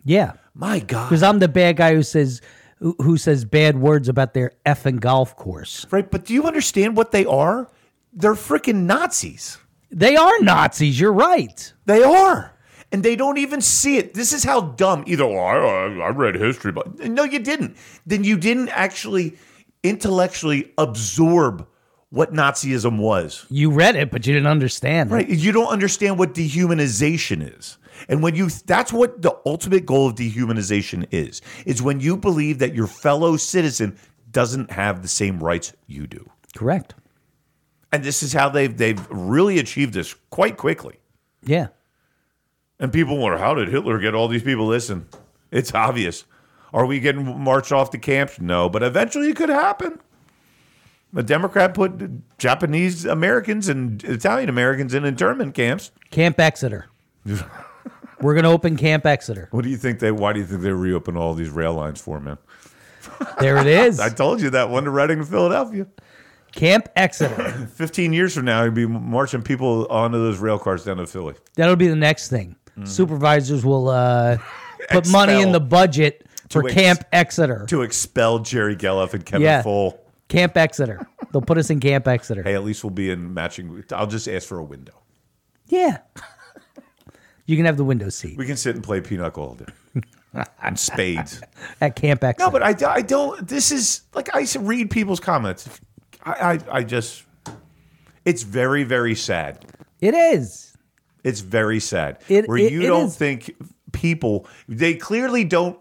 S1: Yeah.
S4: My God.
S1: Because I'm the bad guy who says who who says bad words about their effing golf course.
S4: Right, but do you understand what they are? They're freaking Nazis.
S1: They are Nazis. You're right.
S4: They are. And they don't even see it. This is how dumb either, well, I, I, I read history, but no, you didn't. Then you didn't actually intellectually absorb what Nazism was.
S1: You read it, but you didn't understand. it.
S4: Right. You don't understand what dehumanization is. And when you that's what the ultimate goal of dehumanization is, is when you believe that your fellow citizen doesn't have the same rights you do.
S1: Correct.
S4: And this is how they've they've really achieved this quite quickly.
S1: Yeah.
S4: And people wonder, how did Hitler get all these people? Listen, it's obvious. Are we getting marched off the camps? No, but eventually it could happen. The Democrat put Japanese Americans and Italian Americans in internment camps.
S1: Camp Exeter. We're gonna open Camp Exeter.
S2: What do you think they? Why do you think they reopen all these rail lines for, man?
S1: There it is.
S4: I told you that one to Reading to Philadelphia.
S1: Camp Exeter.
S4: 15 years from now, you'll be marching people onto those rail cars down to Philly.
S1: That'll be the next thing. Supervisors will uh, put money in
S4: Mm-hmm. Expel.
S1: the budget for
S4: To ex-
S1: Camp Exeter.
S4: To expel Jerry Gelliff and Kevin
S1: Yeah.
S4: Fole.
S1: Camp Exeter. They'll put us in Camp Exeter.
S4: Hey, at least we'll be in matching. I'll just ask for a window.
S1: Yeah. You can have the window seat
S4: We can sit and play pinochle all day. and spades.
S1: at Camp Exeter.
S4: No, but I, I don't. This is like I s- read people's comments. I, I I just it's very very sad.
S1: it is.
S4: It's very sad.
S1: It-
S4: Where
S1: it-
S4: you
S1: it
S4: don't
S1: is.
S4: think people they clearly don't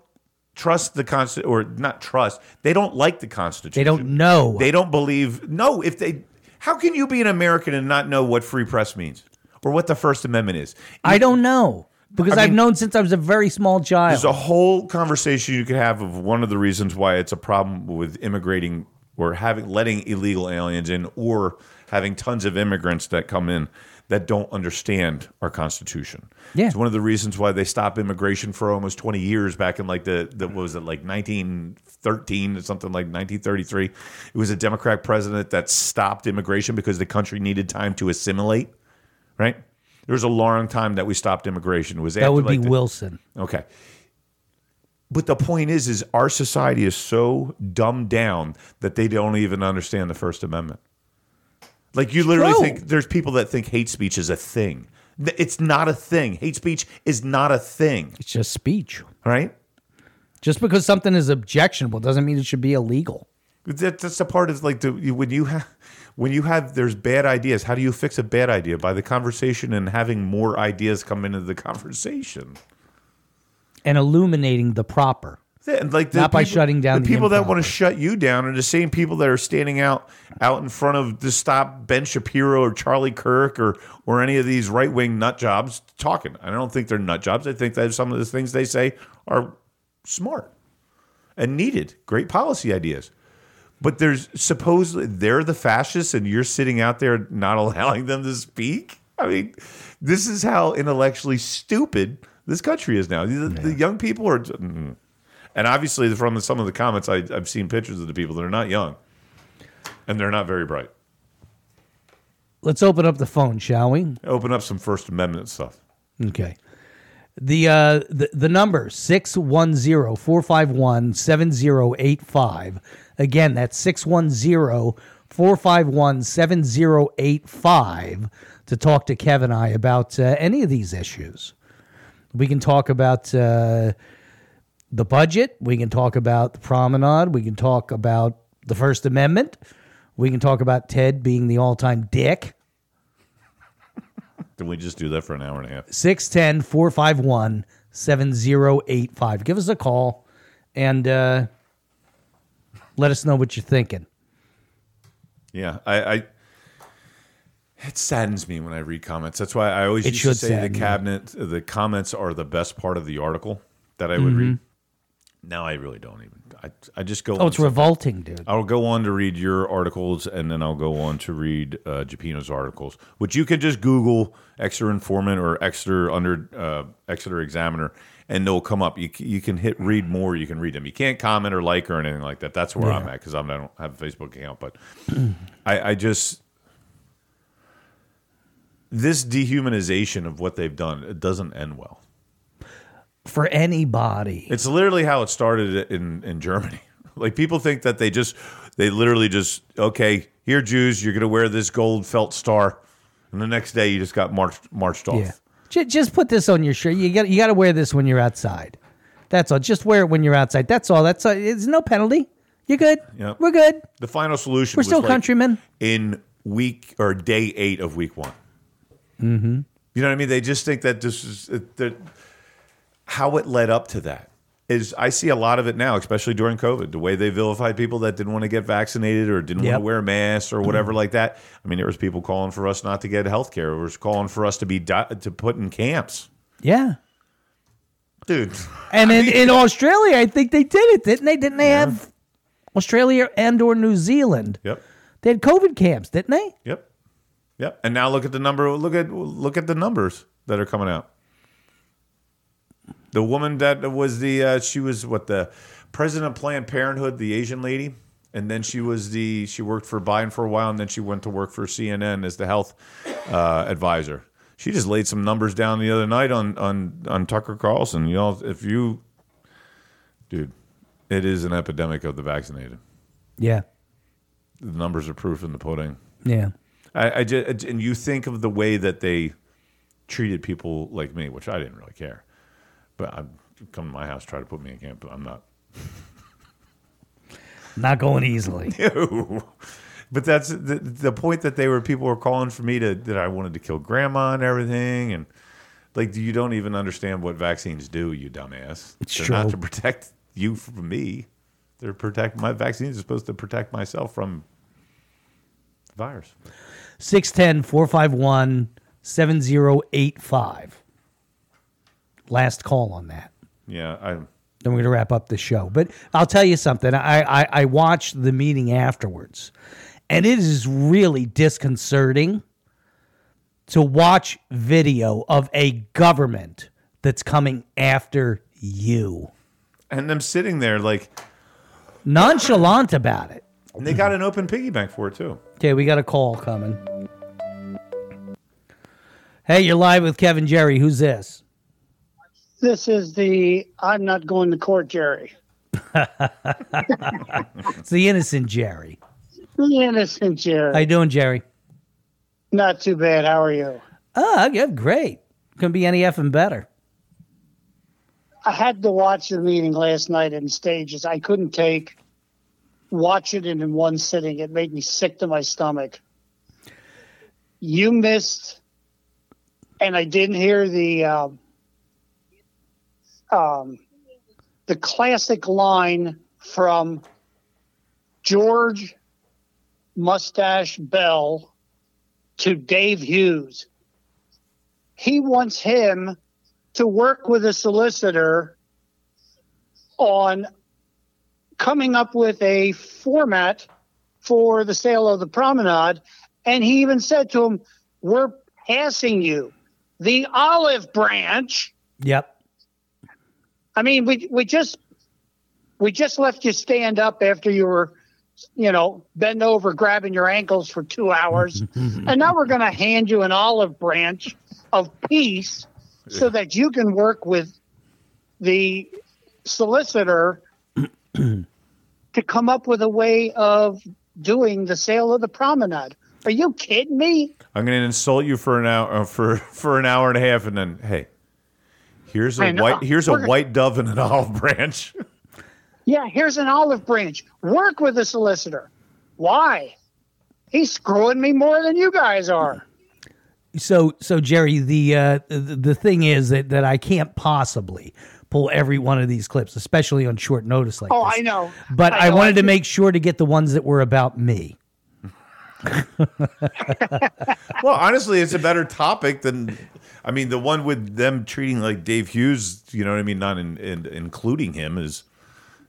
S4: trust the const or not trust. They don't like the Constitution.
S1: They don't know.
S4: They don't believe. No, if they how can you be an American and not know what free press means or what the First Amendment is?
S1: I don't know because
S4: I
S1: I've
S4: mean-
S1: known since I was a very small child.
S4: There's a whole conversation you could have of one of the reasons why it's a problem with immigrating or having letting illegal aliens in or having tons of immigrants that come in that don't understand our constitution.
S1: Yeah.
S4: It's one of the reasons why they stopped immigration for almost 20 years back in like the, the what was it like 1913 or something like 1933. It was a Democrat president that stopped immigration because the country needed time to assimilate, right? There was a long time that we stopped immigration. It was
S1: that
S4: after,
S1: would be
S4: like, the-
S1: Wilson.
S4: Okay. But the point is, is our society is so dumbed down that they don't even understand the First Amendment. Like you literally
S1: True.
S4: think there's people that think hate speech is a thing. Th- It's not a thing. Hate speech is not a thing,
S1: It's just speech.
S4: right?
S1: Just because something is objectionable doesn't mean it should be illegal.
S4: That, that's the part of like the when you have when you have there's bad ideas. How do you fix a bad idea by the conversation and having more ideas come into the conversation?
S1: And illuminating the proper.
S4: And like
S1: Not by shutting down
S4: the,
S1: the
S4: people that want to
S1: improper.
S4: shut you down are the same people that are standing out out in front of the stop Ben Shapiro or Charlie Kirk or or any of these right wing nut jobs talking. I don't think they're nut jobs. I think that some of the things they say are smart and needed, great policy ideas. But there's supposedly they're the fascists, and you're sitting out there not allowing them to speak. I mean, this is how intellectually stupid this country is now. The, the young people are. mm.
S2: And obviously, from some of the comments, I, I've seen pictures of the people. They're not young, and they're not very bright.
S1: Let's open up the phone, shall we?
S2: Open up some First Amendment stuff.
S1: Okay. The uh the, the number 610-451-7085. Again, that's 610-451-7085 to talk to Kevin and I about uh, any of these issues. We can talk about uh the budget, we can talk about the promenade, we can talk about the First Amendment, we can talk about Ted being the all-time dick.
S2: Did we just do that for an hour and a half?
S1: 610 451 7085. Give us a call and uh, let us know what you're thinking.
S2: Yeah, I, I. It saddens me when I read comments. That's why I always
S1: It
S2: used to
S1: should
S2: say the
S1: sadden you.
S2: cabinet, the comments are the best part of the article that I would read. Now I really don't even. I, I just go.
S1: Mm-hmm. Oh, it's
S2: on-
S1: revolting, dude.
S2: I'll go on to read your articles, and then I'll go on to read uh, Japino's articles, which you can just Google Exeter Informant or Exeter under uh, Exeter Examiner, and they'll come up. You c- you can hit read more. You can read them. You can't comment or like or anything like that. That's where I'm
S4: Yeah.
S2: at because I don't have a Facebook account, but I, I just this dehumanization of what they've done it doesn't end well.
S1: For anybody.
S2: It's literally how it started in in Germany. Like people think that they just they literally just okay, here Jews, you're going to wear this gold felt star, and the next day you just got marched marched off.
S1: Yeah. Ju- Just put this on your shirt. You got you got to wear this when you're outside. That's all. Just wear it when you're outside. That's all. That's all. It's no penalty. You're good.
S2: Yep.
S1: We're good.
S2: The final solution
S1: We're
S2: was
S1: still
S2: like
S1: countrymen.
S2: in week or day 8 of week 1.
S1: Mm-hmm.
S2: You know what I mean? They just think that this is it- that how it led up to that is I see a lot of it now, especially during COVID, the way they vilified people that didn't want to get vaccinated or didn't want
S4: Yep.
S2: to wear masks or whatever like that. I mean, there was people calling for us not to get health care. There was calling for us to be di- to put in camps,
S1: Yeah.
S2: dude.
S1: And in, in Australia, I think they did it, didn't they? Didn't they have Australia and or New Zealand?
S2: Yep.
S1: They had COVID camps, didn't they?
S2: Yep, yep. And now look at the number. Look at look at the numbers that are coming out. The woman that was the uh, she was what the president of Planned Parenthood, the Asian lady, and then she was the she worked for Biden for a while, and then she went to work for CNN as the health uh, advisor. She just laid some numbers down the other night on on on Tucker Carlson. You know, if you, dude, it is an epidemic of the vaccinated.
S1: Yeah.
S2: The numbers are proof in the pudding.
S1: Yeah.
S2: I, I just, and you think of the way that they treated people like me, which I didn't really care. But I come to my house, try to put me in camp, but I'm not.
S1: Not going easily.
S2: No. But that's the, the point that they were people were calling for me to that I wanted to kill grandma and everything and like you don't even understand what vaccines do, you dumbass.
S1: It's
S2: They're not
S1: true.
S2: to protect you from me. They're protect my vaccines are supposed to protect myself from the virus.
S1: 610 451 7085. Last call on that.
S2: Yeah, I
S1: Then we're going to wrap up the show. But I'll tell you something. I, I, I watched the meeting afterwards, and it is really disconcerting to watch video of a government that's coming after you.
S2: and them sitting there like
S1: Nonchalant about it.
S2: and they got an open piggy bank for it too.
S1: Okay, we got a call coming. Hey, you're live with Kevin Jerry. Who's this?
S15: This is the I'm not going to court, Jerry.
S1: it's the innocent Jerry.
S15: The innocent Jerry.
S1: How you doing, Jerry?
S15: Not too bad. How are you?
S1: Oh, I'm great. Couldn't be any effing better.
S15: I had to watch the meeting last night in stages. I couldn't take watch it in one sitting. It made me sick to my stomach. You missed, and I didn't hear the um, um, the classic line from George Mustache Bell to Dave Hughes. He wants him to work with a solicitor on coming up with a format for the sale of the promenade. And he even said to him, We're passing you the olive branch.
S1: Yep.
S15: I mean, we, we just We just left you stand up after you were, you know, bent over grabbing your ankles for two hours. and now we're going to hand you an olive branch of peace so that you can work with the solicitor to come up with a way of doing the sale of the promenade. Are you kidding me?
S4: I'm going to insult you for an hour uh, for for an hour and a half, and then hey, here's
S15: I
S4: a
S15: know.
S4: white here's a
S15: We're-
S4: white dove and an olive branch.
S15: Yeah, here's an olive branch. Work with the solicitor. Why? He's screwing me more than you guys are.
S1: So, so Jerry, the uh, the, the thing is that that I can't possibly pull every one of these clips, especially on short notice like
S15: oh,
S1: this.
S15: I know.
S1: But I,
S15: know.
S1: wanted to make sure to get the ones that were about me.
S4: well, honestly, it's a better topic than I mean the one with them treating like Dave Hughes. You know what I mean? Not in, in, including him is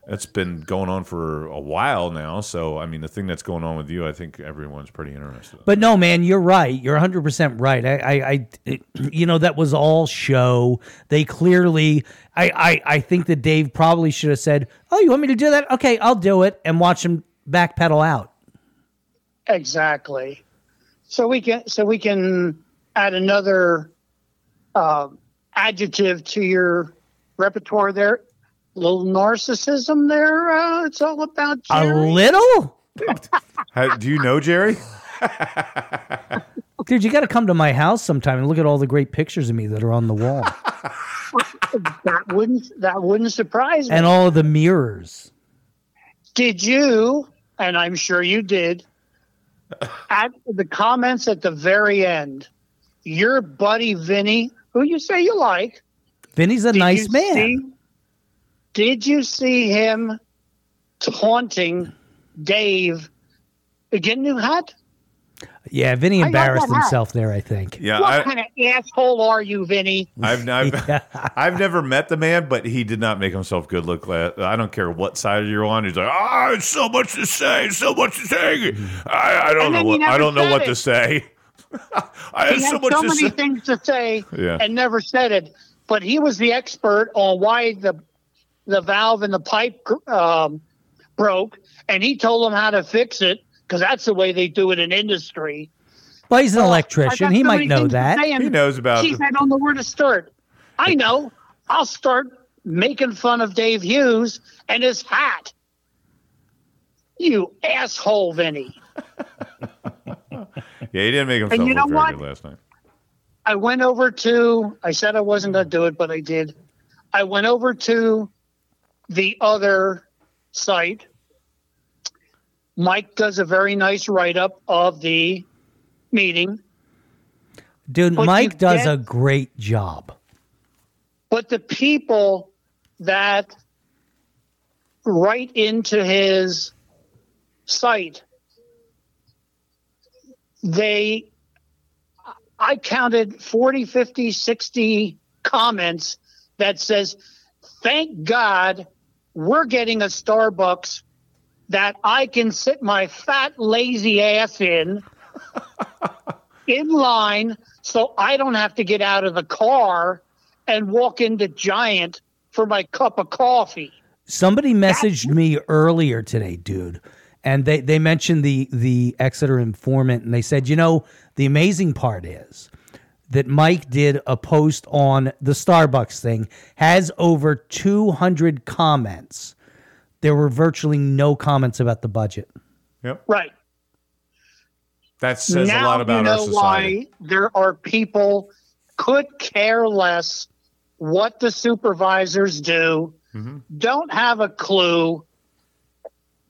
S4: that's been going on for a while now. So I mean, the thing that's going on with you, I think everyone's pretty interested.
S1: But no, man, you're right. You're 100 percent right. I, I, I it- you know, that was all show. They clearly, I, I, I think that Dave probably should have said, "Oh, you want me to do that? Okay, I'll do it," and watch him backpedal out.
S15: Exactly. So we can so we can add another uh, adjective to your repertoire there. Little narcissism there. Uh, it's all about Jerry.
S1: A little,
S4: How, do you know Jerry?
S1: dude. You got to come to my house sometime and look at all the great pictures of me that are on the wall
S15: that wouldn't that wouldn't surprise me.
S1: and all of the mirrors.
S15: did you and i'm sure you did at the comments at the very end your buddy vinny who you say you like
S1: Vinny's a nice
S15: you
S1: man.
S15: see- did you see him taunting dave getting new hat
S1: Yeah, Vinny
S15: I got that
S1: embarrassed
S15: hat.
S1: himself there. I think.
S4: Yeah,
S15: what
S4: I,
S15: kind of asshole are you vinny
S4: I've I've, I've never met the man, but he did not make himself good look. la- I don't care what side you're on. He's like, ah, it's so much to say, so much to say. I, I
S15: And
S4: don't know
S15: then he
S4: what I
S15: never
S4: don't know
S15: said
S4: what
S15: it.
S4: to say. I have
S15: he had
S4: so
S15: so,
S4: much to
S15: many
S4: say.
S15: things to say
S4: Yeah.
S15: and never said it. But he was the expert on why the the valve in the pipe um, broke, and he told them how to fix it because that's the way they do it in industry.
S1: But he's an
S15: I
S1: electrician.
S15: got
S1: He
S15: so
S1: might
S15: many
S1: know
S15: things to
S1: that.
S15: say, and Geez, I don't know where to start. I know. I'll start making fun of Dave Hughes and his hat. You asshole, Vinny.
S4: Yeah, he didn't make
S15: And
S4: himself
S15: you know
S4: look very
S15: what?
S4: good last night.
S15: I went over to, I said I wasn't going to do it, but I did. I went over to the other site. Mike does a very nice write up of the meeting,
S1: Dude,
S15: But you
S1: Mike does
S15: get-
S1: a great job.
S15: but the people that write into his site, they, I counted 40, 50, 60 comments that says, thank God we're getting a Starbucks that I can sit my fat, lazy ass in, in line, so I don't have to get out of the car and walk into Giant for my cup of coffee.
S1: Somebody messaged me earlier today, dude, and they, they mentioned the the Exeter informant, and they said, you know, the amazing part is that Mike did a post on the Starbucks thing, has over two hundred comments. There were virtually no comments about the budget.
S15: Right.
S4: That says
S15: now
S4: a lot about
S15: you know
S4: our society.
S15: why there are people could care less what the supervisors do,
S4: Mm-hmm.
S15: don't have a clue,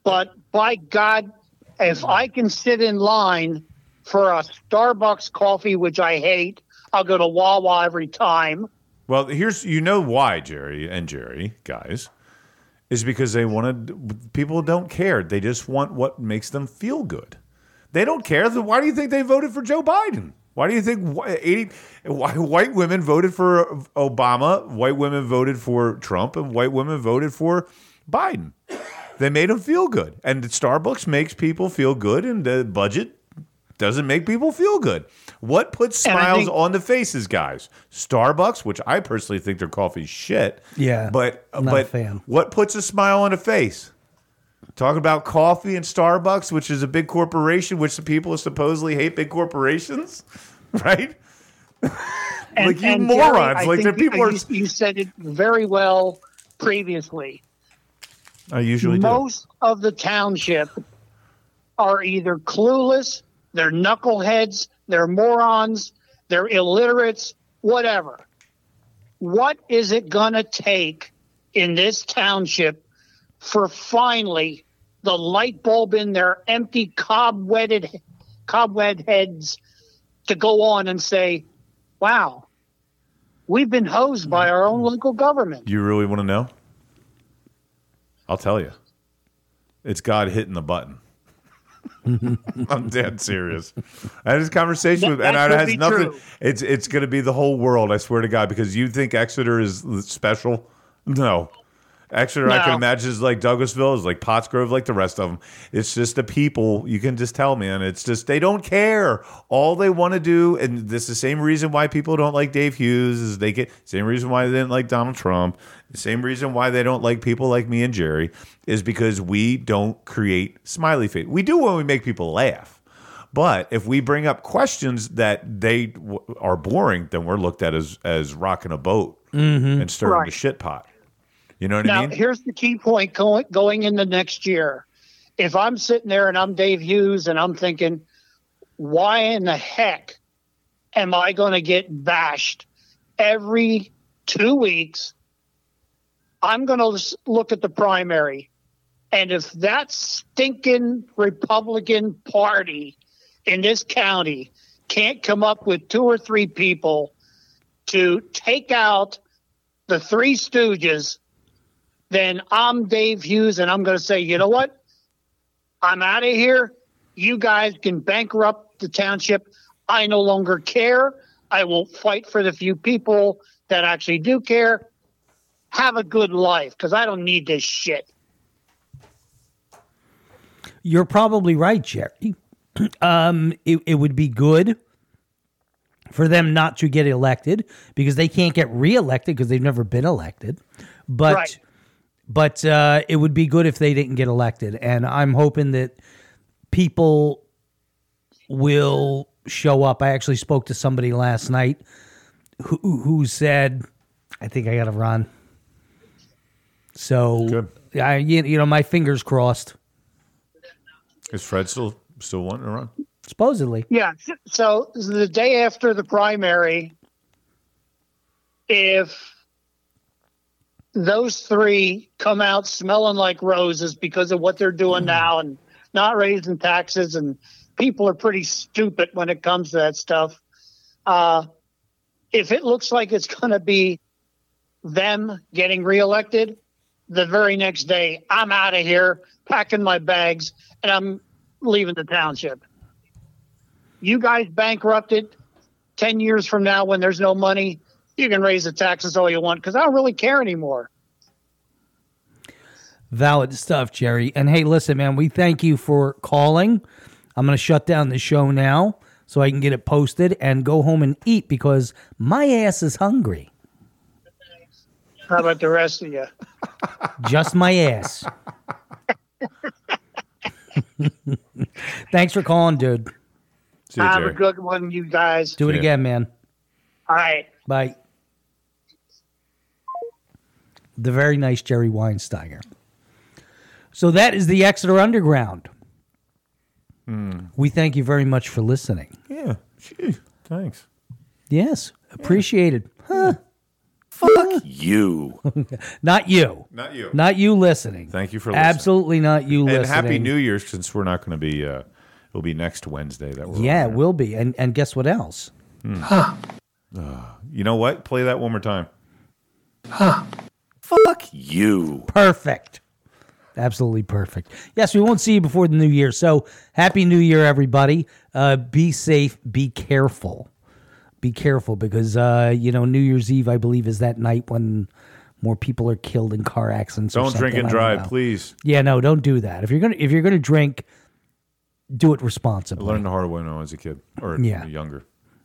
S15: but by God, if I can sit in line for a Starbucks coffee, which I hate, I'll go to Wawa every time.
S4: Well, here's you know why Jerry and Jerry guys is because they wanted people don't care. They just want what makes them feel good. They don't care. Then why do you think they voted for Joe Biden? Why do you think wh- eighty why white women voted for Obama? White women voted for Trump, and white women voted for Biden. They made them feel good, and Starbucks makes people feel good, and the budget doesn't make people feel good. What puts
S15: And I
S4: smiles
S15: think-
S4: on the faces, guys? Starbucks, which I personally think their coffee's shit.
S1: Yeah,
S4: but
S1: I'm not a
S4: but
S1: fan.
S4: what puts a smile on a face? Talking about coffee and Starbucks, which is a big corporation, which the people supposedly hate big corporations, right? like you
S15: Gary,
S4: morons,
S15: I
S4: like
S15: think uh,
S4: there people
S15: you,
S4: are.
S15: You said it very well previously.
S4: I usually do.
S15: Most of the township are either clueless, they're knuckleheads, they're morons, they're illiterates, whatever. What is it going to take in this township for finally the light bulb in their empty cobwebbed cobweb heads to go on and say, "Wow, we've been hosed by our own local government."
S4: You really want to know? I'll tell you. It's God hitting the button. I'm dead serious. I had this conversation
S2: That-
S4: with, and
S2: that
S4: it
S2: could
S4: has
S2: be
S4: nothing.
S2: true.
S4: It's it's going to be the whole world. I swear to God, because you think Exeter is special? No, Exeter I can
S2: No.
S4: imagine is like Douglasville, is like Pottsgrove, like the rest of them. It's just the people. You can just tell, man. It's just they don't care. All they want to do, and this is the same reason why people don't like Dave Hughes. Is they get same reason why they didn't like Donald Trump. The same reason why they don't like people like me and Jerry is because we don't create smiley face. We do when we make people laugh. But if we bring up questions that they w- are boring, then we're looked at as as rocking a boat
S2: Mm-hmm.
S1: Mhm.
S4: and stirring the
S15: Right.
S4: shit pot. You know what
S15: now,
S4: I mean?
S15: here's the key point going going into next year. If I'm sitting there and I'm Dave Hughes and I'm thinking, why in the heck am I going to get bashed every two weeks? I'm going to look at the primary. And if that stinking Republican Party in this county can't come up with two or three people to take out the Three Stooges, then I'm Dave Hughes and I'm going to say, you know what? I'm out of here. You guys can bankrupt the township. I no longer care. I will fight for the few people that actually do care. Have a good life because I don't need this shit.
S1: You're probably right, Jerry. Um, it, it would be good for them not to get elected because they can't get reelected because they've never been elected. But
S15: Right.
S1: but uh, it would be good if they didn't get elected, and I'm hoping that people will show up. I actually spoke to somebody last night who who said, "I think I got it, Ron." So I you you know my fingers crossed.
S4: Is Fred still still wanting to run?
S1: Supposedly.
S15: Yeah. So the day after the primary, if those three come out smelling like roses because of what they're doing now and not raising taxes, and people are pretty stupid when it comes to that stuff. Uh, if it looks like it's going to be them getting reelected, the very next day, I'm out of here, packing my bags, and I'm leaving the township you guys bankrupted 10 years from now when there's no money you can raise the taxes all you want because i don't really care anymore
S1: Valid stuff, Jerry. And hey, listen, man, we thank you for calling. I'm going to shut down the show now so I can get it posted and go home and eat because my ass is hungry.
S15: how about the rest of you
S1: Just my ass. Thanks for calling, dude.
S15: have a good one you guys
S1: Do it again, man.
S15: all right
S1: Bye. The very nice Jerry Weinsteiger. So that is the Exeter Underground. We thank you very much for listening.
S4: Yeah. Gee, thanks.
S1: Yes, appreciated. Huh.
S4: Fuck you.
S1: Not you.
S4: Not you.
S1: Not you listening.
S4: Thank you for listening.
S1: Absolutely not you
S4: and
S1: listening.
S4: happy New Year since we're not going to be. Uh, it'll be next Wednesday that we're.
S1: Yeah, it will be. And and guess what else?
S4: Hmm. Ah, you know what? Play that one more time.
S1: Fuck
S4: You.
S1: Perfect. Absolutely perfect. Yes, we won't see you before the new year. So happy new year, everybody. Uh, be safe. Be careful. Be careful because uh, you know New Year's Eve, I believe, is that night when more people are killed in car accidents. or
S4: Don't drink
S1: something.
S4: and
S1: I don't
S4: drive,
S1: know.
S4: please.
S1: Yeah, no, don't do that. If you're gonna if you're gonna drink, do it
S2: I
S1: responsibly.
S2: learned the hard way when I was a kid or
S1: Yeah.
S2: younger.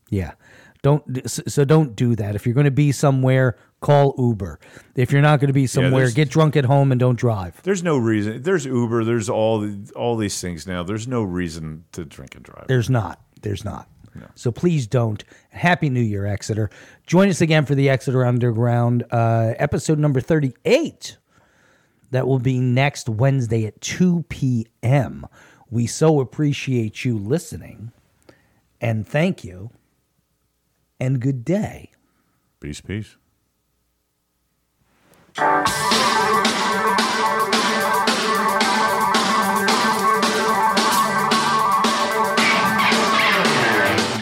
S1: Yeah. Don't d- s- so don't do that. If you're going to be somewhere, call Uber. If you're not going to be somewhere,
S2: there's-
S1: get drunk at home and don't drive.
S2: There's no reason. There's Uber. There's all the, all these things now. There's no reason to drink and drive.
S1: There's not. There's not. So please don't. Happy New Year, Exeter. Join us again for the Exeter Underground uh, episode number 38. That will be next Wednesday at 2 p.m. We so appreciate you listening and thank you and good day.
S2: Peace, peace.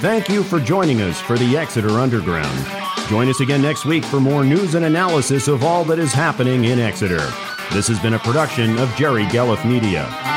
S3: Thank you for joining us for the Exeter Underground. Join us again next week for more news and analysis of all that is happening in Exeter. This has been a production of Jerry Gelliff Media.